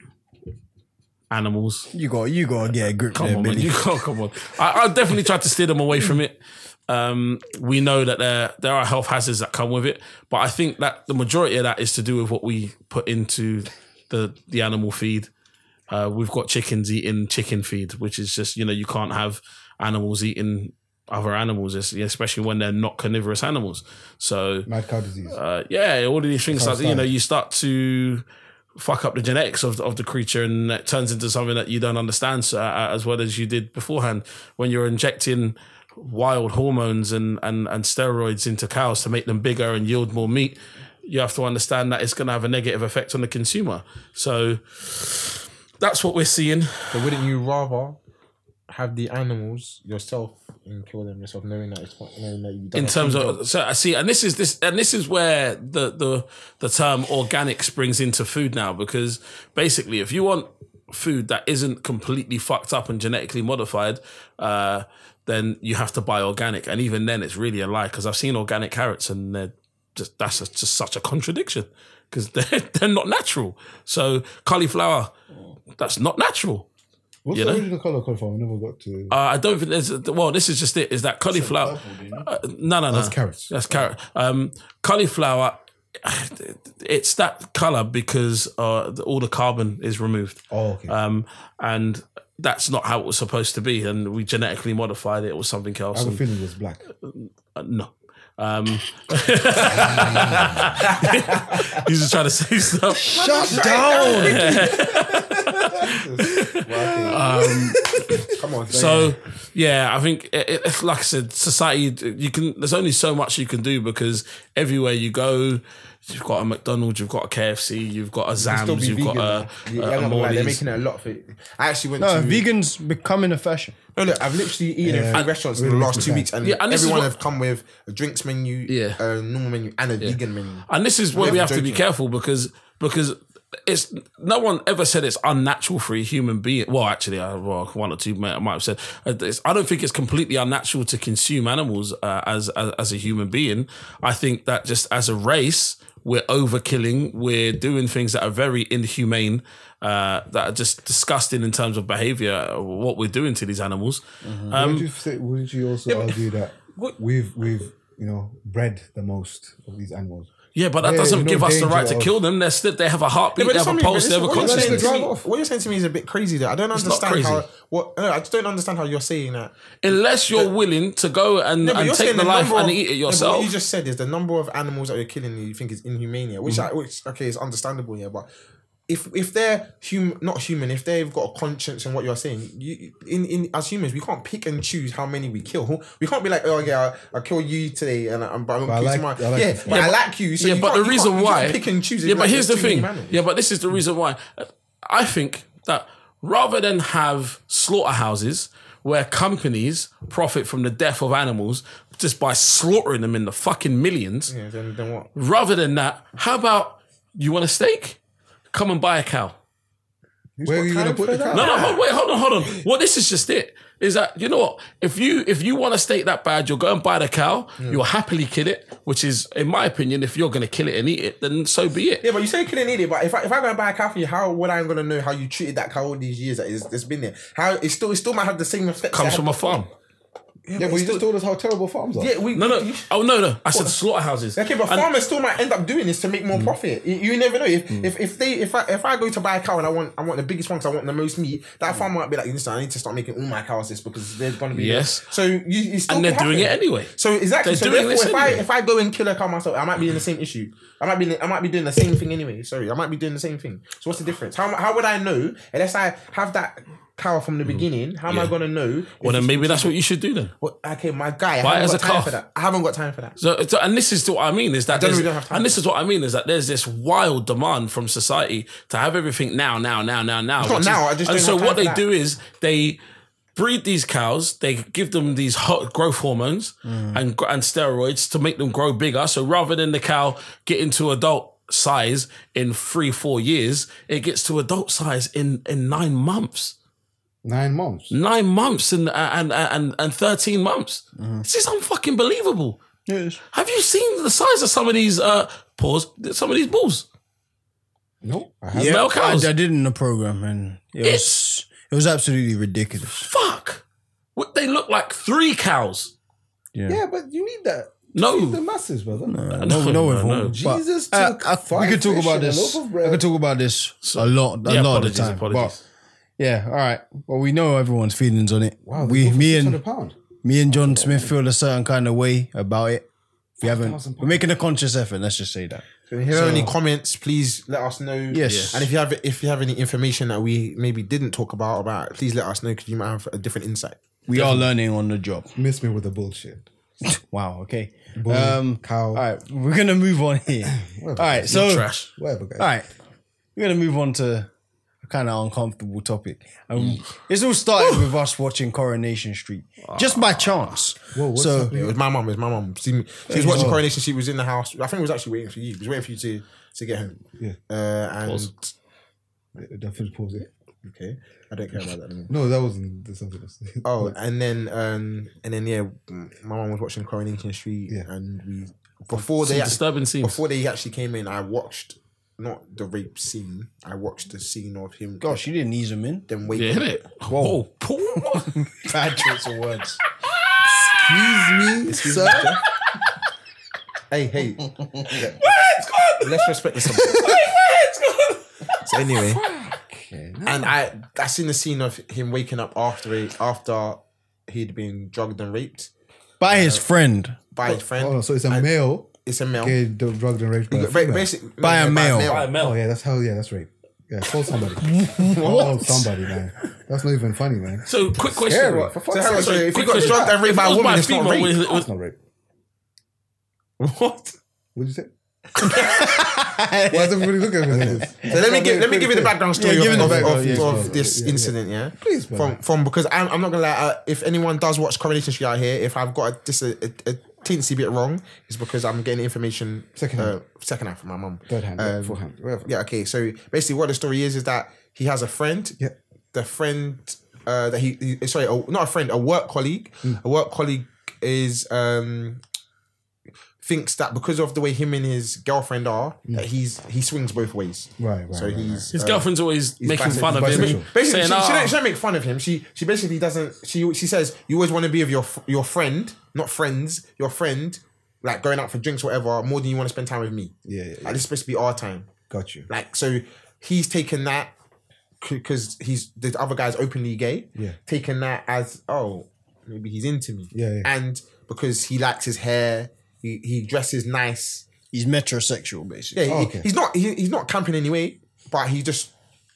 Speaker 4: animals.
Speaker 1: You got you got to get a grip
Speaker 4: Come
Speaker 1: there,
Speaker 4: on, man.
Speaker 1: Billy.
Speaker 4: You can't come on. I, I definitely tried to steer them away from it. Um, we know that there there are health hazards that come with it, but I think that the majority of that is to do with what we put into the the animal feed. Uh, we've got chickens eating chicken feed, which is just you know you can't have animals eating other animals, es- especially when they're not carnivorous animals. So
Speaker 2: Mad cow disease.
Speaker 4: uh, yeah, all of these things
Speaker 2: Sounds
Speaker 4: start you know
Speaker 2: fine.
Speaker 4: you start to fuck up the genetics of, of the creature and it turns into something that you don't understand so, uh, as well as you did beforehand when you're injecting wild hormones and, and, and steroids into cows to make them bigger and yield more meat you have to understand that it's going to have a negative effect on the consumer so that's what we're seeing
Speaker 3: So wouldn't you rather have the animals yourself and kill them yourself, knowing that it's not- knowing that you
Speaker 4: in terms of so I see, and this is this, and this is where the the the term organic springs into food now because basically, if you want food that isn't completely fucked up and genetically modified, uh, then you have to buy organic, and even then, it's really a lie because I've seen organic carrots and they're just that's a, just such a contradiction because they're they're not natural. So cauliflower, that's not natural.
Speaker 2: What's
Speaker 4: you
Speaker 2: the
Speaker 4: know?
Speaker 2: original color called from? We never got to.
Speaker 4: Uh, I don't think there's. Well, this is just it. Is that cauliflower? Uh, no, no, no. That's
Speaker 2: carrots.
Speaker 4: That's carrot. Um, cauliflower. It's that color because uh, the- all the carbon is removed,
Speaker 2: oh, okay.
Speaker 4: um, and that's not how it was supposed to be. And we genetically modified it. It was something
Speaker 2: I
Speaker 4: else.
Speaker 2: have a
Speaker 4: and-
Speaker 2: feeling it was black.
Speaker 4: uh, no. Um, he's just trying to say stuff.
Speaker 2: Shut down.
Speaker 3: come on,
Speaker 4: So yeah, I think it, it, like I said, society you can. There's only so much you can do because everywhere you go, you've got a McDonald's, you've got a KFC, you've got a
Speaker 3: still
Speaker 4: Zams,
Speaker 3: be
Speaker 4: you've
Speaker 3: vegan.
Speaker 4: got uh, a,
Speaker 3: Yeah, I'm
Speaker 4: a,
Speaker 3: not
Speaker 4: a
Speaker 3: gonna lie, they're
Speaker 4: Morley's.
Speaker 3: making it a lot for it. I actually went
Speaker 1: No,
Speaker 3: to
Speaker 1: Uh, vegan's becoming a fashion.
Speaker 3: No, look, I've literally eaten in three restaurants in the
Speaker 2: really
Speaker 3: last two
Speaker 2: good.
Speaker 3: weeks, and,
Speaker 4: Yeah, and this is
Speaker 3: everyone
Speaker 4: what-
Speaker 3: have come with a drinks menu,
Speaker 4: Yeah.
Speaker 3: a normal menu, and a vegan menu.
Speaker 4: And this is where we
Speaker 3: have
Speaker 4: have to be
Speaker 3: joking.
Speaker 4: careful because because it's no one ever said it's unnatural for a human being. Well, actually, I, well, one or two might, might have said uh, it's, I don't think it's completely unnatural to consume animals uh, as, as as a human being. I think that just as a race, we're overkilling. We're doing things that are very inhumane. Uh, that are just disgusting in terms of behavior, uh, what we're doing to these animals. Um,
Speaker 2: Wouldn't you say? Wouldn't you also argue that we've we've you know bred the most of these animals?
Speaker 4: yeah, but that
Speaker 2: Yeah,
Speaker 4: doesn't
Speaker 2: no
Speaker 4: give us the
Speaker 2: danger
Speaker 4: right to
Speaker 2: of-
Speaker 4: kill them. They're still, they have a heartbeat,
Speaker 3: But
Speaker 4: they
Speaker 3: there's
Speaker 4: have a
Speaker 3: something-
Speaker 4: pulse,
Speaker 3: there's
Speaker 4: they have a
Speaker 3: something- what you're saying
Speaker 4: consciousness.
Speaker 3: to
Speaker 2: Drive
Speaker 3: me-
Speaker 2: off.
Speaker 3: What you're saying to me is a bit crazy. Though I don't
Speaker 4: not
Speaker 3: understand how.
Speaker 4: crazy.
Speaker 3: What no, I just don't understand how you're saying that.
Speaker 4: unless you're willing to go and,
Speaker 3: No, but
Speaker 4: and
Speaker 3: you're
Speaker 4: take
Speaker 3: saying
Speaker 4: the life
Speaker 3: number
Speaker 4: and
Speaker 3: of-
Speaker 4: eat it
Speaker 3: no, but
Speaker 4: yourself.
Speaker 3: what you just said is the number of animals that you're killing you think is inhumane, yeah,
Speaker 4: Mm.
Speaker 3: which I, which okay is understandable, yeah, but. If, if they're hum, not human, if they've got a conscience and what you're saying, you, in, in as humans, we can't pick and choose how many we kill. We can't be like, oh yeah, I, I kill you today and I, but I'm
Speaker 2: I
Speaker 3: gonna
Speaker 2: like-
Speaker 3: kill you tomorrow.
Speaker 2: I like
Speaker 3: yeah,
Speaker 2: this
Speaker 3: but I like you. So
Speaker 4: yeah,
Speaker 3: you
Speaker 4: but
Speaker 3: can't-
Speaker 4: the
Speaker 3: you
Speaker 4: reason
Speaker 3: can't- you
Speaker 4: why
Speaker 3: can't pick and choose.
Speaker 4: Yeah, but here's the thing.
Speaker 3: Yeah,
Speaker 4: Yeah, but this is the reason why. I think that rather than have slaughterhouses where companies profit from the death of animals just by slaughtering them in the fucking millions,
Speaker 3: yeah then, then what?
Speaker 4: rather than that, how about you want a steak? Come and buy a cow.
Speaker 2: Where are you gonna put the cow?
Speaker 4: No, no, hold, wait, hold on, hold on. Well, this is just it. Is that you know what? If you if you want to steak that bad, you'll go and buy the cow. You'll happily kill it, which is, in my opinion, if you're going to kill it and eat it, then so be it.
Speaker 3: Yeah, but you say you couldn't eat it. But if I, if I go and buy a cow for you, how would I gonna know how you treated that cow all these years that is, it's been there? How it still it still might have the same effect.
Speaker 4: Comes from a farm.
Speaker 3: Yeah,
Speaker 2: Yeah, but
Speaker 3: it's
Speaker 2: you just
Speaker 3: still-
Speaker 2: told us how terrible farms are.
Speaker 3: Yeah, we
Speaker 4: No, no. Oh no, no. I said slaughterhouses.
Speaker 3: Okay, but
Speaker 4: And- Mm.
Speaker 3: farmers still might end up doing this to make more profit. You, you never know. If, if if they if I if I go to buy a cow and I want I want the biggest one because I want the most meat,
Speaker 4: Mm.
Speaker 3: that farmer might be like, listen, I need to start making all my cows this because they're going to be
Speaker 4: Yes.
Speaker 3: So you, you still
Speaker 4: and they're
Speaker 3: could
Speaker 4: doing it
Speaker 3: happen.
Speaker 4: anyway.
Speaker 3: So exactly.
Speaker 4: They're
Speaker 3: so
Speaker 4: doing
Speaker 3: therefore,
Speaker 4: this
Speaker 3: if I
Speaker 4: anyway.
Speaker 3: if I go and kill a cow myself, I might be in the same issue. I might be in, I might be doing the same thing anyway. Sorry, I might be doing the same thing. So what's the difference? How how would I know unless I have that cow from the beginning? How am
Speaker 4: Mm. Yeah.
Speaker 3: I gonna know?
Speaker 4: Well,
Speaker 3: if
Speaker 4: then
Speaker 3: it's-
Speaker 4: maybe that's what you should do then.
Speaker 3: Well, okay, my guy. I
Speaker 4: Buy
Speaker 3: haven't
Speaker 4: it as
Speaker 3: got
Speaker 4: a
Speaker 3: time
Speaker 4: calf.
Speaker 3: for that. I haven't got time for that.
Speaker 4: So, so- and this is what I mean is that,
Speaker 3: don't
Speaker 4: there's-
Speaker 3: really don't have time.
Speaker 4: and this is what I mean is that there's this wild demand from society to have everything now, now, now, now, now.
Speaker 3: not
Speaker 4: which is-
Speaker 3: now, I just
Speaker 4: and
Speaker 3: don't
Speaker 4: so
Speaker 3: have time
Speaker 4: what
Speaker 3: for
Speaker 4: they
Speaker 3: that.
Speaker 4: do is they breed these cows, they give them these hot growth hormones
Speaker 3: Mm.
Speaker 4: and gr- and steroids to make them grow bigger. So rather than the cow getting to adult size in three, four years, it gets to adult size in in nine months
Speaker 2: Nine months.
Speaker 4: nine months and and and and thirteen months.
Speaker 3: Mm.
Speaker 4: This is unfucking believable.
Speaker 1: Yes.
Speaker 4: Have you seen the size of some of these uh paws? Some of these bulls.
Speaker 2: No, I haven't.
Speaker 4: Male cows.
Speaker 1: I, I did it in the program, and it was it was absolutely ridiculous.
Speaker 4: Fuck. What they look like three cows.
Speaker 2: Yeah, Oh. but you need that. The
Speaker 4: No.
Speaker 2: masses, brother.
Speaker 1: No,
Speaker 4: No,
Speaker 1: no,
Speaker 4: no,
Speaker 1: no,
Speaker 4: no.
Speaker 2: Jesus took
Speaker 1: we
Speaker 2: five
Speaker 1: could talk
Speaker 2: fish
Speaker 1: about
Speaker 2: and a
Speaker 1: this.
Speaker 2: loaf
Speaker 1: I
Speaker 2: of bread.
Speaker 1: could talk about this a lot, a
Speaker 4: Yeah,
Speaker 1: lot of
Speaker 4: apologies,
Speaker 1: the time.
Speaker 4: apologies.
Speaker 1: But yeah, all right. Well, we know everyone's feelings on it.
Speaker 2: Wow,
Speaker 1: we, me
Speaker 2: and
Speaker 1: and
Speaker 2: pound.
Speaker 1: me and
Speaker 2: Oh,
Speaker 1: John Smith feel a certain kind of way about it. If you haven't,
Speaker 2: 5,000
Speaker 1: we're making a conscious effort. Let's just say that.
Speaker 3: If you have any comments, please let us know.
Speaker 1: Yes.
Speaker 3: And if you have if you have any information that we maybe didn't talk about or about, please let us know because you might have a different insight.
Speaker 1: We are learning on the job.
Speaker 2: Miss me with the bullshit.
Speaker 1: Wow. Okay.
Speaker 2: Bull,
Speaker 1: Um,
Speaker 2: cow.
Speaker 1: all right, we're gonna move on here. all right. So
Speaker 4: Trash.
Speaker 2: Whatever, guys.
Speaker 1: All right, we're gonna move on to a kind of uncomfortable topic. Um, It's all started with us watching Coronation Street just by chance.
Speaker 2: Whoa, what's
Speaker 1: so
Speaker 2: happening?
Speaker 3: It was my mum. It was my mum. She, she was watching Coronation. She was in the house. I think it was actually waiting for you. She was waiting for you to to get home.
Speaker 2: Yeah.
Speaker 3: Uh, and
Speaker 2: Don't finish pause it.
Speaker 3: okay, I don't care about that anymore.
Speaker 2: No, that wasn't that's something else.
Speaker 3: Oh, and then um, and then yeah, my mum was watching Coronation Street,
Speaker 2: Yeah.
Speaker 3: and we before they
Speaker 4: Some
Speaker 3: actually-
Speaker 4: disturbing scenes.
Speaker 3: before they actually came in, I watched not the rape scene. I watched the scene of him.
Speaker 1: gosh, you didn't ease them in.
Speaker 3: them waiting.
Speaker 4: yeah, Oh, innit?
Speaker 1: oh.
Speaker 4: Whoa. Whoa.
Speaker 1: Bad choice of words.
Speaker 2: Excuse me, sir.
Speaker 3: Hey, hey. Let's respect the subject. So anyway, and I I seen the scene of him waking up after he, after he'd been drugged and raped
Speaker 1: By his friend.
Speaker 3: by his friend.
Speaker 2: Oh, so it's a male
Speaker 3: it's a male.
Speaker 2: getting dr- drugged and raped by a
Speaker 3: Ba-
Speaker 2: female.
Speaker 3: basically,
Speaker 1: By a
Speaker 3: yeah,
Speaker 1: male.
Speaker 4: By a male.
Speaker 2: Oh yeah, that's how. Yeah, that's rape. Yeah, call somebody. call somebody, man. That's not even funny, man.
Speaker 4: So quick question.
Speaker 2: Scary. For
Speaker 3: So,
Speaker 2: fuck's
Speaker 3: hang on,
Speaker 2: sake.
Speaker 3: so if he
Speaker 4: Quick
Speaker 3: got
Speaker 4: question.
Speaker 3: drugged and raped
Speaker 4: If
Speaker 3: by
Speaker 4: it
Speaker 3: a
Speaker 4: was
Speaker 3: woman, it's
Speaker 4: female,
Speaker 3: not rape.
Speaker 4: was- was-
Speaker 2: That's not rape.
Speaker 3: What?
Speaker 2: What'd you say? Why is everybody looking at me like this?
Speaker 3: So let me give let me give you the background story
Speaker 1: give
Speaker 3: of,
Speaker 1: me the
Speaker 3: of-
Speaker 1: background,
Speaker 3: of-
Speaker 1: yes,
Speaker 3: of
Speaker 1: brother.
Speaker 3: this incident, yeah.
Speaker 2: Please, brother.
Speaker 3: from from because I'm, I'm not gonna lie. Uh, if anyone does watch Coronation Street out here, if I've got a, just a, a, a teensy bit wrong, it's because I'm getting information
Speaker 2: Second hand.
Speaker 3: uh, second hand from my mum.
Speaker 2: Third hand,
Speaker 3: Um,
Speaker 2: fourth hand, whatever.
Speaker 3: Yeah. Okay. So basically, what the story is is that he has a friend.
Speaker 2: Yeah.
Speaker 3: The friend uh, that he, he- sorry, a, not a friend, a work colleague.
Speaker 2: Hmm.
Speaker 3: A work colleague is um thinks that because of the way him and his girlfriend are, that he's he swings both ways.
Speaker 2: Hmm. Right, right,
Speaker 3: So
Speaker 2: right,
Speaker 3: he's
Speaker 4: His girlfriend's always making
Speaker 3: bisexual.
Speaker 4: fun of him.
Speaker 2: Bisexual.
Speaker 3: Basically,
Speaker 4: saying,
Speaker 3: she, she,
Speaker 4: "Ah,
Speaker 3: don't, she don't make fun of him. She she basically doesn't. She she says you always want to be with your f- your friend, not friends. Your friend, like going out for drinks, or whatever, more than you want to spend time with me.
Speaker 2: Yeah, yeah,
Speaker 3: like
Speaker 2: yeah.
Speaker 3: this is supposed to be our time.
Speaker 2: Got you.
Speaker 3: Like so, he's taken that because he's the other guy's openly gay.
Speaker 2: Yeah.
Speaker 3: taken that as oh maybe he's into me.
Speaker 2: Yeah, yeah.
Speaker 3: and because he likes his hair, he he dresses nice.
Speaker 1: He's metrosexual, basically. Oh,
Speaker 3: Yeah, he-
Speaker 2: Oh, okay.
Speaker 3: he's not he, he's not camping anyway, but he just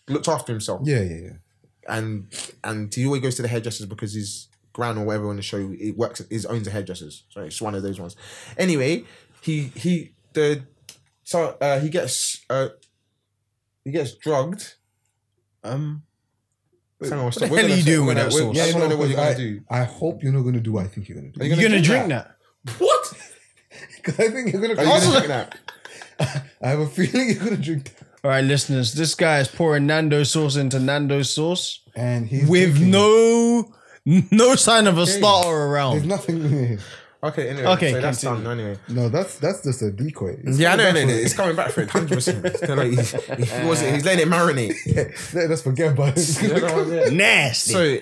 Speaker 3: looked after himself
Speaker 2: Yeah, yeah, yeah.
Speaker 3: and and he always goes to the hairdressers because his gran or whatever on the show it works is owns the hairdressers. So it's one of those ones. Anyway, he he the so uh, he gets uh, he gets drugged.
Speaker 1: Um,
Speaker 3: Hang on, what
Speaker 1: the hell are you doing with that sauce?
Speaker 3: Yeah, I
Speaker 2: You
Speaker 3: just
Speaker 2: know,
Speaker 3: wanna know what you're gonna
Speaker 2: I,
Speaker 3: do.
Speaker 2: I hope you're not gonna do what I think you're gonna do.
Speaker 3: Are you
Speaker 1: you gonna drink
Speaker 3: that?
Speaker 1: that?
Speaker 4: What?
Speaker 2: Because I think you're gonna.
Speaker 3: Are you gonna drink that?
Speaker 2: I have a feeling you're gonna drink that.
Speaker 1: All right, listeners, this guy is pouring Nando sauce into Nando sauce
Speaker 2: And he's
Speaker 1: with
Speaker 2: drinking.
Speaker 1: no no sign of a starter
Speaker 2: There's
Speaker 1: around.
Speaker 2: nothing.
Speaker 3: Okay, anyway.
Speaker 1: Okay,
Speaker 3: so that's
Speaker 1: continue.
Speaker 3: done anyway.
Speaker 2: No, that's that's just a decoy. It's
Speaker 3: Yeah, I know,
Speaker 2: coming
Speaker 3: no,
Speaker 2: back
Speaker 3: no, it's coming back for it, hundred percent. He's, he wasn't- he's letting it marinate.
Speaker 2: for- Let us forget about it.
Speaker 1: Nasty.
Speaker 3: So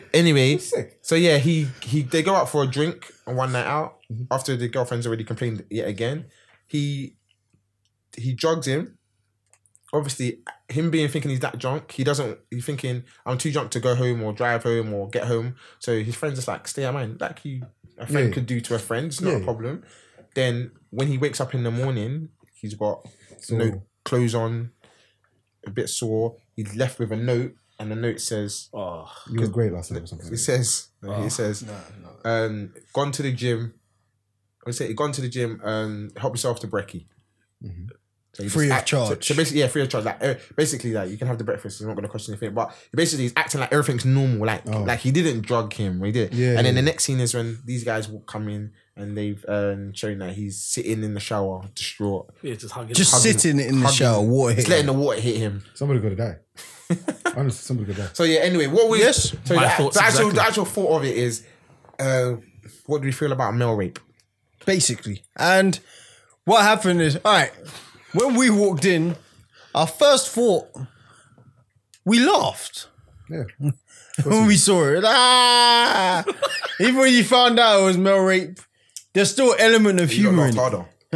Speaker 3: anyway,
Speaker 2: sick.
Speaker 3: so yeah, he he they go out for a drink on one night out after the girlfriend's already complained yet again. He he drugs him. Obviously, him being thinking he's that drunk, he doesn't. He's thinking I'm too drunk to go home or drive home or get home. So his friends just like stay at mine, like you a friend
Speaker 2: Yeah.
Speaker 3: could do to a friend. It's not
Speaker 2: Yeah.
Speaker 3: a problem. Then when he wakes up in the morning, he's got
Speaker 2: So-
Speaker 3: no clothes on, a bit sore. He's left with a note, and the note says,
Speaker 1: oh,
Speaker 2: You were great last night or something. Ah.
Speaker 3: it says, no, he says, um, gone to the gym. I say, gone to the gym. Um, help yourself to brekkie.
Speaker 4: Mm-hmm.
Speaker 3: So you
Speaker 1: Free
Speaker 3: just
Speaker 1: of
Speaker 3: act- so-
Speaker 1: charge.
Speaker 3: So, basically, yeah, free of charge. Like er, basically, like you can have the breakfast. It's not going to cost you anything. But basically, he's acting like everything's normal. Like
Speaker 2: Oh.
Speaker 3: like he didn't drug him. He did.
Speaker 2: Yeah,
Speaker 3: and then
Speaker 2: yeah.
Speaker 3: the next scene is when these guys will come in and they've um, shown that he's sitting in the shower, distraught.
Speaker 4: Yeah, just hugging.
Speaker 1: just
Speaker 3: Hugging-
Speaker 1: sitting in the
Speaker 3: hugging-
Speaker 1: shower, water
Speaker 3: He's
Speaker 1: hit.
Speaker 3: letting the water hit him.
Speaker 2: Somebody gotta die. Honestly, somebody gotta die.
Speaker 3: So yeah, anyway, what we
Speaker 1: Yes,
Speaker 3: so
Speaker 4: my
Speaker 3: the,
Speaker 4: thoughts
Speaker 3: the actual
Speaker 4: exactly.
Speaker 3: the actual thought of it is, uh, what do we feel about male rape?
Speaker 1: basically. And what happened is, all right, when we walked in, our first thought, we laughed
Speaker 2: Yeah.
Speaker 1: when we saw it. Ah! Even when you found out it was male rape, there's still element of
Speaker 3: You lot
Speaker 1: humor.
Speaker 3: laughed
Speaker 1: in it.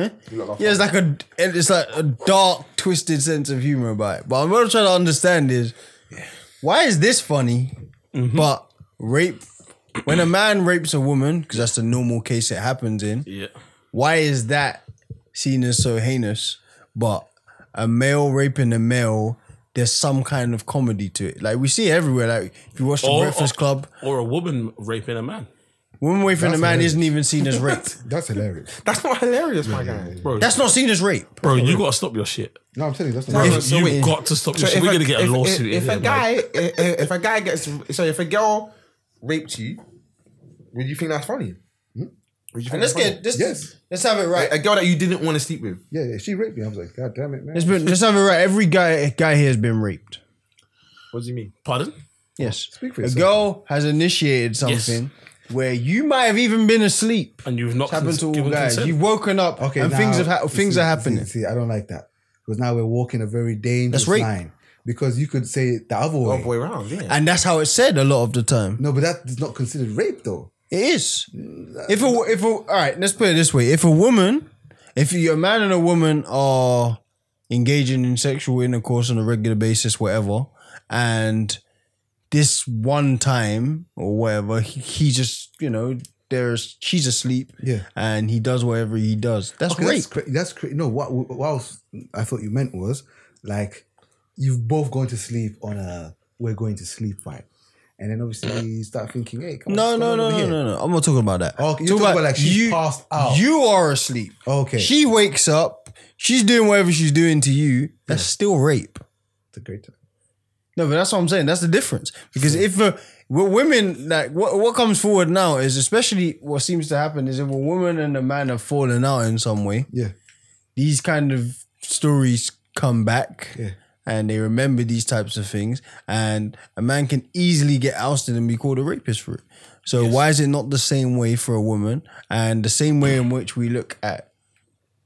Speaker 3: harder. You lot laughed
Speaker 1: Yeah, it's
Speaker 3: harder.
Speaker 1: like a it's like a dark, twisted sense of humor about it. But what I'm trying to understand is why is this funny,
Speaker 2: Mm-hmm.
Speaker 1: but rape when a man rapes a woman because that's the normal case it happens in
Speaker 4: yeah.
Speaker 1: why is that seen as so heinous? But a male raping a male, there's some kind of comedy to it. Like we see it everywhere. Like if you watch the
Speaker 2: Oh.
Speaker 4: Or-
Speaker 1: Breakfast Club,
Speaker 4: Or a woman raping a man.
Speaker 1: woman raping a
Speaker 2: That's
Speaker 1: man
Speaker 2: hilarious.
Speaker 1: isn't even seen as rape.
Speaker 2: That's hilarious.
Speaker 3: that's not hilarious, my guy.
Speaker 4: Bro,
Speaker 1: That's not seen as rape.
Speaker 4: bro, you gotta stop your shit.
Speaker 2: No, I'm telling you, that's not
Speaker 3: If- So
Speaker 4: You've
Speaker 3: wait.
Speaker 4: got to stop your shit.
Speaker 3: if
Speaker 4: We're
Speaker 3: a-
Speaker 4: gonna get a
Speaker 3: if- If,
Speaker 4: lawsuit in
Speaker 3: if
Speaker 4: here,
Speaker 3: a
Speaker 4: man.
Speaker 3: guy, if, if a guy gets, so if a girl raped you, would you think that's funny? Hmm? Would you think
Speaker 1: And let's
Speaker 3: that's
Speaker 1: get this.
Speaker 2: Yes.
Speaker 1: Let's have it
Speaker 3: funny?
Speaker 1: right.
Speaker 3: a girl that you didn't want to sleep with?
Speaker 2: Yeah, yeah, she raped me. I was like, God damn it, man.
Speaker 1: Let's, be- let's have it right. Every guy guy here has been raped.
Speaker 3: What do you mean?
Speaker 4: Pardon?
Speaker 1: Yes.
Speaker 2: Speak for
Speaker 1: A
Speaker 2: yourself.
Speaker 1: girl has initiated something where you might have even been asleep.
Speaker 4: And you've not
Speaker 1: It's happened
Speaker 4: cons-
Speaker 1: to all
Speaker 4: given
Speaker 1: guys.
Speaker 4: consent.
Speaker 1: You've woken up
Speaker 2: Okay,
Speaker 1: and
Speaker 2: now-
Speaker 1: things have ha-
Speaker 2: you
Speaker 1: things
Speaker 2: see-
Speaker 1: are
Speaker 2: you see-
Speaker 1: happening.
Speaker 2: See, I don't like that because now we're walking a very dangerous
Speaker 1: That's rape. Oh,
Speaker 2: line because you could say it the other way.
Speaker 3: One Oh, boy round, yeah.
Speaker 1: And that's how it's said a lot of the time.
Speaker 2: No, but that is not considered rape though.
Speaker 1: It is. If a if a all right, let's put it this way: if a woman, if you, a man and a woman are engaging in sexual intercourse on a regular basis, whatever, and this one time or whatever, he, he just you know there's she's asleep,
Speaker 2: Yeah.
Speaker 1: and he does whatever he does. That's
Speaker 2: Okay,
Speaker 1: rape.
Speaker 2: that's cra- that's cra- no. What what else I thought you meant was like you've both gone to sleep on a we're going to sleep vibe, and then obviously you start thinking, hey, come
Speaker 1: No,
Speaker 2: on,
Speaker 1: no, no, no, no, no. I'm not talking about that.
Speaker 2: Okay, you're
Speaker 1: Talk
Speaker 2: talking about, like she's passed out.
Speaker 1: You are asleep.
Speaker 2: Oh, Okay.
Speaker 1: She wakes up. She's doing whatever she's doing to you. That's still rape.
Speaker 2: It's a great time.
Speaker 1: No, but that's what I'm saying. That's the difference. Because if uh, with women, like what what comes forward now is especially what seems to happen is if a woman and a man have fallen out in some way,
Speaker 2: Yeah,
Speaker 1: these kind of stories come back.
Speaker 2: Yeah.
Speaker 1: And they remember these types of things, and a man can easily get ousted and be called a rapist for it. So why is it not the same way for a woman, and the same way in which we look at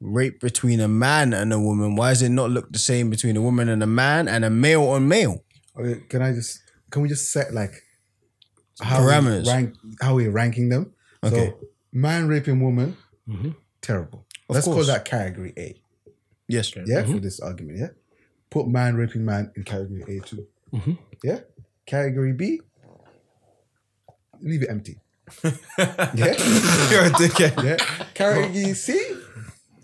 Speaker 1: rape between a man and a woman? Why is it not looked the same between a woman and a man and a male on male?
Speaker 2: Okay, can I just can we just set like how
Speaker 1: Parameters.
Speaker 2: We rank, how we're ranking them?
Speaker 1: Okay.
Speaker 2: So man raping woman, terrible. Let's
Speaker 1: course.
Speaker 2: call that category A.
Speaker 1: Yes.
Speaker 2: Yeah, for this argument. Yeah, put man raping man in category A too. Yeah, category B, leave it empty. yeah,
Speaker 3: You're a dickhead.
Speaker 2: yeah. Category C,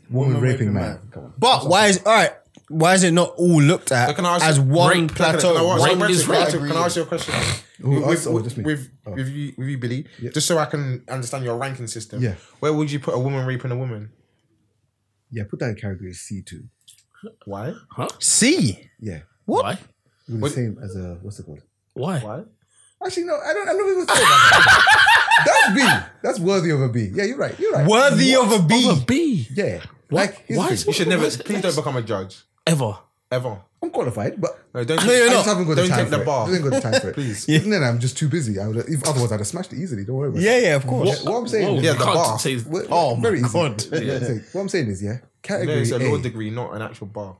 Speaker 2: woman, raping, man. Come on.
Speaker 1: But why is all right? Why is it not all looked at
Speaker 3: So can I ask
Speaker 1: as
Speaker 3: you-
Speaker 1: one
Speaker 4: rape-
Speaker 3: Can I- can I
Speaker 1: plateau?
Speaker 3: ask you a
Speaker 1: One
Speaker 4: rape is
Speaker 3: question? Can
Speaker 1: category?
Speaker 3: I ask you- Can I ask you a question?
Speaker 2: Who
Speaker 3: with,
Speaker 2: else? Oh, just me.
Speaker 3: with,
Speaker 2: Oh.
Speaker 3: with you, with you, Billy, just so I can understand your ranking system.
Speaker 2: Yeah.
Speaker 3: Where would you put a woman raping a woman?
Speaker 2: Yeah, put that in category C too.
Speaker 3: Why?
Speaker 1: C.
Speaker 2: Yeah,
Speaker 4: Why?
Speaker 2: We're
Speaker 3: What-
Speaker 2: the same as a what's it called?
Speaker 4: Why?
Speaker 3: Why?
Speaker 2: Actually, no, I don't. I don't even say that. That's B. That's worthy of a B. Yeah, you're right. You're right.
Speaker 1: Worthy of a B.
Speaker 4: Of a B.
Speaker 2: Yeah. Like,
Speaker 4: Why
Speaker 2: why
Speaker 4: is
Speaker 3: You should never. Please don't become a judge.
Speaker 4: Ever.
Speaker 3: ever.
Speaker 2: I'm qualified, but
Speaker 3: No, don't
Speaker 2: I
Speaker 1: you're not.
Speaker 2: just haven't got
Speaker 3: Don't
Speaker 2: the time
Speaker 3: take the
Speaker 2: for
Speaker 3: bar.
Speaker 2: It. I haven't got the time for it.
Speaker 3: Please.
Speaker 2: No, no, I'm just too busy. I would, if, otherwise, I'd have smashed it easily. Don't worry. About
Speaker 1: Yeah,
Speaker 2: It.
Speaker 1: yeah, of course.
Speaker 2: What I'm saying,
Speaker 4: Whoa,
Speaker 2: is-
Speaker 3: Yeah,
Speaker 4: you
Speaker 3: the
Speaker 4: can't
Speaker 3: bar.
Speaker 4: say-
Speaker 2: What-
Speaker 1: Oh my
Speaker 2: very easy.
Speaker 1: God.
Speaker 2: What I'm saying- What I'm saying is, yeah,
Speaker 3: No,
Speaker 2: category
Speaker 3: it's a
Speaker 2: A.
Speaker 1: Eh.
Speaker 3: law degree, not an actual bar.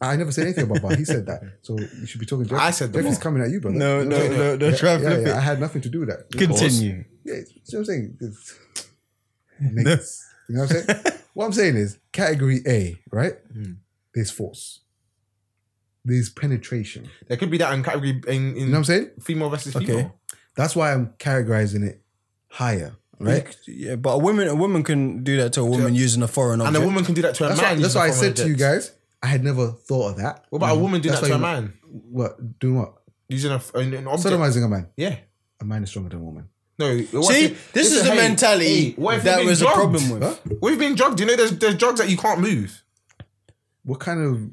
Speaker 2: I never said anything about bar. He said that, so you should be talking. to Jeff.
Speaker 3: I said the
Speaker 2: Jeffy's
Speaker 3: bar.
Speaker 2: coming at you, brother.
Speaker 1: No, no, no, no, try and
Speaker 2: yeah,
Speaker 1: flip
Speaker 2: yeah, I
Speaker 1: it.
Speaker 2: had nothing to do with that.
Speaker 1: Continue.
Speaker 2: Yeah, you know what I'm saying? It's- Niggas. You know what I'm saying? what I'm saying is category A, right?
Speaker 3: Hmm.
Speaker 2: There's force. There's penetration. You
Speaker 3: There could be that in category in, in
Speaker 2: know what I'm saying?
Speaker 3: female versus
Speaker 1: Okay.
Speaker 3: female.
Speaker 2: That's why I'm categorizing it higher, right?
Speaker 1: Yeah, but a woman, a woman can do that to a woman using a foreign
Speaker 3: And
Speaker 1: object.
Speaker 3: a woman can do that to a
Speaker 2: That's, why,
Speaker 3: man.
Speaker 2: that's
Speaker 3: using
Speaker 2: why I
Speaker 3: a
Speaker 2: said
Speaker 3: foreign
Speaker 2: to you
Speaker 3: object.
Speaker 2: guys, I had never thought of that. Mm.
Speaker 3: What about a woman do
Speaker 2: That's
Speaker 3: that
Speaker 2: why
Speaker 3: to a
Speaker 2: you-
Speaker 3: man?
Speaker 2: What doing what?
Speaker 3: Using a, an, an object.
Speaker 2: Sodomizing a man.
Speaker 3: yeah.
Speaker 2: A man is stronger than a woman.
Speaker 3: No. what
Speaker 1: See,
Speaker 3: if-
Speaker 1: this is
Speaker 3: listen,
Speaker 1: the
Speaker 3: hey, hey,
Speaker 1: mentality
Speaker 3: what if
Speaker 1: that was a problem
Speaker 2: Huh?
Speaker 1: with.
Speaker 3: We've been drugged. You know, there's there's drugs that you can't move.
Speaker 2: What kind of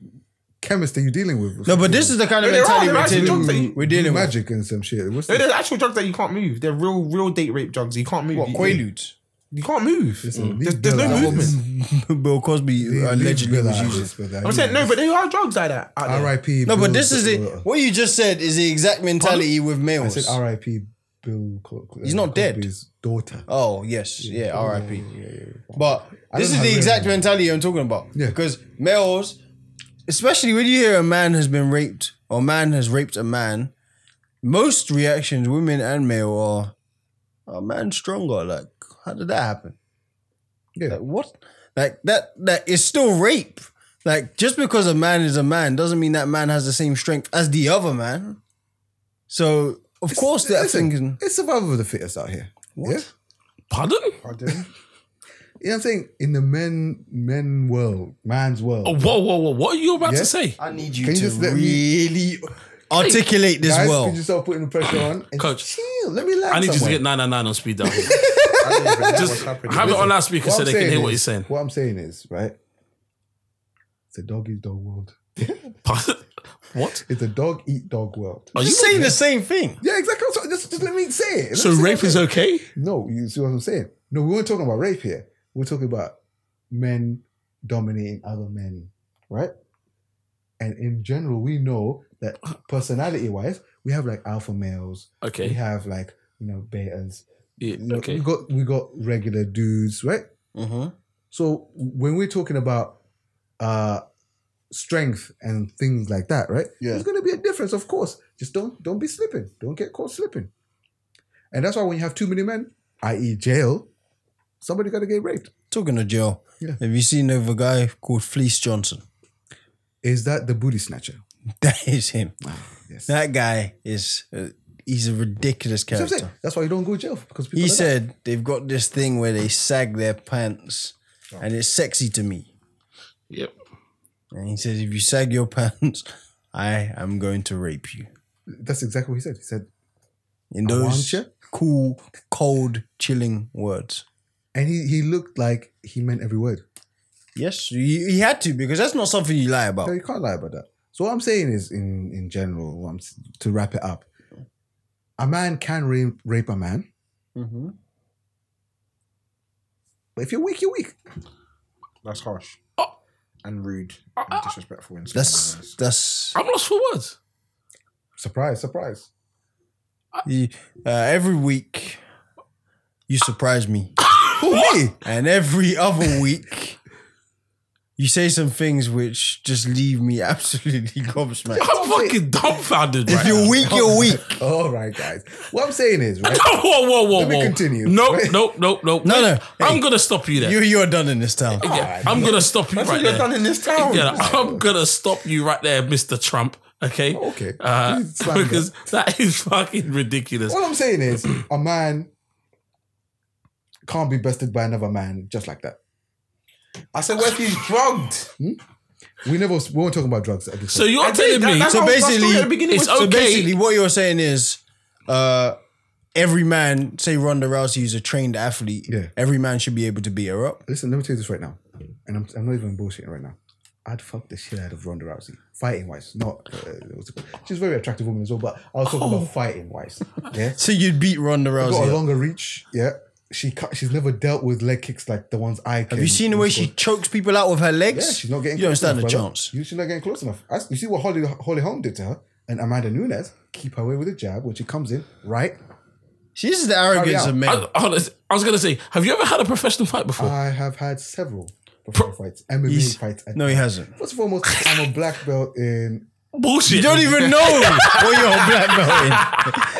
Speaker 2: chemist are you dealing with?
Speaker 1: No, but this is the kind of
Speaker 3: No, there are,
Speaker 1: mentality
Speaker 3: there are actually
Speaker 1: we're
Speaker 3: jobs that you-
Speaker 1: dealing, we're dealing with.
Speaker 2: magic and some shit. What's
Speaker 3: No,
Speaker 2: this?
Speaker 3: there's actual drugs that you can't move. They're real, real date rape drugs. You can't move.
Speaker 1: What
Speaker 3: you,
Speaker 1: quaaludes?
Speaker 3: You can't move. Mm.
Speaker 2: Listen,
Speaker 3: There's,
Speaker 2: leave
Speaker 3: there's
Speaker 2: Bill
Speaker 3: no
Speaker 2: out of
Speaker 3: movement.
Speaker 2: this.
Speaker 1: Bill Cosby allegedly was using.
Speaker 3: I'm saying no, but there are drugs like that. out there.
Speaker 2: R.I.P.
Speaker 1: No,
Speaker 2: Bill
Speaker 1: but this is it.
Speaker 2: Cosby.
Speaker 1: What you just said is the exact mentality with
Speaker 2: I
Speaker 1: males.
Speaker 2: said R.I.P. Bill. uh, Co- Co-
Speaker 1: He's not dead.
Speaker 2: Cosby's daughter.
Speaker 1: Oh yes, yeah, R.I.P.
Speaker 2: Yeah, yeah, yeah.
Speaker 1: But
Speaker 2: I
Speaker 1: this is
Speaker 2: don't have
Speaker 1: the exact
Speaker 2: real-
Speaker 1: mentality I'm talking about.
Speaker 2: Yeah.
Speaker 1: Because males, especially when you hear a man has been raped or man has raped a man, most reactions, women and male, are a man stronger. Like, how did that happen?
Speaker 2: Yeah.
Speaker 1: Like, what? Like that? That is still rape. Like just because a man is a man doesn't mean that man has the same strength as the other man. So of course that
Speaker 2: Listen,
Speaker 1: thing can.
Speaker 2: It's survival of the fittest out here. What? Yeah?
Speaker 4: Pardon?
Speaker 2: You know what I'm saying? In the men men world, man's world.
Speaker 4: Oh, whoa, whoa, whoa! What are you about
Speaker 2: Yeah.
Speaker 4: to say?
Speaker 1: I need you
Speaker 2: Can you
Speaker 1: to
Speaker 2: just let me-
Speaker 1: really articulate this
Speaker 2: Guys,
Speaker 1: well.
Speaker 2: could you stop putting the pressure on? And
Speaker 4: Coach,
Speaker 2: chill. Let me laugh.
Speaker 4: I need you to
Speaker 2: somewhere.
Speaker 4: get nine nine nine on speed dial.
Speaker 3: I don't even know what's happening.
Speaker 4: Have it on loudspeaker
Speaker 2: What
Speaker 4: so
Speaker 2: I'm
Speaker 4: they can
Speaker 2: saying
Speaker 4: hear
Speaker 2: is-
Speaker 4: what you're saying.
Speaker 2: What I'm saying is, right? It's a dog eat dog world.
Speaker 4: Pardon? What?
Speaker 2: It's a dog eat dog world.
Speaker 4: Are you
Speaker 1: You're saying the same thing.
Speaker 2: Yeah, exactly. So just, just let me say it. Let
Speaker 4: so
Speaker 2: me say
Speaker 4: rape
Speaker 2: it.
Speaker 4: is okay?
Speaker 2: No, you see what I'm saying? No, we weren't talking about rape here. We are talking about men dominating other men, right? And in general, we know that personality wise, we have like alpha males, we
Speaker 4: Okay.
Speaker 2: have like, you know, betas.
Speaker 4: Yeah,
Speaker 2: You know,
Speaker 4: okay.
Speaker 2: We got we got regular dudes, right?
Speaker 1: Mm-hmm.
Speaker 2: So when we're talking about uh strength and things like that, right?
Speaker 1: Yeah.
Speaker 2: There's gonna be a difference, of course. Just don't don't be slipping. Don't get caught slipping. And that's why when you have too many men, i.e. jail, somebody gotta get raped.
Speaker 1: Talking to Joe,
Speaker 2: Yeah.
Speaker 1: have you seen of a guy called Fleece Johnson?
Speaker 2: Is that the booty snatcher?
Speaker 1: That is him.
Speaker 2: Yes.
Speaker 1: That guy is, uh, he's a ridiculous
Speaker 2: That's what I'm saying.
Speaker 1: character.
Speaker 2: That's why you don't go to jail because people
Speaker 1: He
Speaker 2: like that.
Speaker 1: said they've got this thing where they sag their pants and it's sexy to me.
Speaker 4: Yep.
Speaker 1: And he says, if you sag your pants, I am going to rape you.
Speaker 2: that's exactly what he said. He said,
Speaker 1: In
Speaker 2: I
Speaker 1: those
Speaker 2: want you.
Speaker 1: cool, cold, chilling words.
Speaker 2: And he, he looked like he meant every word.
Speaker 1: Yes, he, he had to because that's not something you lie about.
Speaker 2: No, you can't lie about that. So what I'm saying is, in in general, what I'm s- to wrap it up, a man can rape, rape a man,
Speaker 1: Mm-hmm.
Speaker 2: but if you're weak, you're weak.
Speaker 3: That's harsh
Speaker 4: Oh.
Speaker 3: and rude and disrespectful. In certain
Speaker 1: That's
Speaker 3: ways.
Speaker 1: that's
Speaker 4: I'm lost for words.
Speaker 2: Surprise, surprise.
Speaker 1: You- uh, every week you surprise me,
Speaker 2: Who me?
Speaker 1: and every other week you say some things which just leave me absolutely gobsmacked.
Speaker 4: I'm fucking dumbfounded right
Speaker 1: If you're
Speaker 4: now.
Speaker 1: weak, you're weak.
Speaker 2: All right, guys. What I'm saying is, right?
Speaker 4: whoa, whoa, whoa,
Speaker 2: Let me
Speaker 4: whoa.
Speaker 2: continue.
Speaker 4: No,
Speaker 2: Wait.
Speaker 4: no, no, no.
Speaker 1: No, no.
Speaker 4: I'm
Speaker 1: Hey.
Speaker 4: gonna stop you there.
Speaker 1: You you're done in this town.
Speaker 4: Yeah, I'm gonna stop you
Speaker 3: That's
Speaker 4: right
Speaker 3: what you've
Speaker 4: there.
Speaker 3: done in this town.
Speaker 4: Yeah, I'm gonna stop you right there, Mr. Trump. Okay.
Speaker 2: Okay.
Speaker 4: Uh,
Speaker 2: Please slam
Speaker 4: because that is fucking ridiculous.
Speaker 2: All I'm saying is, a man can't be bested by another man just like that.
Speaker 3: I said, what if he's drugged?
Speaker 2: We never we weren't talking about drugs at this.
Speaker 4: So
Speaker 2: point.
Speaker 4: you're
Speaker 3: I
Speaker 4: telling
Speaker 3: think that-
Speaker 4: me
Speaker 3: that's
Speaker 1: So
Speaker 3: how- that's the
Speaker 1: basically,
Speaker 3: way at the beginning
Speaker 4: it's
Speaker 3: was-
Speaker 1: So
Speaker 4: okay.
Speaker 1: basically, what you're saying is, uh, every man, say Ronda Rousey, is a trained athlete.
Speaker 2: Yeah.
Speaker 1: Every man should be able to beat her up.
Speaker 2: listen, let me tell you this right now, and I'm, I'm not even bullshitting right now. I'd fuck the shit out of Ronda Rousey, fighting wise. Not uh, what's it called? she's a very attractive
Speaker 1: Oh.
Speaker 2: woman as well, but I was talking about fighting wise. Yeah,
Speaker 1: So you'd beat Ronda
Speaker 2: got a
Speaker 1: Rousey. up.
Speaker 2: longer reach. Yeah, she cut, she's never dealt with leg kicks like the ones I.
Speaker 1: Have you seen the way she chokes people out with her legs?
Speaker 2: Yeah, she's not getting.
Speaker 1: You don't
Speaker 2: close
Speaker 1: stand a
Speaker 2: enough, brother.
Speaker 1: chance.
Speaker 2: You she's not getting close enough. I, you see what Holly Holly Holm did to her, and Amanda Nunes keep her away with a jab when she comes in, right?
Speaker 1: See, this is the arrogance
Speaker 2: out.
Speaker 1: of men.
Speaker 4: I, honest- I was gonna say, have you ever had a professional fight before?
Speaker 2: I have had several professional fights, MMA
Speaker 1: He's-
Speaker 2: fights. and-
Speaker 1: no, he hasn't.
Speaker 2: First and foremost, I'm a black belt in.
Speaker 4: Bullshit.
Speaker 1: Uh, You don't even know what you're a black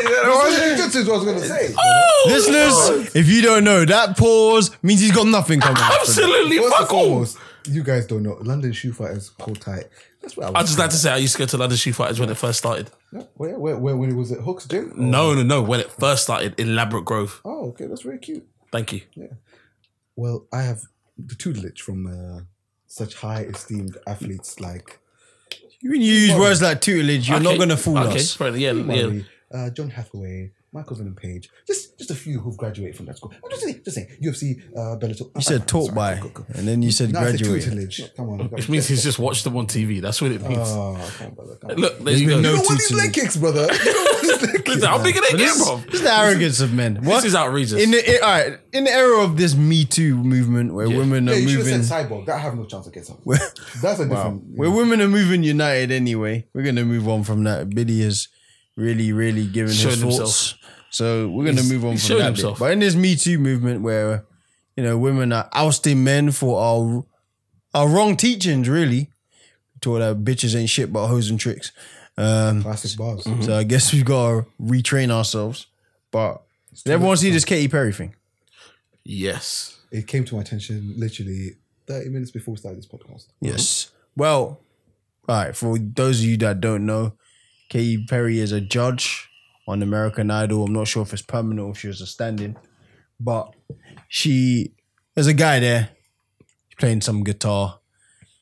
Speaker 1: belt
Speaker 2: This is what I was gonna say. Oh,
Speaker 1: in. Listeners, if you don't know, that pause means he's got nothing coming. up.
Speaker 4: Absolutely
Speaker 2: First and
Speaker 4: fuck all.
Speaker 2: foremost, you guys don't know London shoe fighters, cold tight. That's where I was.
Speaker 4: I just like to say I used to go to London Shoe Fighters when it first started.
Speaker 2: where, where, where, when it was at Hook's gym. Or-
Speaker 4: No, no, no. When it first started, Elaborate Grove.
Speaker 2: Oh, okay, that's very cute.
Speaker 4: Thank you.
Speaker 2: Well, I have the tutelage from uh, such high esteemed athletes like
Speaker 1: When you use words like tutelage, you're not
Speaker 4: Okay.
Speaker 1: going to fool
Speaker 4: okay.
Speaker 1: us.
Speaker 4: fair enough. Yeah, yeah.
Speaker 2: Murray, uh, John Hathaway, Michael Villain Page, just just a few who've graduated from that school. I'm just saying, just saying, UFC, uh, Bellator.
Speaker 1: You said taught by, and then you said
Speaker 2: No, I said
Speaker 1: graduated.
Speaker 2: tutelage. Come on,
Speaker 4: Which means he's just watched them on TV. That's what it means.
Speaker 2: Oh, come on, brother. Come on.
Speaker 4: Look, there you go.
Speaker 1: Uh, been
Speaker 2: you
Speaker 1: no
Speaker 2: don't want these leg kicks, brother. You don't want these leg kicks.
Speaker 4: Listen, How big are they
Speaker 1: But
Speaker 4: getting,
Speaker 1: this,
Speaker 4: bro?
Speaker 1: this is the arrogance of men. What?
Speaker 4: is outrageous.
Speaker 1: In the, in, all right, in the era of this Me Too movement, where women are
Speaker 2: Yeah, you should
Speaker 1: moving,
Speaker 2: have said cyborg. That have no chance against him. That's a different.
Speaker 1: where women are moving united anyway, we're gonna move on from that. Biddy is really, really giving
Speaker 4: Showing
Speaker 1: his
Speaker 4: himself.
Speaker 1: thoughts. So we're gonna move on
Speaker 4: he's
Speaker 1: from
Speaker 4: showing
Speaker 1: that. bit.
Speaker 4: himself.
Speaker 1: But in this Me Too movement, where you know women are ousting men for our our wrong teachings, really, to all that bitches ain't shit but hoes and tricks. Um,
Speaker 2: Classic bars.
Speaker 1: So I guess we've got to retrain ourselves. But did everyone see this Katy Perry thing?
Speaker 4: Yes.
Speaker 2: It came to my attention literally 30 minutes before we started this podcast.
Speaker 1: Yes. Well, all right. For those of you that don't know, Katy Perry is a judge on American Idol. I'm not sure if it's permanent or if she was a stand-in, but she there's a guy there playing some guitar.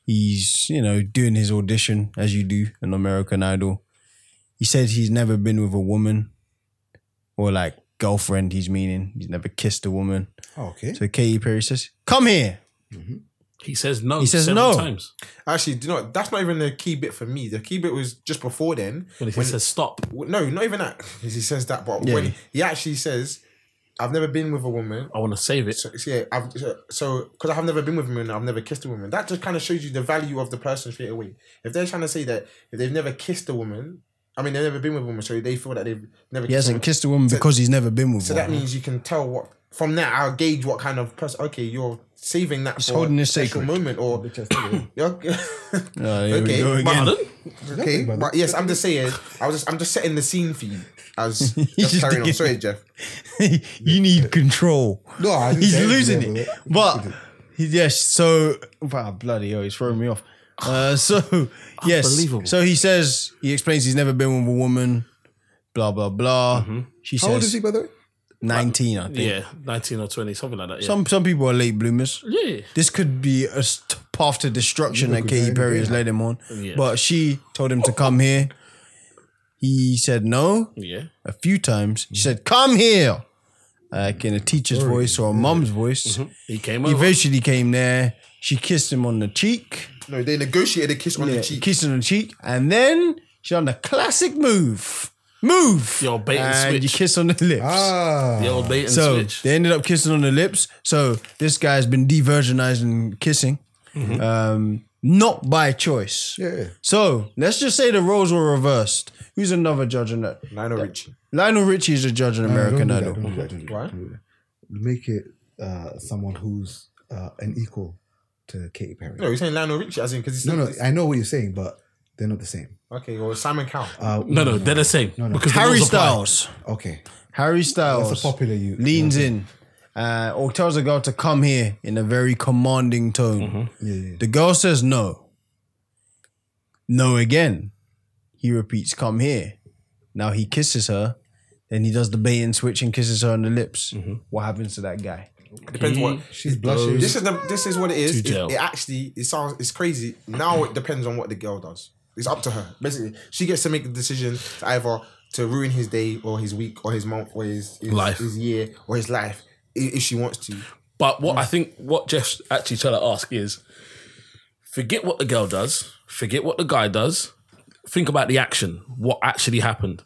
Speaker 1: He's you know doing his audition as you do in American Idol. He said he's never been with a woman or like girlfriend. He's meaning he's never kissed a woman.
Speaker 2: Oh, okay.
Speaker 1: So Katy Perry says, "Come here."
Speaker 4: He says no.
Speaker 1: He says
Speaker 4: several
Speaker 1: no.
Speaker 4: times.
Speaker 3: Actually, do you know what? that's not even the key bit for me. The key bit was just before then.
Speaker 4: When he says stop.
Speaker 3: Well, No, not even that. 'cause He says that, but
Speaker 1: Yeah.
Speaker 3: when he actually says, "I've never been with a woman."
Speaker 4: I want to save it.
Speaker 3: So, so yeah, I've so because I've never been with a woman, I've never kissed a woman. That just kind of shows you the value of the person straight away. If they're trying to say that if they've never kissed a woman, I mean they've never been with a woman, so they feel that they've never.
Speaker 1: He hasn't
Speaker 3: kissed. a woman.
Speaker 1: kissed a woman because he's never been with
Speaker 3: So
Speaker 1: one.
Speaker 3: that means you can tell what from that I'll gauge what kind of person. Okay, you're saving that for
Speaker 1: holding
Speaker 3: a
Speaker 1: it
Speaker 3: special
Speaker 1: sacred.
Speaker 3: moment or. okay.
Speaker 1: Oh, here
Speaker 3: Okay,
Speaker 1: we go again.
Speaker 4: Pardon?
Speaker 3: Okay,
Speaker 2: brother.
Speaker 3: but yes, I'm just saying. I was just, I'm just setting the scene for you. As
Speaker 1: just
Speaker 3: just carrying on.
Speaker 1: did.
Speaker 3: Sorry, Jeff.
Speaker 1: you need control.
Speaker 2: No, I didn't
Speaker 1: he's
Speaker 2: say anything
Speaker 1: losing
Speaker 2: there,
Speaker 1: it.
Speaker 2: brother.
Speaker 1: But he- yes, so wow, bloody hell, he's throwing me off. Uh, so yes,
Speaker 4: Unbelievable.
Speaker 1: so he says he explains he's never been with a woman. Blah blah blah. She
Speaker 2: Mm-hmm. How old is
Speaker 1: says
Speaker 2: he, by the way?
Speaker 1: nineteen, I think.
Speaker 4: Yeah, 19 or 20, something like that. Yeah.
Speaker 1: Some some people are late bloomers.
Speaker 4: yeah.
Speaker 1: This could be a st- path to destruction that Katy Perry has led him on.
Speaker 4: Yeah.
Speaker 1: But she told him to come here. He said no.
Speaker 4: Yeah.
Speaker 1: a few times. She said, "Come here," like in a teacher's voice or a mum's voice.
Speaker 4: He came
Speaker 1: He
Speaker 4: over.
Speaker 1: eventually came there. She kissed him on the cheek,
Speaker 3: No, they negotiated a kiss on the
Speaker 1: She
Speaker 3: cheek.
Speaker 1: kissed him on the cheek, and then she done the classic move, move.
Speaker 4: Yo, bait and
Speaker 1: and you
Speaker 4: switch.
Speaker 1: kiss on the lips.
Speaker 2: Ah,
Speaker 4: The old bait and
Speaker 1: so
Speaker 4: switch.
Speaker 1: they ended up kissing on the lips. So this guy's been de-virginizing kissing, um, not by choice.
Speaker 2: yeah.
Speaker 1: So let's just say the roles were reversed. Who's another judge in that?
Speaker 3: Lionel Richie.
Speaker 1: Lionel Richie is a judge in American
Speaker 2: No,
Speaker 1: Idol.
Speaker 2: don't do that, don't do that, don't do that,
Speaker 3: Why?
Speaker 2: don't do that. Make it uh, someone who's uh, an equal to Katy Perry.
Speaker 3: No, you're saying Lionel Richie as in because it's
Speaker 2: No, no, I know what you're saying, but they're not the same.
Speaker 3: Okay, or Simon Cowell.
Speaker 2: Uh,
Speaker 4: no, no, they're the same.
Speaker 2: no.
Speaker 4: Because the
Speaker 1: Harry
Speaker 4: rules apply.
Speaker 1: Styles.
Speaker 2: Okay,
Speaker 1: Harry Styles
Speaker 2: that's a popular you.
Speaker 1: leans in uh, or tells a girl to come here in a very commanding tone.
Speaker 4: Mm-hmm.
Speaker 2: Yeah, yeah.
Speaker 1: The girl says no. No again. He repeats, come here. Now he kisses her. Then he does the bait and switch and kisses her on the lips.
Speaker 4: Mm-hmm.
Speaker 1: What happens to that guy?
Speaker 3: Depends what.
Speaker 2: She's blushing.
Speaker 3: This is the. This is what it is.
Speaker 4: To
Speaker 3: It,
Speaker 4: jail.
Speaker 3: it actually. It sounds. It's crazy. Now it depends on what the girl does. It's up to her. Basically, she gets to make the decision to either to ruin his day or his week or his month or his, his
Speaker 4: Life.
Speaker 3: his year or his life i- if she wants to.
Speaker 4: But
Speaker 3: Mm.
Speaker 4: what I think what Jeff's actually trying to ask is forget what the girl does, forget what the guy does, think about the action, what actually happened.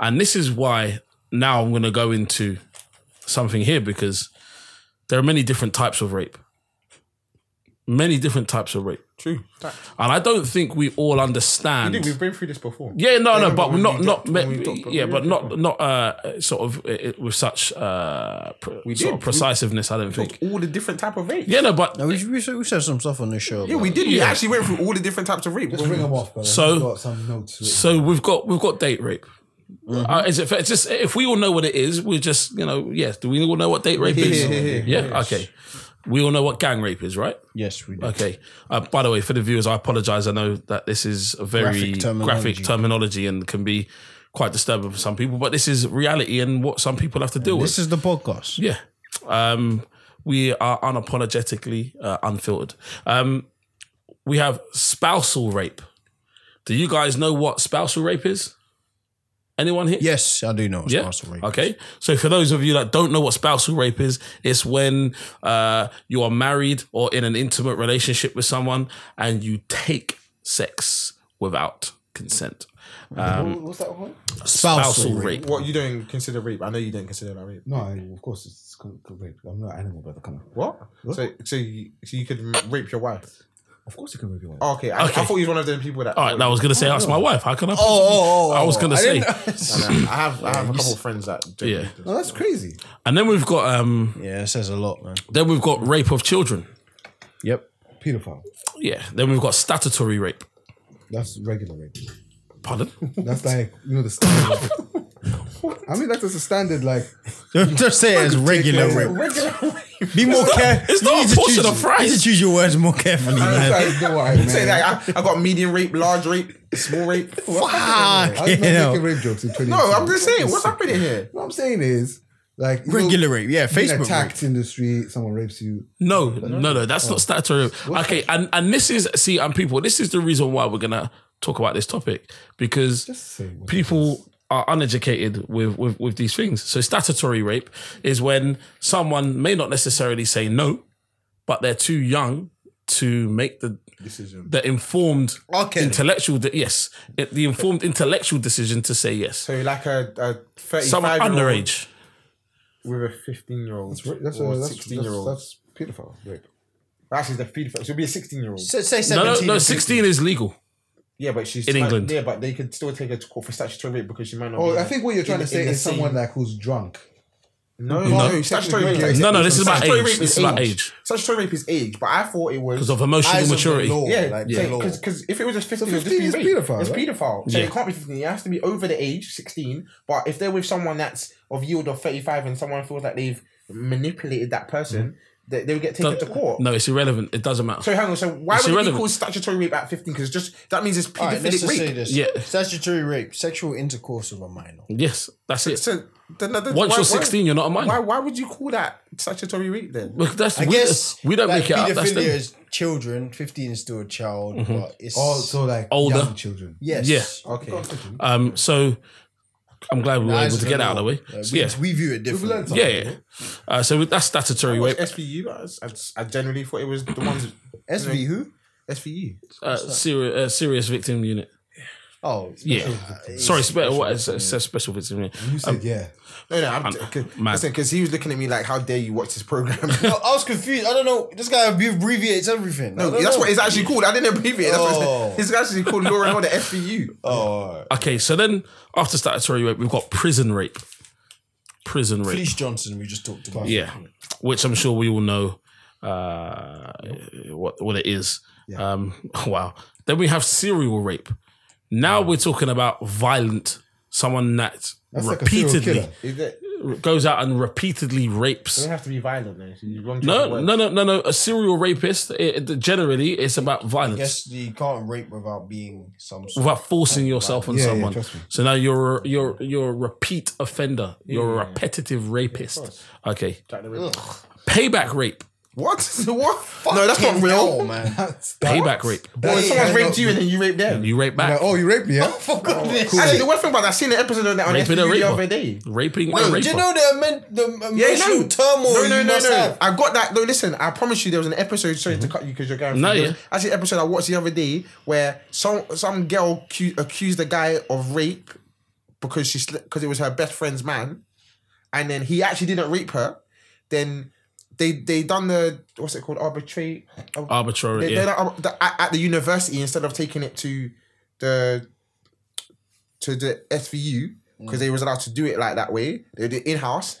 Speaker 4: And this is why now I'm gonna go into something here because there are many different types of rape. Many different types of rape.
Speaker 3: True.
Speaker 4: And I don't think we all understand.
Speaker 3: Dude, we've been through this before.
Speaker 4: Yeah, no, no, but
Speaker 3: but
Speaker 4: we're
Speaker 3: when
Speaker 4: not
Speaker 3: we
Speaker 4: not
Speaker 3: got-
Speaker 4: me-
Speaker 3: when we got- but
Speaker 4: yeah,
Speaker 3: we
Speaker 4: but
Speaker 3: got-
Speaker 4: not not uh, sort of uh, with such uh, pr-
Speaker 3: did.
Speaker 4: sort of precisiveness. I don't think.
Speaker 3: All the different type of rape.
Speaker 4: Yeah, no, but
Speaker 1: No, Oh, we, we, said, we said some stuff on this show.
Speaker 3: Yeah, we did. We actually went through all the different types of rape.
Speaker 2: Just ring them off, brother.
Speaker 4: So-
Speaker 2: I've got some notes.
Speaker 4: so we've got we've got date rape. Uh, is it fair? It's just if we all know what it is, we're just you know yes. Do we all know what date rape is?
Speaker 3: yeah, yeah,
Speaker 4: yeah. Okay. We all know what gang rape is, right?
Speaker 1: Yes, we did.
Speaker 4: Okay. Uh, by the way, for the viewers, I apologize. I know that this is a very
Speaker 1: Graphic
Speaker 4: graphic
Speaker 1: terminology.
Speaker 4: terminology. and can be quite disturbing for some people, but this is reality and what some people have to deal with.
Speaker 1: This is the podcast.
Speaker 4: yeah. Um, we are unapologetically uh, unfiltered. Um, we have spousal rape. Do you guys know what spousal rape is? Anyone here?
Speaker 1: Yes, I do know. It's spousal rape.
Speaker 4: Okay. So for those of you that don't know what spousal rape is, it's when uh, you are married or in an intimate relationship with someone and you take sex without consent.
Speaker 2: What- What's that one?
Speaker 1: Spousal
Speaker 4: rape.
Speaker 3: What you don't consider rape? I know you don't consider that rape.
Speaker 2: No, I, of course it's con- con- rape. I'm not an animal, brother. Come on.
Speaker 3: What? So, so you, so you could m- rape your wife?
Speaker 2: Of course you can rape your wife.
Speaker 3: Oh, okay. I,
Speaker 4: Okay.
Speaker 3: I thought he was one of them people that.
Speaker 4: All right. I was going to say, ask my wife. How can I?
Speaker 1: oh, oh,
Speaker 4: I was going to
Speaker 1: I
Speaker 4: say.
Speaker 1: didn't
Speaker 3: I know. I have. I have a couple of friends that. Do
Speaker 4: Yeah.
Speaker 2: No, that's crazy.
Speaker 4: And then we've got um.
Speaker 1: Yeah, it says a lot, man.
Speaker 4: Then we've got rape of children.
Speaker 1: Yep.
Speaker 2: Pedophile.
Speaker 4: Yeah. Then we've got statutory rape.
Speaker 2: That's regular rape.
Speaker 4: Pardon.
Speaker 2: That's like you know the standard. I mean, that's just a standard. Like
Speaker 1: Don't say it as regular rape. Be more careful.
Speaker 4: It's not a portion of
Speaker 1: You need
Speaker 4: fries.
Speaker 1: to choose your words more carefully, man.
Speaker 2: I know what I mean.
Speaker 3: Say that. I, I got medium rape, large rape, small rape.
Speaker 1: Fuck.
Speaker 2: I'm not
Speaker 1: you know.
Speaker 2: making rape jokes in 20.
Speaker 3: No, I'm just saying. What's happening here?
Speaker 2: What I'm saying is like you know,
Speaker 1: Regular rape. Yeah,
Speaker 2: being
Speaker 1: Facebook rape.
Speaker 2: attacked in the street. Someone rapes you.
Speaker 4: No, no, no, that's not statutory. Okay, and and this is see, and people, this is the reason why we're gonna talk about this topic because
Speaker 2: Say what-
Speaker 4: people are uneducated with with, with these things. So statutory rape is when someone may not necessarily say no, but they're too young to make the
Speaker 3: Decision.
Speaker 4: the informed
Speaker 1: Okay.
Speaker 4: intellectual de- yes it- the informed intellectual decision to say yes.
Speaker 3: So like a, a 35
Speaker 4: Someone
Speaker 3: year old
Speaker 4: underage.
Speaker 3: with a 15 year old
Speaker 2: Ra- That's a
Speaker 3: or
Speaker 2: that's,
Speaker 3: 16 year
Speaker 2: that's,
Speaker 3: old.
Speaker 2: that's pedophile rape.
Speaker 3: Actually, the feed. She'll be a 16 year old.
Speaker 1: Say, say
Speaker 4: No,
Speaker 1: 17.
Speaker 4: no, no.
Speaker 1: or
Speaker 4: Sixteen is legal.
Speaker 3: Yeah, but she's
Speaker 4: In
Speaker 3: like-
Speaker 4: England.
Speaker 3: Yeah, but they could still take her to court for statutory rape because she might not.
Speaker 2: Oh,
Speaker 3: be
Speaker 2: I think what you're trying
Speaker 3: in-
Speaker 2: to say
Speaker 3: in the
Speaker 2: is someone
Speaker 3: same-
Speaker 2: like who's drunk.
Speaker 3: No, no, statutory rape. is-
Speaker 4: No, no, this is about
Speaker 3: Statutory
Speaker 4: age.
Speaker 3: rape
Speaker 4: This
Speaker 3: is
Speaker 4: is about
Speaker 3: age.
Speaker 4: age
Speaker 3: Statutory rape is age, but I thought it was
Speaker 4: because of emotional
Speaker 1: Eyes of the
Speaker 4: maturity.
Speaker 1: law,
Speaker 3: Yeah,
Speaker 1: like the law.
Speaker 3: yeah, because if it was just 15, it would
Speaker 2: 15
Speaker 3: just
Speaker 2: is
Speaker 3: be rape.
Speaker 2: paedophile,
Speaker 3: It's
Speaker 2: right?
Speaker 3: paedophile. So
Speaker 4: Yeah.
Speaker 3: it can't be 15. It has to be over the age, 16. But if they're with someone that's of yield of 35 and someone feels like they've manipulated that person,
Speaker 4: Mm-hmm.
Speaker 3: they, they would get taken to court.
Speaker 4: No, it's irrelevant. It doesn't matter.
Speaker 3: So hang on, so why
Speaker 4: It's
Speaker 3: would it
Speaker 4: irrelevant.
Speaker 3: be called statutory rape at 15? Because just that means it's
Speaker 1: All right, let's
Speaker 3: paedophilic
Speaker 1: just say
Speaker 3: rape.
Speaker 1: this.
Speaker 4: Yeah.
Speaker 1: Statutory rape, sexual intercourse with a minor.
Speaker 4: Yes, that's it.
Speaker 3: So then, then,
Speaker 4: Once
Speaker 3: why-
Speaker 4: you're
Speaker 3: why-
Speaker 4: 16, you're not a minor.
Speaker 3: Why, why would you call that statutory rape then?
Speaker 4: Look, that's
Speaker 1: I
Speaker 4: we,
Speaker 1: guess
Speaker 4: we don't
Speaker 1: like,
Speaker 4: make it up. That's
Speaker 1: Pedophilia
Speaker 4: them.
Speaker 1: is children. Fifteen is still a child, but it's
Speaker 2: Oh, so like
Speaker 4: Older.
Speaker 2: young children.
Speaker 1: yes.
Speaker 4: Yeah.
Speaker 3: Okay.
Speaker 4: Um, so I'm glad we were
Speaker 1: Eyes
Speaker 4: able
Speaker 1: of
Speaker 4: to get out of the way.
Speaker 1: law. Like,
Speaker 4: So,
Speaker 1: we,
Speaker 4: yeah,
Speaker 1: we view it differently.
Speaker 4: yeah, yeah. Uh, so that's statutory rape.
Speaker 3: SVU, I, was- I just- I generally thought it was the ones
Speaker 1: SV who?
Speaker 3: SVU.
Speaker 4: Uh, seri- uh, serious victim unit.
Speaker 1: Oh,
Speaker 4: Yeah. Sorry, spe- what is it says special victim unit?
Speaker 2: You said yeah.
Speaker 3: No, no, I'm,
Speaker 4: I'm-
Speaker 3: cause,
Speaker 4: man.
Speaker 3: listen, because he was looking at me like, "How dare you watch this program?"
Speaker 1: I I was confused. I don't know. This guy abbreviates everything. I
Speaker 3: No,
Speaker 1: don't
Speaker 3: that's
Speaker 1: know.
Speaker 3: what it's
Speaker 4: Oh.
Speaker 3: actually called. I didn't abbreviate. it. That's
Speaker 1: Oh.
Speaker 3: what it's, it's actually called Law and Order E FBU.
Speaker 1: Oh,
Speaker 4: Okay, so then after statutory rape, we've got prison rape. Prison rape.
Speaker 1: Felice Johnson. We just talked about.
Speaker 4: Yeah, which I'm sure we all know uh, what what it is. Um, wow. Then we have serial rape. Now we're talking about violent someone that
Speaker 2: That's like a serial
Speaker 4: repeatedly
Speaker 2: killer.
Speaker 3: Is it? It
Speaker 4: goes out and repeatedly rapes.
Speaker 3: doesn't have to be violent. Then. You wrong choice of
Speaker 4: No,
Speaker 3: words.
Speaker 4: no, no, no, no. A serial rapist. It, it- generally, it's about violence.
Speaker 1: Yes, you can't rape without being some. Sort.
Speaker 4: Without forcing yourself on
Speaker 2: Yeah, yeah,
Speaker 4: someone,
Speaker 2: trust me.
Speaker 4: so now you're you're you're a repeat offender. You're a repetitive rapist. Okay,
Speaker 3: Jack the Ripper.
Speaker 4: payback rape.
Speaker 3: What? what? No, that's not
Speaker 1: Fucking
Speaker 3: real.
Speaker 1: hell, man.
Speaker 2: That's
Speaker 4: Payback rape.
Speaker 3: Boy,
Speaker 2: That
Speaker 3: someone's
Speaker 2: cannot
Speaker 3: raped you
Speaker 2: be-
Speaker 3: and then you raped them.
Speaker 4: You rape back.
Speaker 2: Like, oh, you raped me, yeah?
Speaker 1: For goodness.
Speaker 2: cool.
Speaker 3: Actually, the worst thing about that, I seen an episode of that on
Speaker 4: Raping a
Speaker 3: FBU the
Speaker 4: raper.
Speaker 3: other day.
Speaker 4: raping
Speaker 1: Wait,
Speaker 4: and
Speaker 1: do
Speaker 4: raping.
Speaker 1: you know the, men, the emotional
Speaker 3: Yeah, no.
Speaker 1: turmoil
Speaker 3: No, no,
Speaker 1: you
Speaker 3: no,
Speaker 1: must
Speaker 3: no.
Speaker 1: have?
Speaker 3: I got that. No, listen, I promise you there was an episode, sorry to cut you because you're going
Speaker 4: No,
Speaker 3: through
Speaker 4: yeah.
Speaker 3: this. Actually, an episode I watched the other day where some some girl cu- accused a guy of rape because she because it was her best friend's man, and then he actually didn't rape her. Then they they done the what's it called arbitrate.
Speaker 4: Arbitrary.
Speaker 3: They,
Speaker 4: yeah.
Speaker 3: they're like, uh, at, at the university instead of taking it to the to the SVU because they was allowed to do it like that way. They did in house.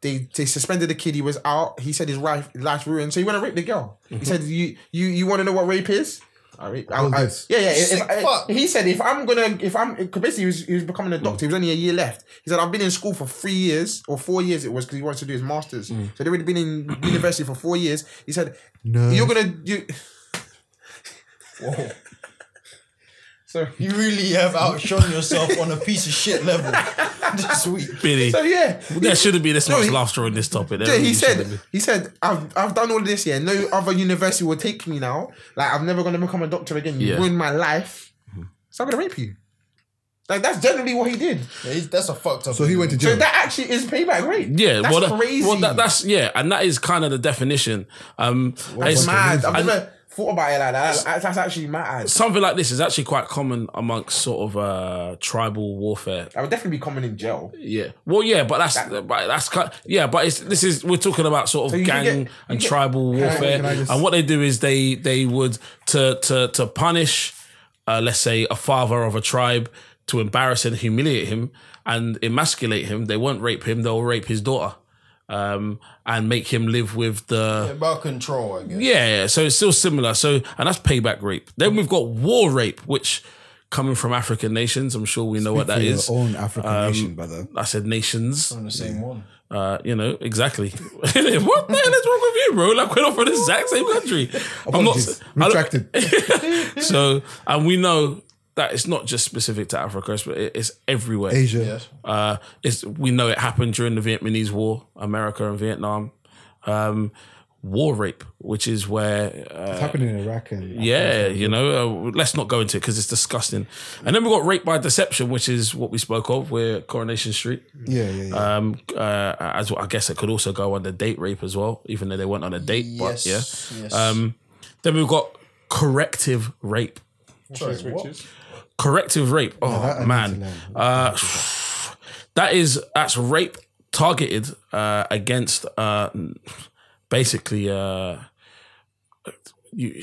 Speaker 3: They, they suspended the kid. He was out. He said his life life ruined. So he went and raped the girl. He said, "You you you want to know what rape is?" I rape. I,
Speaker 2: was
Speaker 3: I-
Speaker 2: this?
Speaker 3: yeah, yeah. if-
Speaker 1: Sick
Speaker 3: I-
Speaker 1: fuck.
Speaker 3: he said, "If I'm gonna, if I'm, cause basically he was, he was becoming a doctor. He was only a year left. He said, I've been in school for three years or four years. It was because he wanted to do his masters. So they'd already been in university for four years. He said,
Speaker 2: No.
Speaker 3: you're gonna you." Whoa. So
Speaker 1: You really have outshone yourself on a piece of shit level this week.
Speaker 4: Billy.
Speaker 3: so yeah.
Speaker 4: there shouldn't be this
Speaker 3: No,
Speaker 4: much
Speaker 3: he-
Speaker 4: laughter on this topic. There
Speaker 3: Yeah, he
Speaker 4: really
Speaker 3: said.
Speaker 4: shouldn't be.
Speaker 3: He said, "I've I've done all this. Yeah, no other university will take me now. Like I'm never gonna become a doctor again. You
Speaker 4: Yeah.
Speaker 3: ruined my life. So I'm gonna rape you." Like that's generally what he did.
Speaker 1: Yeah, he's- that's a fucked up.
Speaker 2: So he went to
Speaker 3: So
Speaker 2: jail.
Speaker 3: that actually is payback rate.
Speaker 4: Yeah,
Speaker 3: that's
Speaker 4: well, that-
Speaker 3: crazy.
Speaker 4: well, that, that's yeah, and that is kind of the definition. Um, it's
Speaker 3: mad. I've
Speaker 4: and
Speaker 3: never thought about it like that. That's, that's actually mad.
Speaker 4: Something like this is actually quite common amongst sort of uh, tribal warfare.
Speaker 3: I would definitely be coming in jail.
Speaker 4: Yeah, well, yeah, but that's but that's kind yeah, but it's this is we're talking about sort of
Speaker 3: you can
Speaker 4: gang
Speaker 3: get- you
Speaker 4: and
Speaker 3: get-
Speaker 4: tribal warfare,
Speaker 2: can I just-
Speaker 4: and what they do is they they would to to to punish, uh, let's say, a father of a tribe to embarrass and humiliate him and emasculate him. They won't rape him; they'll rape his daughter, um, and make him live with the
Speaker 1: about control, I guess.
Speaker 4: yeah, yeah. So it's still similar. So and that's payback rape. Then we've got war rape, which coming from African nations, I'm sure we know what that
Speaker 2: For your
Speaker 4: is. um,
Speaker 2: own African nation, brother.
Speaker 4: I said nations.
Speaker 1: On the same one.
Speaker 4: Uh, you know exactly. what the hell is wrong with you, bro? Like we're not from the exact same country. I'm not.
Speaker 2: Apologies.
Speaker 4: I don't-
Speaker 2: Retracted.
Speaker 4: so and we know that it's not just specific to Africa, it's, it's everywhere.
Speaker 2: Asia.
Speaker 1: Yes.
Speaker 4: Uh, it's, we know it happened during the Vietnamese War, America and Vietnam. Um, war rape, which is where uh,
Speaker 2: It's happening in Iraq and
Speaker 4: yeah, you know, uh, let's not go into it because it's disgusting. And then we got rape by deception, which is what we spoke of. We're Coronation Street.
Speaker 2: yeah, yeah, yeah.
Speaker 4: Um, uh, as well, I guess it could also go under date rape as well, even though they went on a date. But yeah.
Speaker 1: Yes, yes.
Speaker 4: Um, then we've got corrective rape.
Speaker 1: Sorry, what?
Speaker 4: Corrective rape. Oh
Speaker 2: that I need to
Speaker 4: man,
Speaker 2: learn.
Speaker 4: uh, that is that's rape targeted uh, against uh, basically uh, you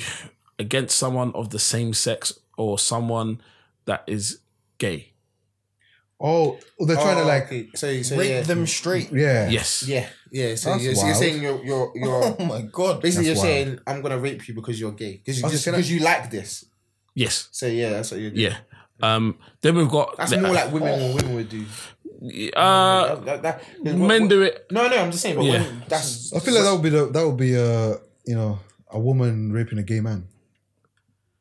Speaker 4: against someone of the same sex or someone that is gay.
Speaker 2: Oh, they're trying to like,
Speaker 3: okay. so, so
Speaker 1: Rape
Speaker 3: yeah.
Speaker 1: them straight.
Speaker 2: yeah,
Speaker 4: Yes.
Speaker 3: Yeah, yeah. So
Speaker 2: That's
Speaker 3: you're, so you're
Speaker 2: wild.
Speaker 3: saying you're you're you're
Speaker 1: Oh my god.
Speaker 3: basically
Speaker 2: That's
Speaker 3: you're
Speaker 2: wild.
Speaker 3: saying I'm gonna rape you because you're gay because you
Speaker 2: was
Speaker 3: just
Speaker 2: gonna-
Speaker 3: because you like this.
Speaker 4: Yes.
Speaker 3: So yeah, that's what you're doing.
Speaker 4: Yeah. Um, then we've got
Speaker 3: That's more like women what women would do.
Speaker 4: uh,
Speaker 3: That- that- that- 'cause what-
Speaker 4: men
Speaker 3: what-
Speaker 4: do it.
Speaker 3: No, no, I'm just saying. But
Speaker 4: Yeah.
Speaker 3: when that's
Speaker 2: I feel like that would be the, that would be uh you know a woman raping a gay man,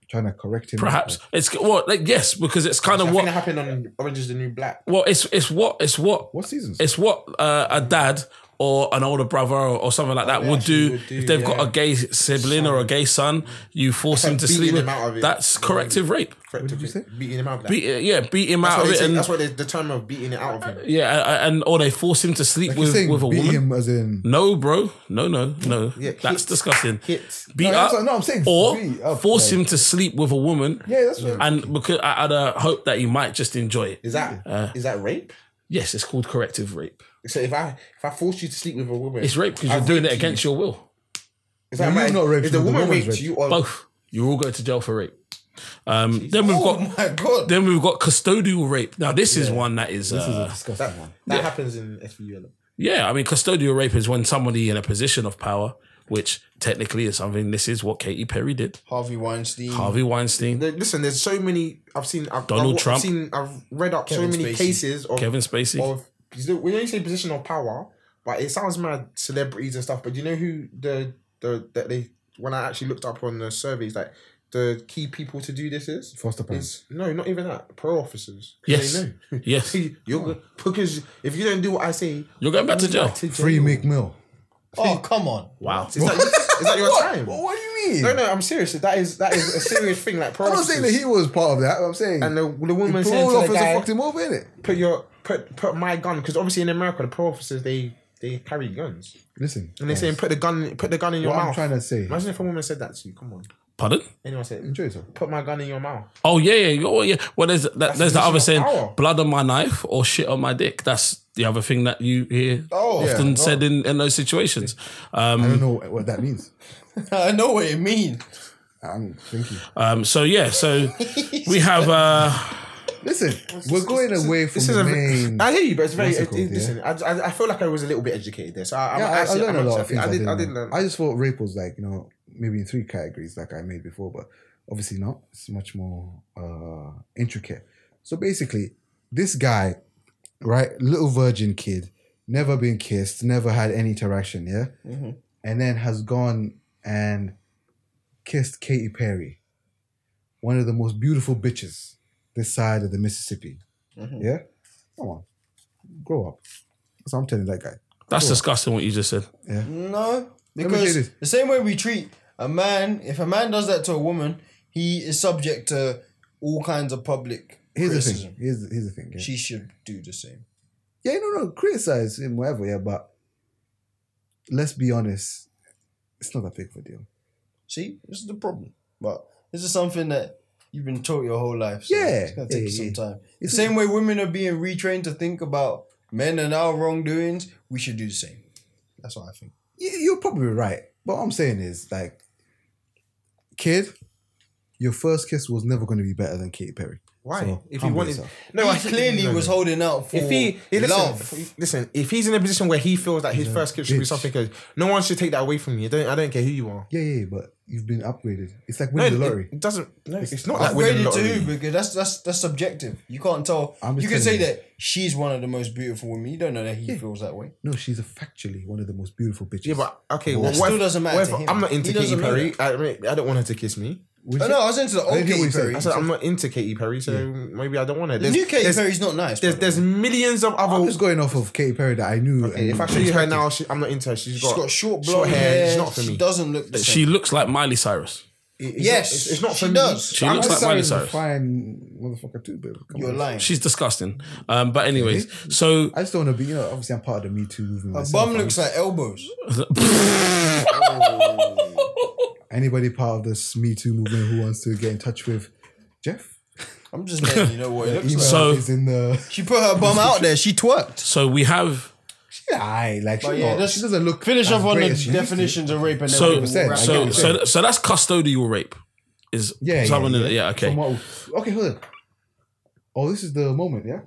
Speaker 2: trying to correct him.
Speaker 4: Perhaps it's well, like yes, because it's kind
Speaker 3: I
Speaker 4: of
Speaker 3: think
Speaker 4: what.
Speaker 3: that happened on Orange Is the New Black.
Speaker 4: Well, it's it's what it's what
Speaker 2: What seasons?
Speaker 4: it's what uh, a dad or an older brother or, or something like that would do,
Speaker 3: would do,
Speaker 4: if they've
Speaker 3: yeah.
Speaker 4: got a gay sibling or a gay son. You force him to
Speaker 3: Beating
Speaker 4: sleep.
Speaker 3: him
Speaker 4: with-
Speaker 3: out of it.
Speaker 4: That's corrective rape.
Speaker 3: What did you say? Beating him out. Of that.
Speaker 4: Beat, uh, yeah, beat him
Speaker 3: that's
Speaker 4: out
Speaker 3: what
Speaker 4: of
Speaker 3: they
Speaker 4: it,
Speaker 3: say-
Speaker 4: and
Speaker 3: that's what they, the term of beating it out of him.
Speaker 4: yeah, and or they force him to sleep
Speaker 2: You're
Speaker 4: with
Speaker 2: saying
Speaker 4: with a
Speaker 2: beat
Speaker 4: woman.
Speaker 2: him as in
Speaker 4: No, bro. No, no, no.
Speaker 3: Yeah,
Speaker 4: that's
Speaker 3: hit.
Speaker 4: disgusting.
Speaker 3: Hit.
Speaker 4: Beat
Speaker 2: No, that's
Speaker 4: up.
Speaker 2: what- no, I'm saying
Speaker 4: or
Speaker 2: beat up,
Speaker 4: force
Speaker 2: like-
Speaker 4: him to sleep with a woman.
Speaker 2: yeah, that's right.
Speaker 4: And because I had a hope that he might just enjoy it.
Speaker 3: Is that is that rape?
Speaker 4: Yes, it's called corrective rape.
Speaker 3: So if I if I force you to sleep with a woman,
Speaker 4: It's rape because
Speaker 3: I
Speaker 4: you're doing
Speaker 3: raped
Speaker 4: it against your will.
Speaker 3: you. Is that
Speaker 2: You've
Speaker 3: right?
Speaker 2: not raped
Speaker 3: If the
Speaker 2: you, the
Speaker 3: woman
Speaker 2: woman's
Speaker 3: raped
Speaker 2: raped
Speaker 3: you, or
Speaker 4: Both. You all go to jail for rape. Um, then we've
Speaker 1: Oh
Speaker 4: got
Speaker 1: my god.
Speaker 4: then we've got custodial rape. Now this is one that is, uh,
Speaker 2: This is a disgusting one.
Speaker 3: that happens in FU. a lot.
Speaker 4: yeah. I mean, custodial rape is when somebody in a position of power, which technically is something. This is what Katy Perry did.
Speaker 1: Harvey Weinstein.
Speaker 4: Harvey Weinstein,
Speaker 3: There- Listen, there's so many. I've seen. I've,
Speaker 4: Donald
Speaker 3: I've,
Speaker 4: Trump.
Speaker 3: I've seen. I've read up
Speaker 1: Kevin
Speaker 3: so many
Speaker 1: Spacey.
Speaker 3: cases of
Speaker 4: Kevin Spacey.
Speaker 3: of. We don't say position of power, but it sounds mad celebrities and stuff. But you know who the the that they when I actually looked up on the surveys like the key people to do this is
Speaker 2: Foster parents.
Speaker 3: is no not even that parole officers 'Cause
Speaker 4: Hmm. Yes.
Speaker 3: they know
Speaker 4: yes,
Speaker 3: See, you're because if you don't do what I say
Speaker 4: you're going back to jail.
Speaker 2: Free McMill.
Speaker 1: Oh come on.
Speaker 4: Wow.
Speaker 3: Is that, your- is that your time?
Speaker 2: What do you mean?
Speaker 3: No, no, I'm serious. That is that is a serious thing. Like parole
Speaker 2: I'm not saying that
Speaker 3: officers.
Speaker 2: he was part of that. I'm saying
Speaker 3: and the, the
Speaker 2: the
Speaker 3: woman saying
Speaker 2: parole
Speaker 3: to the
Speaker 2: officer
Speaker 3: guy,
Speaker 2: fucked him over, innit?
Speaker 3: put your put put my gun because obviously in America the parole officers they they carry guns
Speaker 2: Listen,
Speaker 3: and they're
Speaker 2: guys,
Speaker 3: saying put the gun put the gun in your
Speaker 2: what
Speaker 3: mouth.
Speaker 2: I'm trying to say. Mm.
Speaker 3: Imagine if a woman said that to you. Come on,
Speaker 4: Pardon?
Speaker 3: anyone said
Speaker 2: Enjoy yourself.
Speaker 3: put my gun in your mouth.
Speaker 4: Oh yeah, yeah, yeah. Oh, yeah. Well, there's that, there's the
Speaker 3: position
Speaker 4: other
Speaker 3: of
Speaker 4: saying,
Speaker 3: power.
Speaker 4: "Blood on my knife" or "Shit on my dick." That's the other thing that you hear
Speaker 3: Oh, yeah.
Speaker 4: often said in, in those situations.
Speaker 2: I
Speaker 4: Um,
Speaker 2: don't know what, what that means.
Speaker 1: I know what it means.
Speaker 2: I'm thinking.
Speaker 4: um, so yeah, so we have uh,
Speaker 2: Listen, we're going away from
Speaker 3: This is
Speaker 2: the
Speaker 3: a,
Speaker 2: main.
Speaker 3: I hear you, but it's very.
Speaker 2: What's it
Speaker 3: It,
Speaker 2: called,
Speaker 3: it,
Speaker 2: Mm. yeah?
Speaker 3: listen, I, I, I feel like I was a little bit educated there, so I, I'm
Speaker 2: yeah, I, I
Speaker 3: actually,
Speaker 2: learned
Speaker 3: I'm
Speaker 2: a lot
Speaker 3: upset.
Speaker 2: of things.
Speaker 3: I did, I did learn.
Speaker 2: I just thought rape was like you know maybe in three categories like I made before, but obviously not. It's much more uh intricate. So basically, this guy, right, little virgin kid, never been kissed, never had any interaction, yeah,
Speaker 3: Mm-hmm.
Speaker 2: and then has gone and kissed Katy Perry, one of the most beautiful bitches this side of the Mississippi.
Speaker 3: Mm-hmm.
Speaker 2: Yeah, come on, grow up. That's what I'm telling that guy.
Speaker 4: that's disgusting what you just said.
Speaker 1: No,
Speaker 2: me tell you
Speaker 1: because
Speaker 2: this.
Speaker 1: the same way we treat a man, if a man does that to a woman, he is subject to all kinds of public
Speaker 2: Here's the
Speaker 1: criticism.
Speaker 2: thing. Here's, here's the thing. Yeah.
Speaker 1: She should do the same.
Speaker 2: yeah, no, no, criticize him, whatever. Yeah, but let's be honest, it's not that big of a deal.
Speaker 1: See, this is the problem. But this is something that you've been taught your whole life. So
Speaker 2: Yeah,
Speaker 1: it's gonna take
Speaker 2: yeah,
Speaker 1: you some
Speaker 2: yeah.
Speaker 1: time. The
Speaker 2: It's-
Speaker 1: same way women are being retrained to think about men and our wrongdoings, we should do the same. That's what I think.
Speaker 2: You, you're probably right, but what I'm saying is, like, kid, your first kiss was never going to be better than Katy Perry.
Speaker 3: Why?
Speaker 2: So,
Speaker 3: if he
Speaker 2: humble
Speaker 3: wanted,
Speaker 2: yourself.
Speaker 1: No,
Speaker 3: I
Speaker 1: he clearly was holding out for
Speaker 3: If he, he listen,
Speaker 1: love.
Speaker 3: if- listen, if he's in a position where he feels that his first kid should be
Speaker 2: bitch.
Speaker 3: something, good, no one should take that away from you. I don't, I don't care who you are.
Speaker 2: Yeah, yeah, but you've been upgraded. It's like
Speaker 3: No,
Speaker 2: winning
Speaker 3: it,
Speaker 2: the lottery.
Speaker 3: it doesn't. No, it's, not like winning the
Speaker 1: Upgraded to
Speaker 3: lottery.
Speaker 1: who? Because that's that's that's subjective. You can't tell.
Speaker 2: I'm just
Speaker 1: You can say
Speaker 2: telling you.
Speaker 1: that she's one of the most beautiful women. You don't know that he feels that way.
Speaker 2: No, she's a factually one of the most beautiful bitches.
Speaker 3: Yeah, but okay.
Speaker 2: That
Speaker 3: Well,
Speaker 1: still
Speaker 3: what if-
Speaker 1: doesn't matter
Speaker 3: what if
Speaker 1: to him.
Speaker 3: I'm not into
Speaker 1: He doesn't
Speaker 3: Katy
Speaker 1: know
Speaker 3: Perry. I mean, I don't want her to kiss me.
Speaker 2: Would
Speaker 1: Oh
Speaker 2: you-
Speaker 1: no, I was into the
Speaker 2: I
Speaker 1: old
Speaker 2: didn't hear what
Speaker 1: Katy
Speaker 2: you said.
Speaker 1: Perry.
Speaker 3: I said I'm not into Katy Perry, so maybe I don't want her.
Speaker 1: The
Speaker 3: There's,
Speaker 1: new Katy
Speaker 3: there's,
Speaker 1: Perry's not nice.
Speaker 3: There's,
Speaker 1: by the
Speaker 3: there's millions of
Speaker 2: I'm
Speaker 3: other.
Speaker 2: just going off of Katy Perry that I knew. and-
Speaker 3: If I show you her now, she, I'm not into her. She's
Speaker 1: way.
Speaker 3: got,
Speaker 1: she's got short blonde
Speaker 3: short
Speaker 1: hair.
Speaker 3: hair. She's not for
Speaker 1: She
Speaker 3: me.
Speaker 1: doesn't look the same.
Speaker 4: She looks like Miley Cyrus.
Speaker 3: It's
Speaker 1: yes,
Speaker 3: not- it's, it's not
Speaker 1: she
Speaker 3: for
Speaker 1: does.
Speaker 3: me.
Speaker 4: She
Speaker 3: I'm
Speaker 4: looks
Speaker 3: just
Speaker 4: like
Speaker 2: Cyrus
Speaker 4: Miley
Speaker 2: is a
Speaker 4: Cyrus.
Speaker 2: fine motherfucker too, babe. Come
Speaker 1: You're
Speaker 2: on.
Speaker 1: lying.
Speaker 4: She's disgusting. Um, but anyways, so
Speaker 2: I just don't want to be, you know, obviously I'm part of the Me Too movement.
Speaker 1: Her
Speaker 2: myself.
Speaker 1: bum
Speaker 2: I'm-
Speaker 1: looks like elbows.
Speaker 2: anybody part of this Me Too movement who wants to get in touch with Jeff,
Speaker 1: I'm just letting you know what it looks
Speaker 2: email
Speaker 1: like.
Speaker 4: So-
Speaker 2: is in the.
Speaker 1: She put her bum out there. She twerked.
Speaker 4: so we have
Speaker 2: Aye, like she,
Speaker 1: But yeah,
Speaker 2: not-
Speaker 1: let's
Speaker 2: she doesn't look.
Speaker 1: Finish
Speaker 2: as
Speaker 1: off on
Speaker 2: great
Speaker 1: the
Speaker 2: as she used to.
Speaker 1: definitions of rape and then
Speaker 4: so
Speaker 1: we
Speaker 2: said,
Speaker 1: will wrap
Speaker 2: I
Speaker 1: it
Speaker 4: so
Speaker 1: up.
Speaker 2: get
Speaker 4: so so that's custodial rape. Is
Speaker 2: Yeah, yeah,
Speaker 4: someone in
Speaker 2: yeah.
Speaker 4: it- yeah okay.
Speaker 2: From what we- okay, hold on. Oh, this is the moment, yeah.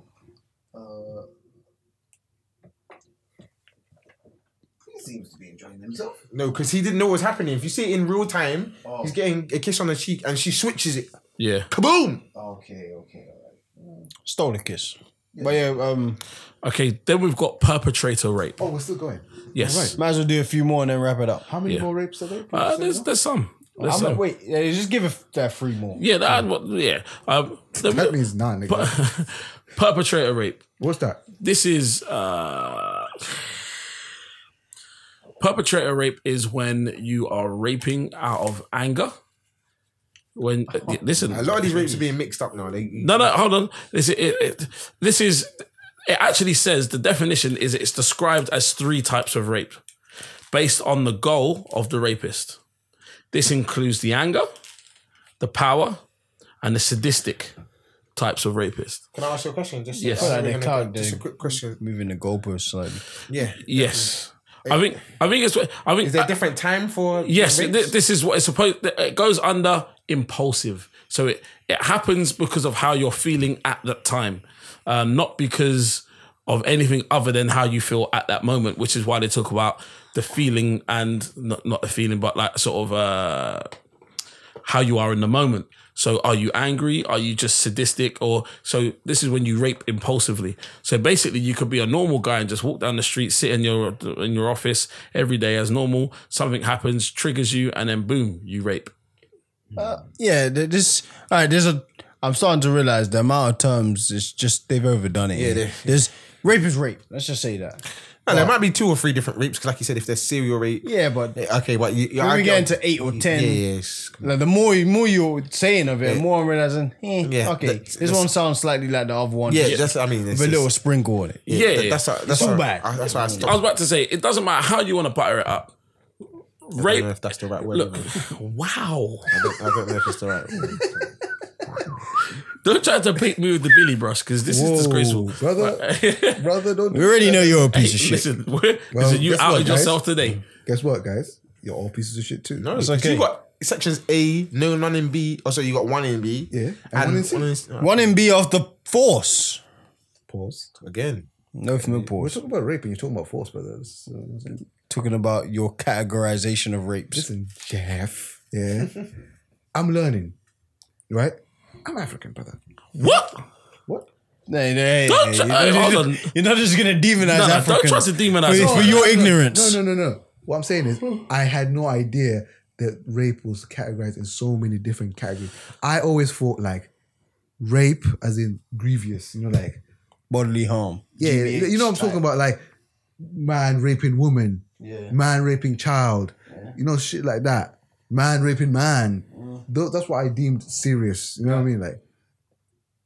Speaker 5: He seems to be enjoying himself.
Speaker 3: No, because he didn't know what was happening. If you see it in real time, he's getting a kiss on the cheek and she switches it.
Speaker 4: Yeah.
Speaker 3: Kaboom!
Speaker 5: Okay, okay, all right.
Speaker 1: Stolen kiss. But yeah, um,
Speaker 4: Okay. Then we've got perpetrator rape.
Speaker 2: Oh, we're still going.
Speaker 4: Yes.
Speaker 1: might as well do a few more and then wrap it up.
Speaker 2: How many
Speaker 4: Yeah.
Speaker 2: more rapes are there?
Speaker 4: Uh, there's there's some. There's
Speaker 1: I'm
Speaker 4: some.
Speaker 1: not, wait, yeah, just give it uh, three more.
Speaker 4: Yeah. That, what- yeah. Um, then
Speaker 2: that
Speaker 4: we-
Speaker 2: means none. nigga.
Speaker 4: perpetrator rape.
Speaker 2: What's that?
Speaker 4: this is uh perpetrator rape is when you are raping out of anger when uh, listen
Speaker 3: A lot of these rapes are being mixed up now. They,
Speaker 4: no no hold on this is it, it, this is it actually says the definition is it's described as three types of rape based on the goal of the rapist this includes the anger the power and the sadistic types of rapist
Speaker 3: Can I ask you a question? Just,
Speaker 4: Yes.
Speaker 3: just
Speaker 4: Like
Speaker 1: they
Speaker 3: a-
Speaker 1: can't
Speaker 3: just a
Speaker 1: do.
Speaker 3: quick question.
Speaker 1: Moving the goalpost slightly.
Speaker 3: Yeah.
Speaker 4: yes i think i think it's i think
Speaker 3: Is there
Speaker 4: I-
Speaker 3: a different time for
Speaker 4: Yes,
Speaker 3: rapes?
Speaker 4: th- this is what it's supposed. It goes under impulsive, so it it happens because of how you're feeling at that time, uh, not because of anything other than how you feel at that moment. Which is why they talk about the feeling and not not the feeling, but like sort of uh, how you are in the moment. So, are you angry? Are you just sadistic? Or so this is when you rape impulsively. So basically, you could be a normal guy and just walk down the street, sit in your in your office every day as normal. Something happens, triggers you, and then boom, you rape.
Speaker 1: Yeah, th- this. All right, there's a. I'm starting to realize the amount of terms is just they've overdone it. Yeah,
Speaker 3: they-
Speaker 1: there's rape is rape. Let's just say that.
Speaker 3: No, there might be two or three different rapes, 'cause like you said, if there's serial rape.
Speaker 1: Yeah, but
Speaker 3: Okay, but you, you,
Speaker 1: when
Speaker 3: I
Speaker 1: we
Speaker 3: get-
Speaker 1: get into eight or ten,
Speaker 3: Yeah, yeah, it's-
Speaker 1: like the more more you're saying of it, the more I'm realizing. Eh,
Speaker 3: Yeah,
Speaker 1: okay,
Speaker 3: that's-
Speaker 1: this
Speaker 3: that's-
Speaker 1: one sounds slightly like the other one.
Speaker 3: yeah,
Speaker 1: just
Speaker 3: that's what I mean. It's
Speaker 1: with a little
Speaker 3: just-
Speaker 1: sprinkle on it.
Speaker 4: Yeah,
Speaker 3: that-
Speaker 4: yeah.
Speaker 3: that's how, that's
Speaker 1: too
Speaker 3: how,
Speaker 1: bad.
Speaker 3: I, that's why I stopped.
Speaker 4: I was about to say it doesn't matter how you want to butter it up.
Speaker 3: I don't know
Speaker 4: Rape.
Speaker 3: if that's the right word.
Speaker 4: Look,
Speaker 3: you know.
Speaker 4: wow.
Speaker 3: I don't know if it's the right word.
Speaker 4: Don't try to paint me with the Billy brush because this
Speaker 2: Whoa,
Speaker 4: is disgraceful.
Speaker 2: brother. brother, don't.
Speaker 1: We already know you're a piece of shit.
Speaker 4: Listen, we're-
Speaker 2: Well,
Speaker 4: listen, you
Speaker 2: guess what,
Speaker 4: outed
Speaker 2: guys?
Speaker 4: yourself today.
Speaker 2: Guess what, guys? You're all pieces of shit too.
Speaker 3: No,
Speaker 1: It's
Speaker 3: because
Speaker 1: okay.
Speaker 3: You got sections A, no, none in B. Also, you got one in B.
Speaker 2: Yeah, and one
Speaker 3: and
Speaker 2: in C.
Speaker 3: One in C. Oh,
Speaker 1: One in B of the force.
Speaker 2: Pause.
Speaker 3: again.
Speaker 1: No from
Speaker 2: We're
Speaker 1: pause.
Speaker 2: talking about rape and you're talking about force, brother. It's, uh, it's-
Speaker 1: Talking about your categorization of rapes.
Speaker 2: Listen, Jeff. Yeah, I'm learning. Right, I'm African, brother.
Speaker 4: What?
Speaker 2: What?
Speaker 1: Hey, hey,
Speaker 4: Don't
Speaker 1: hey,
Speaker 4: try-
Speaker 1: you're, not
Speaker 4: hold
Speaker 1: just,
Speaker 4: on.
Speaker 1: you're not just gonna demonize
Speaker 4: No, no,
Speaker 1: Africa.
Speaker 4: don't try to demonize
Speaker 1: for,
Speaker 4: us.
Speaker 1: for your ignorance.
Speaker 2: No, no, no, no. Hmm. What I'm saying is, I had no idea that rape was categorized in so many different categories. I always thought like rape as in grievous, you know, like
Speaker 1: Bodily harm.
Speaker 2: yeah,
Speaker 1: GBH,
Speaker 2: you know what I'm talking about, like man raping woman,
Speaker 1: Yeah.
Speaker 2: man raping child, you know, shit like that, man raping man. Tho- that's what I deemed serious. You know what I mean? Like,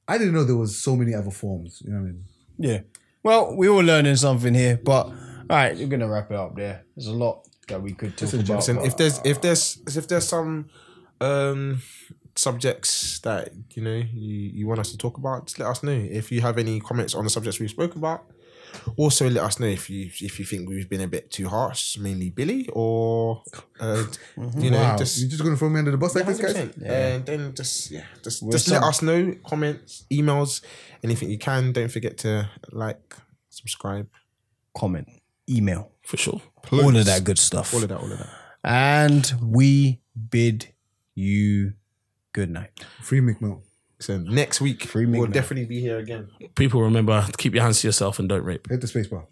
Speaker 2: I didn't know there was so many other forms. You know what I mean?
Speaker 1: Yeah. Well, we're all learning something here, but all right, we're gonna wrap it up there. There's a lot that we could talk about.
Speaker 3: Listen,
Speaker 1: but-
Speaker 3: if there's if there's if there's some um subjects that you know you, you want us to talk about, just let us know. If you have any comments on the subjects we've spoken about, also let us know if you if you think we've been a bit too harsh, mainly Billy, or uh, you know
Speaker 2: Wow,
Speaker 3: just.
Speaker 2: you're just gonna throw me under the bus like this, guys?
Speaker 3: 100%. Uh, then just yeah, just
Speaker 1: We're
Speaker 3: just
Speaker 1: some-
Speaker 3: let us know comments, emails, anything you can. Don't forget to like, subscribe,
Speaker 1: comment, email,
Speaker 4: For sure.
Speaker 1: all of that good stuff.
Speaker 3: all of that, all of that.
Speaker 1: And we bid you good night.
Speaker 2: Free McMill.
Speaker 3: So next week
Speaker 1: Free me
Speaker 3: we'll
Speaker 1: now.
Speaker 3: definitely be here again.
Speaker 4: People remember keep your hands to yourself and don't rape.
Speaker 2: Hit the spacebar.